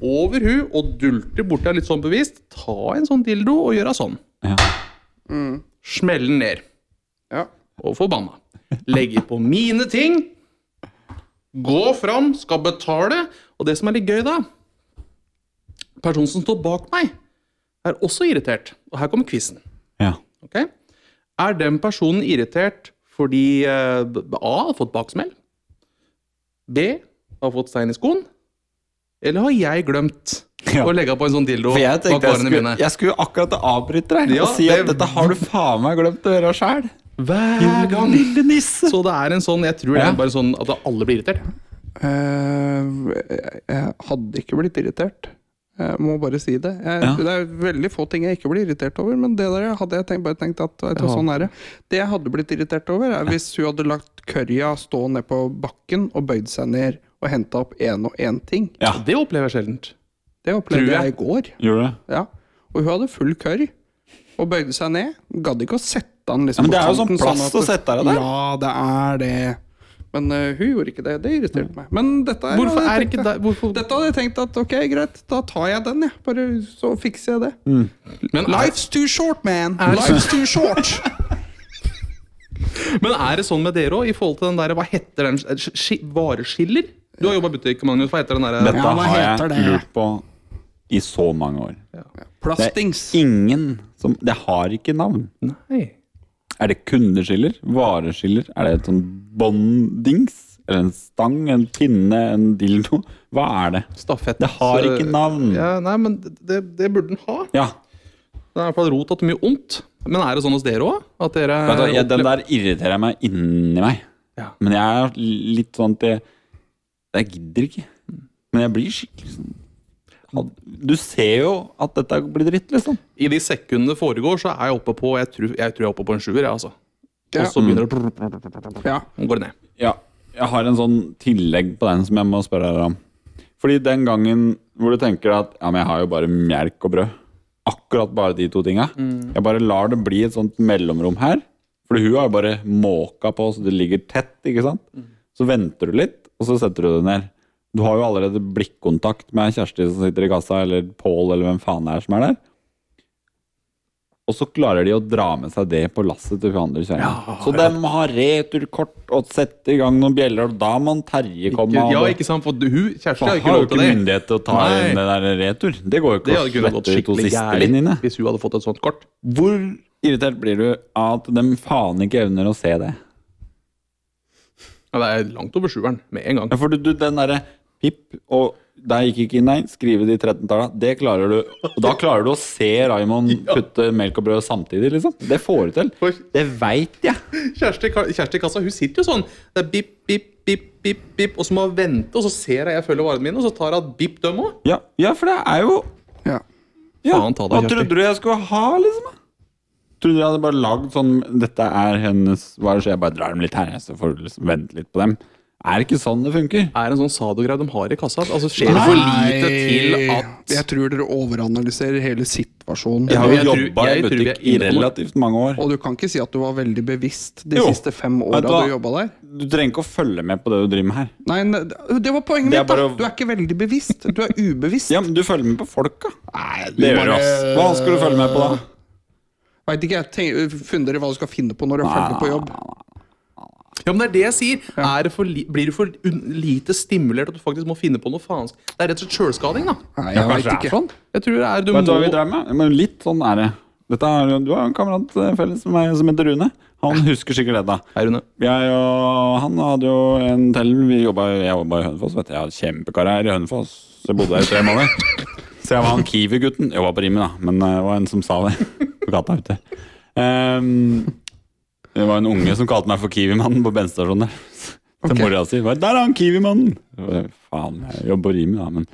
[SPEAKER 3] over hun og dulte bort der litt sånn bevisst. Ta en sånn dildo og gjøre sånn.
[SPEAKER 2] Ja.
[SPEAKER 3] Smelle den ned.
[SPEAKER 1] Ja.
[SPEAKER 3] Og forbanna. Legge på mine ting. Gå fram, skal betale. Og det som er litt gøy, da Personen som står bak meg, er også irritert. Og her kommer quizen.
[SPEAKER 2] Ja.
[SPEAKER 3] Ok? Er den personen irritert fordi eh, B- A har fått baksmell, B har fått stein i skoen, eller har jeg glemt
[SPEAKER 2] Ja.
[SPEAKER 3] å legge på en sånn dildo
[SPEAKER 2] For jeg
[SPEAKER 3] bak
[SPEAKER 2] tenkte jeg
[SPEAKER 3] varene
[SPEAKER 2] skulle,
[SPEAKER 3] mine?
[SPEAKER 2] jeg skulle akkurat avbryte deg
[SPEAKER 3] Ja,
[SPEAKER 2] og si at
[SPEAKER 3] det-
[SPEAKER 2] dette har du faen meg glemt å gjøre sjæl.
[SPEAKER 3] Hver gang.
[SPEAKER 2] Lille nisse.
[SPEAKER 3] Så det er en sånn Jeg tror det
[SPEAKER 2] Ja.
[SPEAKER 3] er bare sånn at alle blir irritert.
[SPEAKER 1] Eh, jeg hadde ikke blitt irritert. Jeg må bare si det. Jeg,
[SPEAKER 2] Ja.
[SPEAKER 1] Det er veldig få ting jeg ikke blir irritert over, men det der hadde jeg tenkt, bare tenkt at vet du, sånn er det. Det jeg hadde blitt irritert over, er hvis hun hadde lagt currya stå ned på bakken og bøyd seg ned og henta opp én og én ting.
[SPEAKER 2] Ja.
[SPEAKER 3] Det opplever jeg sjeldent.
[SPEAKER 1] Det opplevde
[SPEAKER 3] Tror
[SPEAKER 1] jeg.
[SPEAKER 3] jeg.
[SPEAKER 1] i går.
[SPEAKER 2] Gjorde du det?
[SPEAKER 1] Ja. Og hun hadde full curry og bøyde seg ned. Hun Gadd ikke å sette den liksom
[SPEAKER 2] Ja, men det
[SPEAKER 1] på
[SPEAKER 2] er jo sånn
[SPEAKER 1] kanten,
[SPEAKER 2] plass
[SPEAKER 1] at-
[SPEAKER 2] å sette deg der.
[SPEAKER 1] Ja, det er det. Men eh, hun gjorde ikke det. Det irriterte meg. Men dette er
[SPEAKER 3] Hvorfor
[SPEAKER 1] jeg
[SPEAKER 3] er ikke
[SPEAKER 1] tenkte-
[SPEAKER 3] det hvorfor,
[SPEAKER 1] Dette hadde jeg tenkt at ok, greit, da tar jeg den, jeg. Bare så fikser jeg det.
[SPEAKER 2] Mm.
[SPEAKER 3] men, er,
[SPEAKER 1] Life's too short, man! Life's too short!
[SPEAKER 3] men er det sånn med dere òg, i forhold til den der Hva heter den? eh, sk- sk- Vareskiller? Du har jobba i butikk, Magnus. Hva heter den eh? derre
[SPEAKER 2] Dette
[SPEAKER 1] Ja, hva
[SPEAKER 2] har
[SPEAKER 1] heter
[SPEAKER 2] jeg
[SPEAKER 1] det?
[SPEAKER 2] lurt på i så mange år.
[SPEAKER 1] Plastings.
[SPEAKER 2] Ingen som Det har ikke navn.
[SPEAKER 3] Nei.
[SPEAKER 2] Er det kundeskiller? Vareskiller? Er det et sånn bånddings? Eller en stang? En pinne? En dildo? Hva er det?
[SPEAKER 3] Stafett.
[SPEAKER 2] Det har ikke navn.
[SPEAKER 3] Ja, nei, men det, det burde den ha.
[SPEAKER 2] Ja.
[SPEAKER 3] Det er i hvert fall rot at det er mye ondt. Men er det sånn hos dere òg? At dere
[SPEAKER 2] Vet du, hva, jeg, den der irriterer jeg meg inni meg.
[SPEAKER 3] Eh, Ja.
[SPEAKER 2] Men jeg er litt sånn at jeg, jeg gidder ikke. Men jeg blir skikkelig sånn Had- Du ser jo at dette blir dritt, liksom.
[SPEAKER 3] I de sekundene det foregår, så er jeg oppe på Jeg tror jeg, tror jeg er oppe på en sjuer, jeg, altså.
[SPEAKER 1] Ja.
[SPEAKER 3] Og så begynner det å
[SPEAKER 1] Ja.
[SPEAKER 3] Nå går det ned.
[SPEAKER 2] Mm. Ja, jeg har en sånn tillegg på den som jeg må spørre dere om. Fordi den gangen hvor du tenker at ja, men jeg har jo bare melk og brød. Akkurat bare de to tinga.
[SPEAKER 3] Mm.
[SPEAKER 2] Jeg bare lar det bli et sånt mellomrom her. Fordi hun har jo bare måka på, så det ligger tett. ikke sant?
[SPEAKER 3] Mm.
[SPEAKER 2] Så venter du litt, og så setter du det ned. Du har jo allerede blikkontakt med Kjersti som sitter i kassa, eller Pål, eller hvem faen det er som er der. Og så klarer de å dra med seg det på lasset til hun andre kjerringa. så de har returkort og setter i gang noen bjeller, og da må han Terje komme.
[SPEAKER 3] Ikke, ja,
[SPEAKER 2] og-
[SPEAKER 3] ikke sant, for du, hun, Kjersti
[SPEAKER 2] for
[SPEAKER 3] har
[SPEAKER 2] han
[SPEAKER 3] ikke
[SPEAKER 2] har jo
[SPEAKER 3] lov
[SPEAKER 2] ikke
[SPEAKER 3] til det.
[SPEAKER 2] myndighet til å ta
[SPEAKER 3] Nei.
[SPEAKER 2] inn det der retur. Det går jo
[SPEAKER 3] Det
[SPEAKER 2] ikke
[SPEAKER 3] hadde kunne
[SPEAKER 2] å
[SPEAKER 3] gått
[SPEAKER 2] slette de to
[SPEAKER 3] skikkelig
[SPEAKER 2] siste
[SPEAKER 3] gærlig
[SPEAKER 2] linjene.
[SPEAKER 3] hvis hun hadde fått et sånt kort.
[SPEAKER 2] Hvor irritert blir du at de faen ikke evner å se det?
[SPEAKER 3] Ja, det er langt over sjueren med en gang.
[SPEAKER 2] Ja, For du, du den derre pip og der gikk ikke inn, nei, skrive de 13-talla, det klarer du. Og da klarer du å se Raymond putte melk og brød samtidig, liksom. Det får du
[SPEAKER 3] For-
[SPEAKER 2] til. Det veit jeg.
[SPEAKER 3] Kjersti, Kjersti i kassa hun sitter jo sånn. Det er bip, bip, bip, bip, bip, og så må hun vente. Og så ser jeg jeg følger varene mine, og så tar hun bip dem òg.
[SPEAKER 2] Ja, ja, for det er jo
[SPEAKER 1] ja.
[SPEAKER 2] Ja,
[SPEAKER 3] Faen ta deg,
[SPEAKER 2] Hva
[SPEAKER 3] Kjersti.
[SPEAKER 2] trodde du jeg skulle ha, liksom? Trodde jeg hadde bare lagd sånn Dette er hennes Hva er det, så jeg bare drar dem litt her, jeg, så får du liksom vente litt på dem. Er det ikke sånn det funker?
[SPEAKER 3] Er en sånn sadogreie de har i kassa. Altså Skjer det for lite til at
[SPEAKER 1] Jeg tror dere overanalyserer hele situasjonen.
[SPEAKER 2] Jeg har
[SPEAKER 3] jeg
[SPEAKER 2] jo
[SPEAKER 3] tror-
[SPEAKER 2] jobba i
[SPEAKER 3] jeg tror vi er
[SPEAKER 2] butikk i
[SPEAKER 3] inne på noe.
[SPEAKER 2] relativt mange år.
[SPEAKER 1] Og du kan ikke si at du var veldig bevisst de
[SPEAKER 2] Jo.
[SPEAKER 1] siste fem
[SPEAKER 2] Vet du
[SPEAKER 1] åra
[SPEAKER 2] hva?
[SPEAKER 1] du jobba der.
[SPEAKER 2] Du trenger ikke å følge med på det du driver med her.
[SPEAKER 1] Nei, ne- det var poenget
[SPEAKER 2] Det er
[SPEAKER 1] mitt, da.
[SPEAKER 2] bare å-
[SPEAKER 1] Du er ikke veldig bevisst. Du er ubevisst.
[SPEAKER 2] Ja, men Du følger med på folka.
[SPEAKER 1] Nei,
[SPEAKER 2] Det gjør du, ass. Hva skal du følge med på, da?
[SPEAKER 1] Veit ikke, jeg tenker, funner dere hva du skal finne på når du er ferdig på jobb.
[SPEAKER 3] Ja, men det er det jeg sier. Er det for li blir du for un lite stimulert at du faktisk må finne på noe faensk? Det er rett og slett sjølskading, da.
[SPEAKER 1] Nei, jeg
[SPEAKER 2] kanskje
[SPEAKER 1] vet
[SPEAKER 2] det er
[SPEAKER 1] ikke.
[SPEAKER 2] sånn.
[SPEAKER 3] Jeg tror det er du må
[SPEAKER 2] Vet du hva vi drev med? Men litt sånn er det. Dette er, jo- du har jo en kamerat eh, felles med meg som heter Rune. Han husker sikkert det, da.
[SPEAKER 3] Hei, Rune.
[SPEAKER 2] Jeg og han hadde jo en til Vi jobbet, Jeg jobba i Hønefoss. Vet du. Jeg hadde kjempekarriere i Hønefoss. Så jeg bodde der i tre måneder. Så jeg var han Kiwi-gutten. Jeg var på Rimi, da, men eh, det var en som sa det på gata ute. Ehm, det var en unge som kalte meg for Kiwi-mannen på bensinstasjonen der. Til
[SPEAKER 1] Ok.
[SPEAKER 2] mora si. Bare, 'Der er han Kiwi-mannen!' Jeg bare, Faen, jeg jobber på Rimi, da, men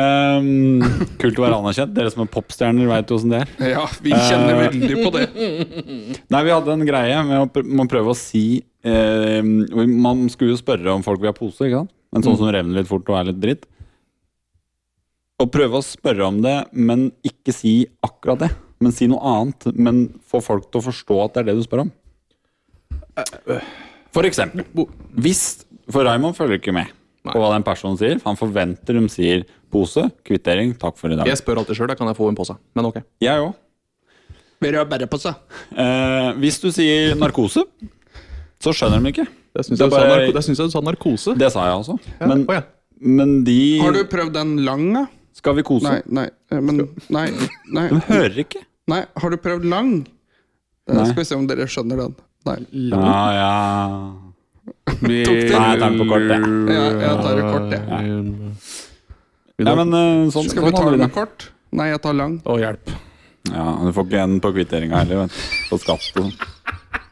[SPEAKER 2] Ehm, Kult å være anerkjent. Dere som er popstjerner, veit åssen det er.
[SPEAKER 1] Ja, vi kjenner
[SPEAKER 3] Eh.
[SPEAKER 1] veldig på det.
[SPEAKER 2] Nei, vi hadde en greie med å pr man prøve å si eh, Man skulle jo spørre om folk vil ha pose, ikke sant? Men sånn som revner litt fort og er litt dritt. Å prøve å spørre om det, men ikke si akkurat det. Men si noe annet. Men få folk til å forstå at det er det du spør om. For eksempel. Hvis For Raymond følger ikke med på hva den personen sier. Han forventer de sier pose, kvittering, takk for i dag.
[SPEAKER 3] Jeg spør alltid sjøl, da kan jeg få en pose. Men ok.
[SPEAKER 2] Jeg òg.
[SPEAKER 1] Dere har bare på seg.
[SPEAKER 2] Eh, hvis du sier narkose, så skjønner de ikke.
[SPEAKER 3] Det syns
[SPEAKER 2] Det er
[SPEAKER 3] jeg, du sa
[SPEAKER 2] bare-
[SPEAKER 3] narko- det syns jeg du sa narkose.
[SPEAKER 2] Det sa jeg også.
[SPEAKER 3] Ja,
[SPEAKER 2] Men,
[SPEAKER 3] å ja.
[SPEAKER 2] men de
[SPEAKER 1] Har du prøvd den lang, da?
[SPEAKER 2] Skal vi kose?
[SPEAKER 1] Nei, nei, eh, men Nei. nei,
[SPEAKER 2] De hører ikke.
[SPEAKER 1] nei. Har du prøvd lang? Eh,
[SPEAKER 2] Nei.
[SPEAKER 1] Skal vi se om dere skjønner den. Nei.
[SPEAKER 2] Ja, ja.
[SPEAKER 1] Tok
[SPEAKER 2] Nei,
[SPEAKER 1] dere?
[SPEAKER 2] jeg tar den på kort, jeg.
[SPEAKER 1] Ja, jeg tar det kort, jeg.
[SPEAKER 2] Ja, men eh, sånn
[SPEAKER 1] Skal
[SPEAKER 2] sånn
[SPEAKER 1] vi ta
[SPEAKER 2] hadde
[SPEAKER 1] den
[SPEAKER 2] vi
[SPEAKER 1] med kort? Nei, jeg tar lang.
[SPEAKER 3] Å, hjelp.
[SPEAKER 2] Ja, Du får ikke en på kvitteringa heller. Vet. du. På skatt og sånn.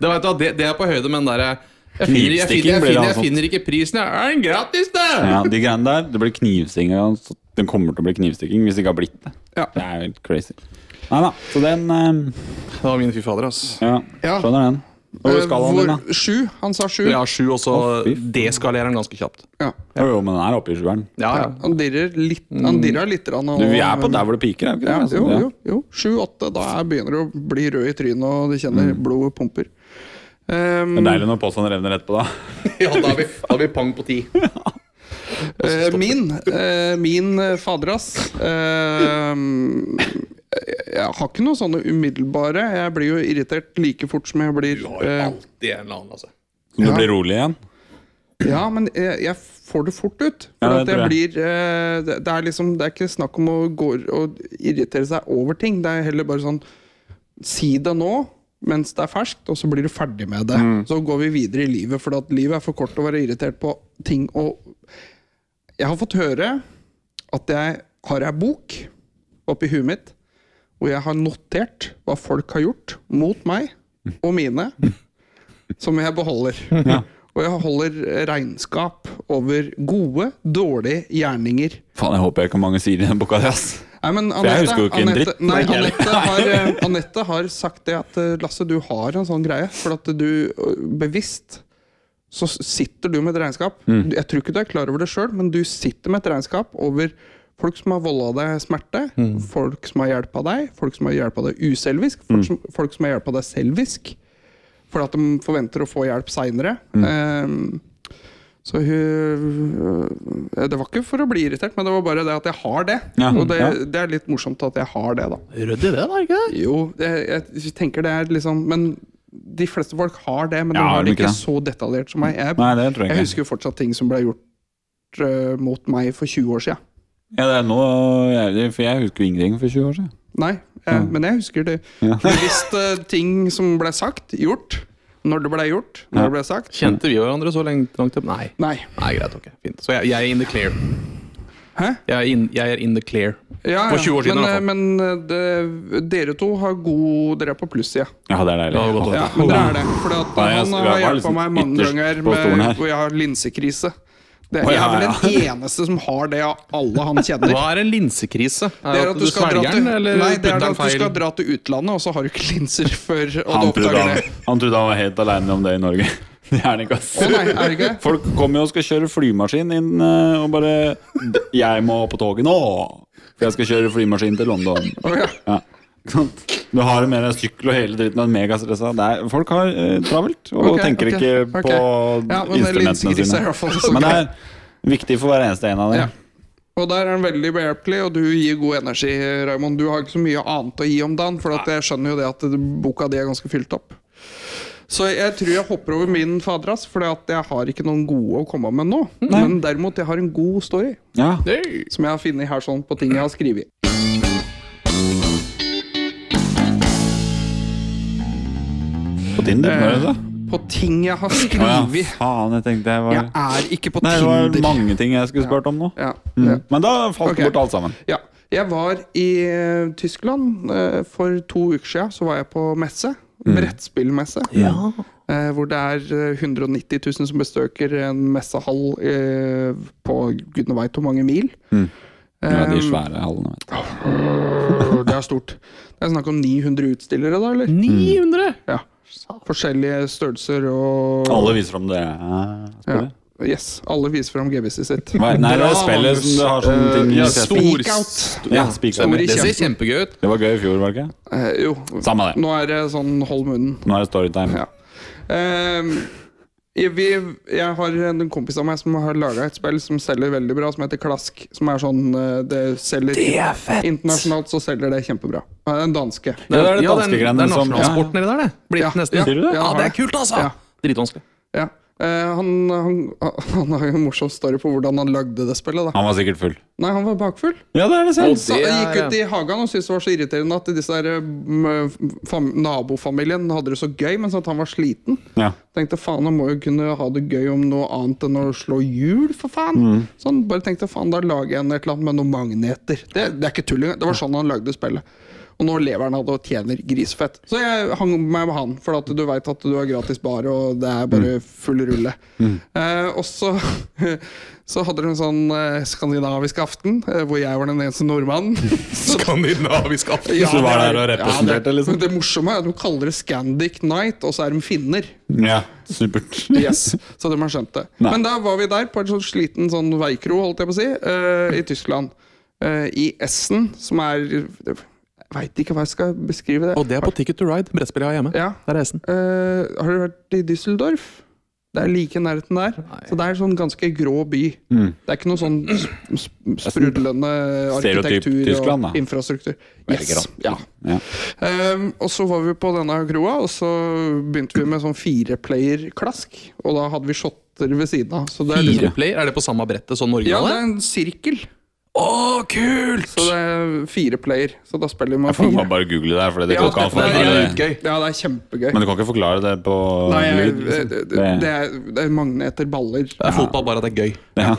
[SPEAKER 3] Det, vet du, hva, det, det er på høyde med den derre jeg finner, jeg, finner, jeg,
[SPEAKER 2] Knivstikking blir det
[SPEAKER 3] finner, jeg
[SPEAKER 2] altså.
[SPEAKER 3] finner ikke prisen, jeg. Er den gratis, da?
[SPEAKER 2] Ja, de greiene der, Det blir knivstikking. ja, så Den kommer til å bli knivstikking hvis det ikke har blitt det.
[SPEAKER 1] Ja.
[SPEAKER 2] Det er jo helt crazy. Nei da. Så den eh,
[SPEAKER 3] Det var min fy fader, ass.
[SPEAKER 2] Ja,
[SPEAKER 1] Ja.
[SPEAKER 2] skjønner den. Hvor
[SPEAKER 1] Eh,
[SPEAKER 2] skal han din, da?
[SPEAKER 1] hvor- Sju. Han sa sju.
[SPEAKER 3] Ja, sju, og så
[SPEAKER 2] Å, fy faen.
[SPEAKER 3] deskalerer den ganske kjapt.
[SPEAKER 1] Ja.
[SPEAKER 2] Jo, jo, men den er oppe i sjueren.
[SPEAKER 3] Ja, ja.
[SPEAKER 1] Han dirrer litt. Han dirrer litt. grann, og-
[SPEAKER 2] Mm. Du, vi er på der hvor det piker, er vi ikke
[SPEAKER 1] Ja,
[SPEAKER 2] det? Altså,
[SPEAKER 1] jo,
[SPEAKER 2] ja.
[SPEAKER 1] jo, jo. Sju-åtte. Da er- begynner du å bli rød i trynet, og du kjenner
[SPEAKER 3] Mm.
[SPEAKER 1] blodet pumper. Ehm,
[SPEAKER 2] Det er deilig når påstanden revner etterpå, da.
[SPEAKER 3] ja da, har vi, da har vi pang på ti.
[SPEAKER 1] eh, min eh, min eh, faderass ehm, Jeg har ikke noe sånne umiddelbare. Jeg blir jo irritert like fort som jeg blir
[SPEAKER 3] Du har jo
[SPEAKER 1] eh,
[SPEAKER 3] alltid en eller annen, altså.
[SPEAKER 2] Så du
[SPEAKER 1] Ja.
[SPEAKER 2] blir rolig igjen?
[SPEAKER 1] Ja, men jeg, jeg får det fort ut. For
[SPEAKER 2] Ja, det
[SPEAKER 1] at jeg
[SPEAKER 2] tror
[SPEAKER 1] blir, eh, det, det, er liksom, det er ikke snakk om å gå og irritere seg over ting. Det er heller bare sånn Si det nå mens det er ferskt, og så blir du ferdig med det.
[SPEAKER 2] Mm.
[SPEAKER 1] Så går vi videre i livet, for at livet er for kort til å være irritert på ting. Og jeg har fått høre at jeg har ei bok oppi huet mitt hvor jeg har notert hva folk har gjort mot meg og mine, som jeg beholder. Og jeg holder regnskap over gode, dårlige gjerninger.
[SPEAKER 2] Faen, jeg håper jeg ikke har mange sider i den boka di, ass.
[SPEAKER 1] Nei, men
[SPEAKER 2] jeg
[SPEAKER 1] Anette,
[SPEAKER 2] husker jo ikke en
[SPEAKER 1] Anette,
[SPEAKER 2] dritt,
[SPEAKER 1] nei,
[SPEAKER 2] det er ikke
[SPEAKER 1] Anette, har, eh, Anette har sagt det at eh, Lasse, du har en sånn greie. For at du eh, bevisst så sitter du med et regnskap.
[SPEAKER 2] Mm.
[SPEAKER 1] Jeg tror ikke du er klar over det sjøl, men du sitter med et regnskap over folk som har volda deg smerte,
[SPEAKER 2] Mm.
[SPEAKER 1] folk som har hjelpa deg, folk som har hjelpa deg uselvisk,
[SPEAKER 2] Mm.
[SPEAKER 1] folk som, folk som har hjelpa deg selvisk. Fordi at de forventer å få hjelp seinere.
[SPEAKER 2] Mm.
[SPEAKER 1] så hun øh, Det var ikke for å bli irritert, men det var bare det at jeg har det.
[SPEAKER 2] Ja,
[SPEAKER 1] og det,
[SPEAKER 2] ja.
[SPEAKER 1] det er litt morsomt at jeg har det, da.
[SPEAKER 3] Rødt i det, da, ikke det?
[SPEAKER 1] Jo, jeg, jeg tenker det er liksom Men de fleste folk har det, men de
[SPEAKER 2] Ja,
[SPEAKER 1] har
[SPEAKER 2] men
[SPEAKER 1] det
[SPEAKER 2] ikke
[SPEAKER 1] ikke
[SPEAKER 2] det.
[SPEAKER 1] så detaljert som meg. Jeg,
[SPEAKER 2] Nei, det tror
[SPEAKER 1] jeg
[SPEAKER 2] jeg ikke.
[SPEAKER 1] husker jo fortsatt ting som ble gjort øh, mot meg for 20 år siden.
[SPEAKER 2] Ja, det er nå jævlig, For jeg husker jo ingenting for 20 år siden.
[SPEAKER 1] Nei, jeg, men jeg husker det. Bevisst øh, ting som ble sagt, gjort. Når det ble gjort, når det ble sagt.
[SPEAKER 3] Kjente vi hverandre så lenge? langt opp? Nei.
[SPEAKER 1] Nei.
[SPEAKER 3] Nei, greit, ok, fint Så jeg, jeg er in the clear.
[SPEAKER 1] Hæ?
[SPEAKER 3] Jeg er in, jeg er in the clear.
[SPEAKER 1] Ja,
[SPEAKER 3] For
[SPEAKER 1] ja,
[SPEAKER 3] 20 år siden,
[SPEAKER 1] men,
[SPEAKER 3] i hvert fall.
[SPEAKER 1] øh, men øh, det, dere to har god Dere er på plussida.
[SPEAKER 2] Ja, det er deilig.
[SPEAKER 3] Ja, det var godt.
[SPEAKER 1] Ja, men dere er det. For at
[SPEAKER 2] Nei, jeg-
[SPEAKER 1] han
[SPEAKER 2] vi
[SPEAKER 1] har
[SPEAKER 2] var
[SPEAKER 1] hjulpet
[SPEAKER 2] liksom
[SPEAKER 1] meg mange
[SPEAKER 2] ytterst
[SPEAKER 1] ganger
[SPEAKER 2] på stolen her.
[SPEAKER 1] med, hvor jeg har linsekrise. Det,
[SPEAKER 2] Å,
[SPEAKER 1] jeg er
[SPEAKER 2] ja,
[SPEAKER 1] vel den eneste som har det av alle han kjenner.
[SPEAKER 3] Hva er en linsekrise? Er
[SPEAKER 1] Det er at du skal dra
[SPEAKER 3] svelger
[SPEAKER 1] til,
[SPEAKER 3] den, eller
[SPEAKER 1] nei, det er at
[SPEAKER 3] putter den
[SPEAKER 1] du
[SPEAKER 3] feil?
[SPEAKER 1] skal dra til utlandet, og så har du ikke linser før og du
[SPEAKER 2] Han trodde
[SPEAKER 1] oppdager det.
[SPEAKER 2] han, han trodde han var helt alene om det i Norge. Det er han ikke, ass.
[SPEAKER 1] Å nei, er det ikke?
[SPEAKER 2] Folk kommer jo og skal kjøre flymaskin inn eh, og bare "D- 'Jeg må på toget nå, for jeg skal kjøre flymaskin til London'.
[SPEAKER 1] Å, ja.
[SPEAKER 2] Ja. ikke sant? Du har jo med deg sykkel og hele dritten og en megastressa. Det er- Folk har eh, travelt og
[SPEAKER 1] Ok,
[SPEAKER 2] tenker
[SPEAKER 1] ok,
[SPEAKER 2] ikke
[SPEAKER 1] ok.
[SPEAKER 2] på
[SPEAKER 1] Ja, men det er
[SPEAKER 2] instrumentene
[SPEAKER 1] linsegris er i
[SPEAKER 2] sine.
[SPEAKER 1] hvert fall så
[SPEAKER 2] Men det
[SPEAKER 1] greit.
[SPEAKER 2] er viktig for hver eneste en av
[SPEAKER 1] Ja.
[SPEAKER 2] dem.
[SPEAKER 1] Og der er han veldig behjelpelig, og du gir god energi, Raymond. Du har ikke så mye annet å gi om dagen, for at jeg skjønner jo det at boka di er ganske fylt opp. Så jeg tror jeg hopper over min fadras, for jeg har ikke noen gode å komme med nå. Men derimot, jeg har en god story,
[SPEAKER 2] Ja.
[SPEAKER 3] Hey.
[SPEAKER 1] som jeg har funnet her sånn på ting jeg har skrevet.
[SPEAKER 2] På Tinder,
[SPEAKER 1] Eh,
[SPEAKER 2] var det det?
[SPEAKER 1] På ting jeg har
[SPEAKER 2] Å ja,
[SPEAKER 1] skrevet.
[SPEAKER 2] faen, jeg tenkte jeg var
[SPEAKER 1] Jeg er ikke på
[SPEAKER 2] Nei, det var
[SPEAKER 1] Tinder.
[SPEAKER 2] mange ting jeg skulle spurt om nå.
[SPEAKER 1] Ja,
[SPEAKER 2] Mm.
[SPEAKER 1] det.
[SPEAKER 2] Men da falt
[SPEAKER 1] Ok.
[SPEAKER 2] bort alt sammen.
[SPEAKER 1] Ja. Jeg var i eh, Tyskland eh, for to uker siden. Så var jeg på messe.
[SPEAKER 2] Mm.
[SPEAKER 1] Brettspillmesse. Eh, hvor det er eh, 190 000 som besøker en messehall eh, på gudene veit hvor mange mil.
[SPEAKER 2] Mm.
[SPEAKER 1] Eh,
[SPEAKER 2] Ja, de svære hallene. Vet du.
[SPEAKER 1] Øh, Det er stort. Det er snakk om 900 utstillere, da?
[SPEAKER 2] Mm.
[SPEAKER 1] eller?
[SPEAKER 3] 900?
[SPEAKER 1] Ja. Forskjellige størrelser og
[SPEAKER 2] Alle viser fram det.
[SPEAKER 1] ja.
[SPEAKER 2] spillet.
[SPEAKER 1] Yes. Alle viser fram gebisset sitt.
[SPEAKER 2] Hva- Nei, det
[SPEAKER 1] Bra,
[SPEAKER 2] er spillet som
[SPEAKER 1] Magnus.
[SPEAKER 2] du har
[SPEAKER 1] Eh,
[SPEAKER 2] sånne ting
[SPEAKER 3] Ja,
[SPEAKER 2] i
[SPEAKER 1] Speak
[SPEAKER 2] setet.
[SPEAKER 3] stor-
[SPEAKER 1] out.
[SPEAKER 2] Ja, speak
[SPEAKER 1] Stor i
[SPEAKER 2] out.
[SPEAKER 3] Det ser
[SPEAKER 1] kjeften.
[SPEAKER 3] kjempegøy ut.
[SPEAKER 2] Det var gøy i fjor, var det ikke?
[SPEAKER 1] Eh, jo.
[SPEAKER 2] Samme det.
[SPEAKER 1] Nå er det sånn hold munnen.
[SPEAKER 2] Nå er det storytime.
[SPEAKER 1] Ja. Ehm, jeg, vi, jeg har en kompis av meg som har laga et spill som selger veldig bra, som heter Klask. Som er sånn eh, Det selger Internasjonalt så selger det kjempebra. Han er En danske.
[SPEAKER 2] Ja, det er det
[SPEAKER 3] Ja,
[SPEAKER 2] danske
[SPEAKER 3] den-
[SPEAKER 2] greiene
[SPEAKER 3] Det er
[SPEAKER 2] som-
[SPEAKER 3] nasjonalsporten nedi der, det. Blitt
[SPEAKER 1] Ja,
[SPEAKER 3] nesten.
[SPEAKER 1] ja,
[SPEAKER 2] Sier du
[SPEAKER 1] ja,
[SPEAKER 2] det?
[SPEAKER 3] Ja,
[SPEAKER 1] har
[SPEAKER 3] det er kult, altså!
[SPEAKER 1] Ja.
[SPEAKER 3] Dritvanskelig.
[SPEAKER 1] Ja. Eh, han, han, han har jo en morsom story på hvordan han lagde det spillet. Da.
[SPEAKER 2] Han var sikkert full.
[SPEAKER 1] Nei, han var bakfull.
[SPEAKER 2] Ja, det er det selv.
[SPEAKER 3] Og
[SPEAKER 1] Så jeg
[SPEAKER 3] det er-
[SPEAKER 1] gikk ut i hagen og syntes det var så irriterende at disse der, mm, fam, nabofamilien hadde det så gøy, mens at han var sliten.
[SPEAKER 2] Ja.
[SPEAKER 1] Tenkte faen, han må jo kunne ha det gøy om noe annet enn å slå hjul, for faen.
[SPEAKER 2] Mm.
[SPEAKER 1] Så han bare tenkte faen, da lager jeg en et eller annet med noen magneter. Det, det er ikke tull engang. Det var sånn han lagde spillet. Og nå lever han av det og tjener grisfett. Så jeg hang meg med han, for at du veit at du har gratis bar, og det er
[SPEAKER 2] Mm.
[SPEAKER 1] bare full rulle. Eh, og så, så hadde de en sånn eh, skandinavisk aften, eh, hvor jeg var den eneste nordmannen. Så
[SPEAKER 3] Skandinavisk aften.
[SPEAKER 2] Så du var der og
[SPEAKER 1] det er-
[SPEAKER 2] representerte,
[SPEAKER 1] ja, det-
[SPEAKER 2] liksom?
[SPEAKER 1] Det morsomme er at de kaller det Scandic Night, og så er de finner.
[SPEAKER 2] ja. Supert.
[SPEAKER 1] Yes, så de har skjønt det.
[SPEAKER 2] Nei.
[SPEAKER 1] Men da var vi der på en sånn sliten sånn veikro, holdt jeg på å si, eh, i Tyskland. Eh, I Essen, som er Jeg veit ikke hva jeg skal beskrive det.
[SPEAKER 3] Og det er på Ticket to Ride, brettspillet jeg har hjemme.
[SPEAKER 1] Ja.
[SPEAKER 3] Der er hesten.
[SPEAKER 1] Eh, har du vært i Düsseldorf? Det er like i nærheten der. Så det er en sånn ganske grå by.
[SPEAKER 2] Mm.
[SPEAKER 1] Det er ikke noe sånn sp- sp- sprudlende
[SPEAKER 2] sånn Stereotyp
[SPEAKER 1] arkitektur
[SPEAKER 2] Tyskland, da.
[SPEAKER 1] og infrastruktur. Yes,
[SPEAKER 2] grått.
[SPEAKER 1] ja.
[SPEAKER 2] Ja.
[SPEAKER 1] Ehm, og så var vi på denne kroa, og så begynte vi med sånn fireplayer-klask. Og da hadde vi shotter ved siden av. Så det er liksom,
[SPEAKER 3] Fire player, er det på samme brettet som
[SPEAKER 1] ja, det
[SPEAKER 3] originale?
[SPEAKER 1] er en sirkel.
[SPEAKER 3] Å, kult!
[SPEAKER 1] Så det er fireplayer. Så da spiller vi med
[SPEAKER 2] Får man
[SPEAKER 1] fire.
[SPEAKER 2] bare google det her, for det
[SPEAKER 1] Ja,
[SPEAKER 2] går ikke an å
[SPEAKER 1] det er
[SPEAKER 2] forklare det.
[SPEAKER 3] dritgøy.
[SPEAKER 1] Ja, det er kjempegøy.
[SPEAKER 2] Men du kan ikke forklare det på
[SPEAKER 1] Nei, jeg,
[SPEAKER 2] lyd?
[SPEAKER 1] det,
[SPEAKER 2] Liksom.
[SPEAKER 1] det, det,
[SPEAKER 2] Det-
[SPEAKER 1] er, det er magneter, baller.
[SPEAKER 3] Det er fotball, bare at det er gøy.
[SPEAKER 2] Ja.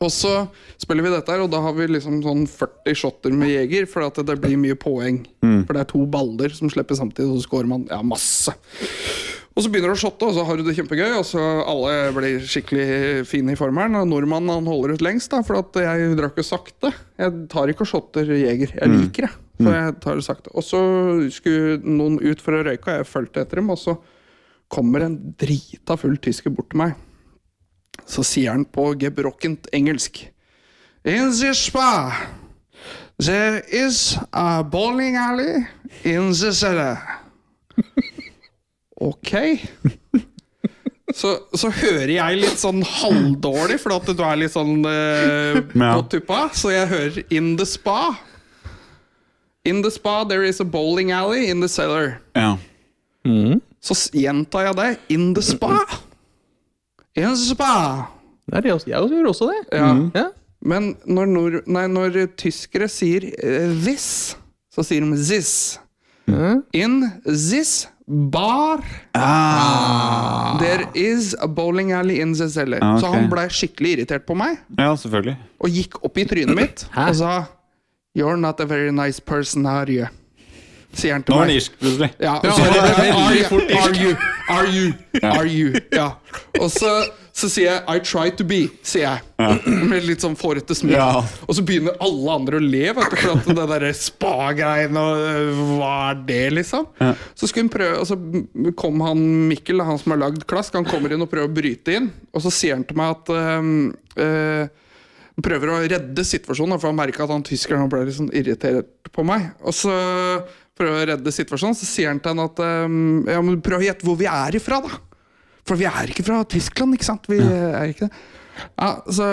[SPEAKER 1] Og så spiller vi dette her, og da har vi liksom sånn 40 shotter med jeger, for at det blir mye poeng. For det er to baller som slipper samtidig, og så scorer man ja, masse. Og så begynner du å shotte, og så har du det kjempegøy. Og så alle blir skikkelig fine i formelen. Og nordmannen han holder ut lengst, da, for at jeg drakk jo sakte. Jeg tar ikke og shotter jeger. Jeg liker det. Så jeg tar det sakte. Og så skulle noen ut for å røyke, og jeg fulgte etter dem. Og så kommer en drita full tysker bort til meg. Så sier han på gebrokkent engelsk In the spa There is a bowling alley in the cellar. Ok. Så, så hører jeg litt sånn halvdårlig, for at du er litt sånn eh, på
[SPEAKER 2] Ja.
[SPEAKER 1] tuppa. Så jeg hører In the spa. In the spa there is a bowling alley in the cellar.
[SPEAKER 2] Ja.
[SPEAKER 1] Så s- gjentar jeg det. In the
[SPEAKER 2] Mm,
[SPEAKER 1] spa. In the spa.
[SPEAKER 3] Nei, det er også- jeg gjør også det. Mm.
[SPEAKER 1] Ja.
[SPEAKER 3] Ja.
[SPEAKER 1] Men når, nord, nei, når tyskere sier eh, this, så sier de this.
[SPEAKER 2] Mm.
[SPEAKER 1] In this bar Ah. There is a bowling alley in the cellar.
[SPEAKER 2] Ah,
[SPEAKER 1] Så
[SPEAKER 2] ok.
[SPEAKER 1] han blei skikkelig irritert på meg
[SPEAKER 2] ja, selvfølgelig.
[SPEAKER 1] og gikk opp i trynet mitt
[SPEAKER 3] Hæ?
[SPEAKER 1] og sa You're not a very nice person, are you? Sier han til
[SPEAKER 2] Nå var
[SPEAKER 1] meg.
[SPEAKER 2] den irsk, plutselig.
[SPEAKER 1] Ja, og så var det veldig fort Are you? Are you? Are you? Ja. Og så, så sier jeg I try to be, sier jeg. Med litt sånn fårete smil.
[SPEAKER 2] Ja.
[SPEAKER 1] Og så begynner alle andre å le, vet du, for at det derre spa-greiene og øh, Hva er det, liksom? Så skulle hun prøve, og så kom han Mikkel, han som har lagd Klask, han kommer inn og prøver å bryte inn, og så sier han til meg at øhm, øh, prøver å redde situasjonen, for han merka at han tyskeren ble litt sånn irritert på meg. Og så prøver jeg å redde situasjonen, så sier han til han at ehm, ja, men prøv å gjette hvor vi er ifra, da. For vi er ikke fra Tyskland, ikke sant? Vi er ikke det. Ja, så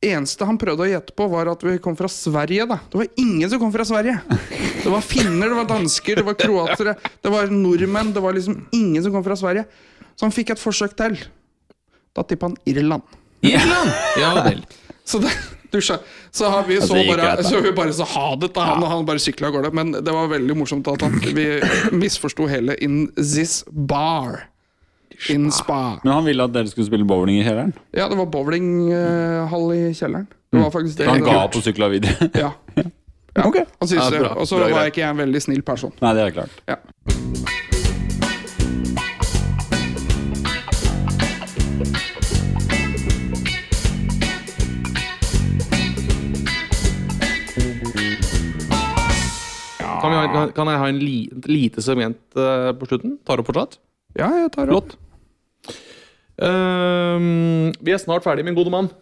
[SPEAKER 1] eneste han prøvde å gjette på, var at vi kom fra Sverige, da. Det var ingen som kom fra Sverige. Det var finner, det var dansker, det var kroatere, det var nordmenn. Det var liksom ingen som kom fra Sverige. Så han fikk et forsøk til. Da tippa han Irland.
[SPEAKER 3] Irland! Ja vel.
[SPEAKER 1] Så, det, du, skjø- så har vi så
[SPEAKER 2] det gikk greit,
[SPEAKER 1] bare,
[SPEAKER 2] da.
[SPEAKER 1] så har vi bare så ha det til han, og han bare sykla av gårde. Men det var veldig morsomt at han, vi misforsto hele in this bar. In spa.
[SPEAKER 2] Men han ville at dere skulle spille bowling i kjelleren.
[SPEAKER 1] Ja, det var bowlinghall i kjelleren. Det
[SPEAKER 3] Mm.
[SPEAKER 1] var faktisk det.
[SPEAKER 2] Så han ga opp og sykla videre.
[SPEAKER 1] Ja. Ja, han syntes
[SPEAKER 3] Ja,
[SPEAKER 1] det.
[SPEAKER 3] bra.
[SPEAKER 1] Og så
[SPEAKER 3] Bra
[SPEAKER 1] var
[SPEAKER 3] greit.
[SPEAKER 1] ikke jeg en veldig snill person.
[SPEAKER 2] Nei, det er klart.
[SPEAKER 1] Ja.
[SPEAKER 3] Kan, vi ha, kan jeg ha en li, et lite segment eh, på slutten? Tar opp fortsatt?
[SPEAKER 1] Ja, jeg tar opp.
[SPEAKER 3] Flott. Ehm, vi er snart ferdig, min gode mann.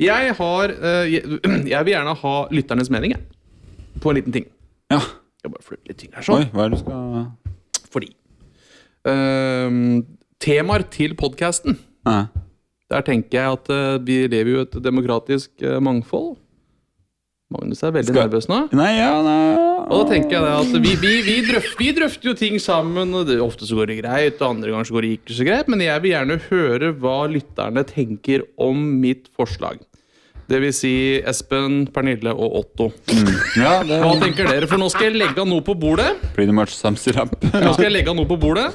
[SPEAKER 3] Jeg har eh, jeg, jeg vil gjerne ha lytternes mening, jeg. På en liten ting.
[SPEAKER 2] Ja.
[SPEAKER 3] Jeg bare flytter litt ting her,
[SPEAKER 2] Oi,
[SPEAKER 3] sånn.
[SPEAKER 2] hva er det du skal
[SPEAKER 3] Fordi ehm, Temaer til podkasten.
[SPEAKER 2] Nei.
[SPEAKER 3] Der tenker jeg at eh, vi lever jo i et demokratisk eh, mangfold. Magnus er veldig
[SPEAKER 2] Skal-
[SPEAKER 3] nervøs nå.
[SPEAKER 2] Nei, ja,
[SPEAKER 3] Og
[SPEAKER 2] nei.
[SPEAKER 3] da tenker jeg det at vi, vi, vi, drøfter, vi drøfter jo ting sammen, og det, ofte så går det greit, og andre ganger så går det ikke så greit, men jeg vil gjerne høre hva lytterne tenker om mitt forslag. Det vil si Espen, Pernille og Otto.
[SPEAKER 2] ja det
[SPEAKER 3] Hva tenker dere? For nå skal jeg legge noe på bordet.
[SPEAKER 2] Pretty much sums it up.
[SPEAKER 3] Nå skal jeg legge noe på bordet,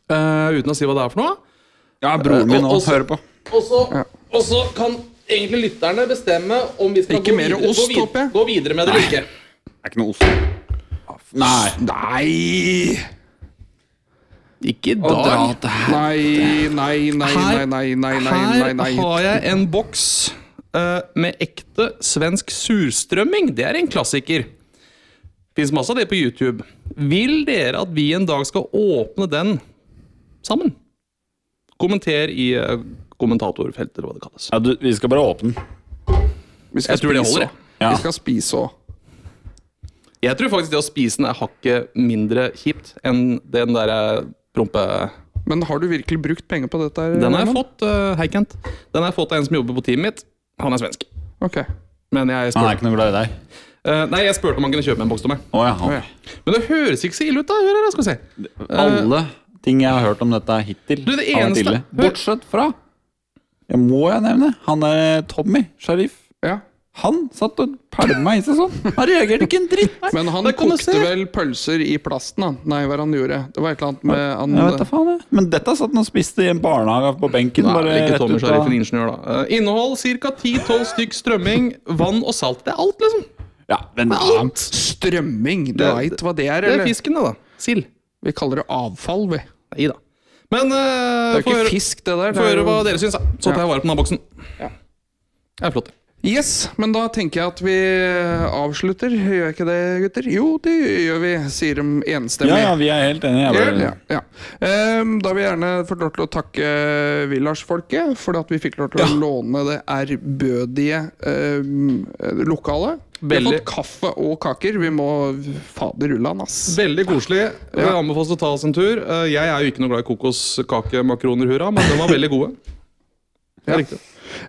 [SPEAKER 3] eh, uten å si hva det er for noe.
[SPEAKER 2] Ja, broren min
[SPEAKER 3] Og- og-
[SPEAKER 2] også hører på.
[SPEAKER 3] Og så, og så kan egentlig lytterne bestemme om vi skal
[SPEAKER 1] Ikke
[SPEAKER 3] gå,
[SPEAKER 1] mer
[SPEAKER 3] videre,
[SPEAKER 1] ost,
[SPEAKER 3] gå, vid-
[SPEAKER 1] håper jeg.
[SPEAKER 3] gå videre med det eller ikke.
[SPEAKER 2] Det er ikke noe ost. Nei.
[SPEAKER 1] Nei!
[SPEAKER 3] Ikke i
[SPEAKER 2] dra
[SPEAKER 3] dag.
[SPEAKER 1] Nei, nei, nei, nei,
[SPEAKER 3] Her-
[SPEAKER 1] nei, nei, nei,
[SPEAKER 3] Her
[SPEAKER 1] nei, nei.
[SPEAKER 3] har jeg en boks eh, med ekte svensk surstrømming. Det er en klassiker. Fins masse av det på YouTube. Vil dere at vi en dag skal åpne den sammen? Kommenter i eh, kommentatorfeltet, eller hva det kalles.
[SPEAKER 2] Ja, du, vi skal bare åpne den.
[SPEAKER 1] Vi skal
[SPEAKER 3] Jeg tror det
[SPEAKER 1] spise
[SPEAKER 3] holder,
[SPEAKER 1] òg.
[SPEAKER 2] Ja.
[SPEAKER 1] Vi skal spise òg.
[SPEAKER 3] Jeg tror faktisk det å spise den er hakket mindre kjipt enn den derre prompe...
[SPEAKER 1] Men har du virkelig brukt penger på dette? her,
[SPEAKER 3] Den har jeg
[SPEAKER 1] Herman?
[SPEAKER 3] fått, eh, hei Kent. Den har jeg fått av en som jobber på teamet mitt. Han er svensk.
[SPEAKER 1] Ok.
[SPEAKER 3] Men jeg
[SPEAKER 2] Han
[SPEAKER 3] spurte
[SPEAKER 2] er ikke noe glad i deg.
[SPEAKER 3] Eh, nei, jeg spurte om han kunne kjøpe meg en boks til meg.
[SPEAKER 2] Å ja. han-
[SPEAKER 1] ja.
[SPEAKER 3] Men det høres ikke så ille ut, da. Hør her, da, skal vi se.
[SPEAKER 2] Alle ting jeg har hørt om dette hittil,
[SPEAKER 3] Du,
[SPEAKER 2] har
[SPEAKER 3] det
[SPEAKER 2] vært
[SPEAKER 3] eneste-
[SPEAKER 2] ille.
[SPEAKER 3] Hør.
[SPEAKER 2] Bortsett fra Jeg må jeg nevne. Han er eh, Tommy, sheriff.
[SPEAKER 1] Ja.
[SPEAKER 2] Han satt og pælma i seg sånn. Han reagerte ikke en dritt.
[SPEAKER 1] Men han
[SPEAKER 3] Der kan du
[SPEAKER 1] kokte
[SPEAKER 3] se.
[SPEAKER 1] vel pølser i plasten, da. Nei, hva han gjorde. Det var et eller annet med han,
[SPEAKER 2] Jeg vet da faen, jeg. Men dette satt han og spiste i en barnehage på benken.
[SPEAKER 3] Nei,
[SPEAKER 2] bare
[SPEAKER 3] ikke
[SPEAKER 2] rett
[SPEAKER 3] Tommy
[SPEAKER 2] ut
[SPEAKER 3] Sheriff,
[SPEAKER 2] av-
[SPEAKER 3] en ingeniør, da. Eh, innhold ca. 10-12 stykk strømming, vann og salt. Det er alt, liksom.
[SPEAKER 2] Ja, men
[SPEAKER 1] Strømming, du
[SPEAKER 3] Det-
[SPEAKER 1] veit hva det er,
[SPEAKER 3] Det er
[SPEAKER 1] eller?
[SPEAKER 3] fisken, det, da. Sild.
[SPEAKER 1] Vi kaller det avfall, vi.
[SPEAKER 3] Nei da. Men eh,
[SPEAKER 1] Det er jo
[SPEAKER 3] få
[SPEAKER 1] ikke
[SPEAKER 3] høre,
[SPEAKER 1] fisk, det der.
[SPEAKER 3] få høre hva
[SPEAKER 1] jo-
[SPEAKER 3] dere syns, da. Så
[SPEAKER 1] Ja.
[SPEAKER 3] tar jeg vare på den boksen.
[SPEAKER 1] Ja.
[SPEAKER 3] Det er flott.
[SPEAKER 1] Yes, men da tenker jeg at vi avslutter. Gjør jeg ikke det, gutter? Jo, det gjør vi, sier de enstemmig.
[SPEAKER 4] Ja, ja, vi er helt enige. Jeg bare-
[SPEAKER 1] Ja, ja. Ehm, da vil jeg gjerne få lov til å takke eh, Villars-folket for at vi fikk lov til å låne det ærbødige ehm, lokalet. Vi har
[SPEAKER 3] Veldig.
[SPEAKER 1] fått kaffe og kaker. Vi må fader ullan, ass.
[SPEAKER 3] Veldig koselig. Det anbefales å ta oss en tur. Eh, Jeg er jo ikke noe glad i kokoskakemakroner, hurra, men de var veldig gode. Det
[SPEAKER 1] Ja.
[SPEAKER 3] er riktig.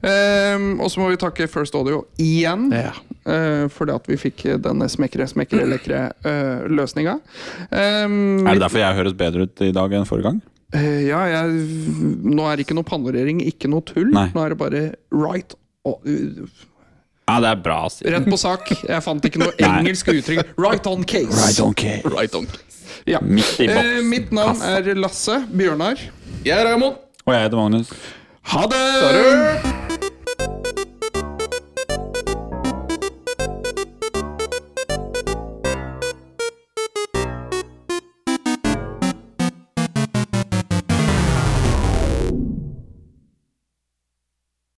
[SPEAKER 1] Ehm, og så må vi takke First Audio igjen. eh, for det at vi fikk denne smekre, smekre, lekre uh, løsninga. Ehm,
[SPEAKER 4] Er det derfor jeg høres bedre ut i dag enn forrige gang?
[SPEAKER 1] Eh, ja, jeg, nå er det ikke noe panorering, ikke noe tull.
[SPEAKER 4] Nei.
[SPEAKER 1] Nå er det bare right og, uh,
[SPEAKER 4] Ja, det er bra, Siv.
[SPEAKER 1] Rett på sak. Jeg fant ikke noe engelsk uttrykk. Right on case.
[SPEAKER 3] Right on.
[SPEAKER 1] Ja.
[SPEAKER 4] Midt i
[SPEAKER 1] Eh,
[SPEAKER 4] boks.
[SPEAKER 1] mitt navn er Lasse Bjørnar.
[SPEAKER 3] Jeg er Raymond.
[SPEAKER 4] Og jeg heter Magnus.
[SPEAKER 1] Ha det!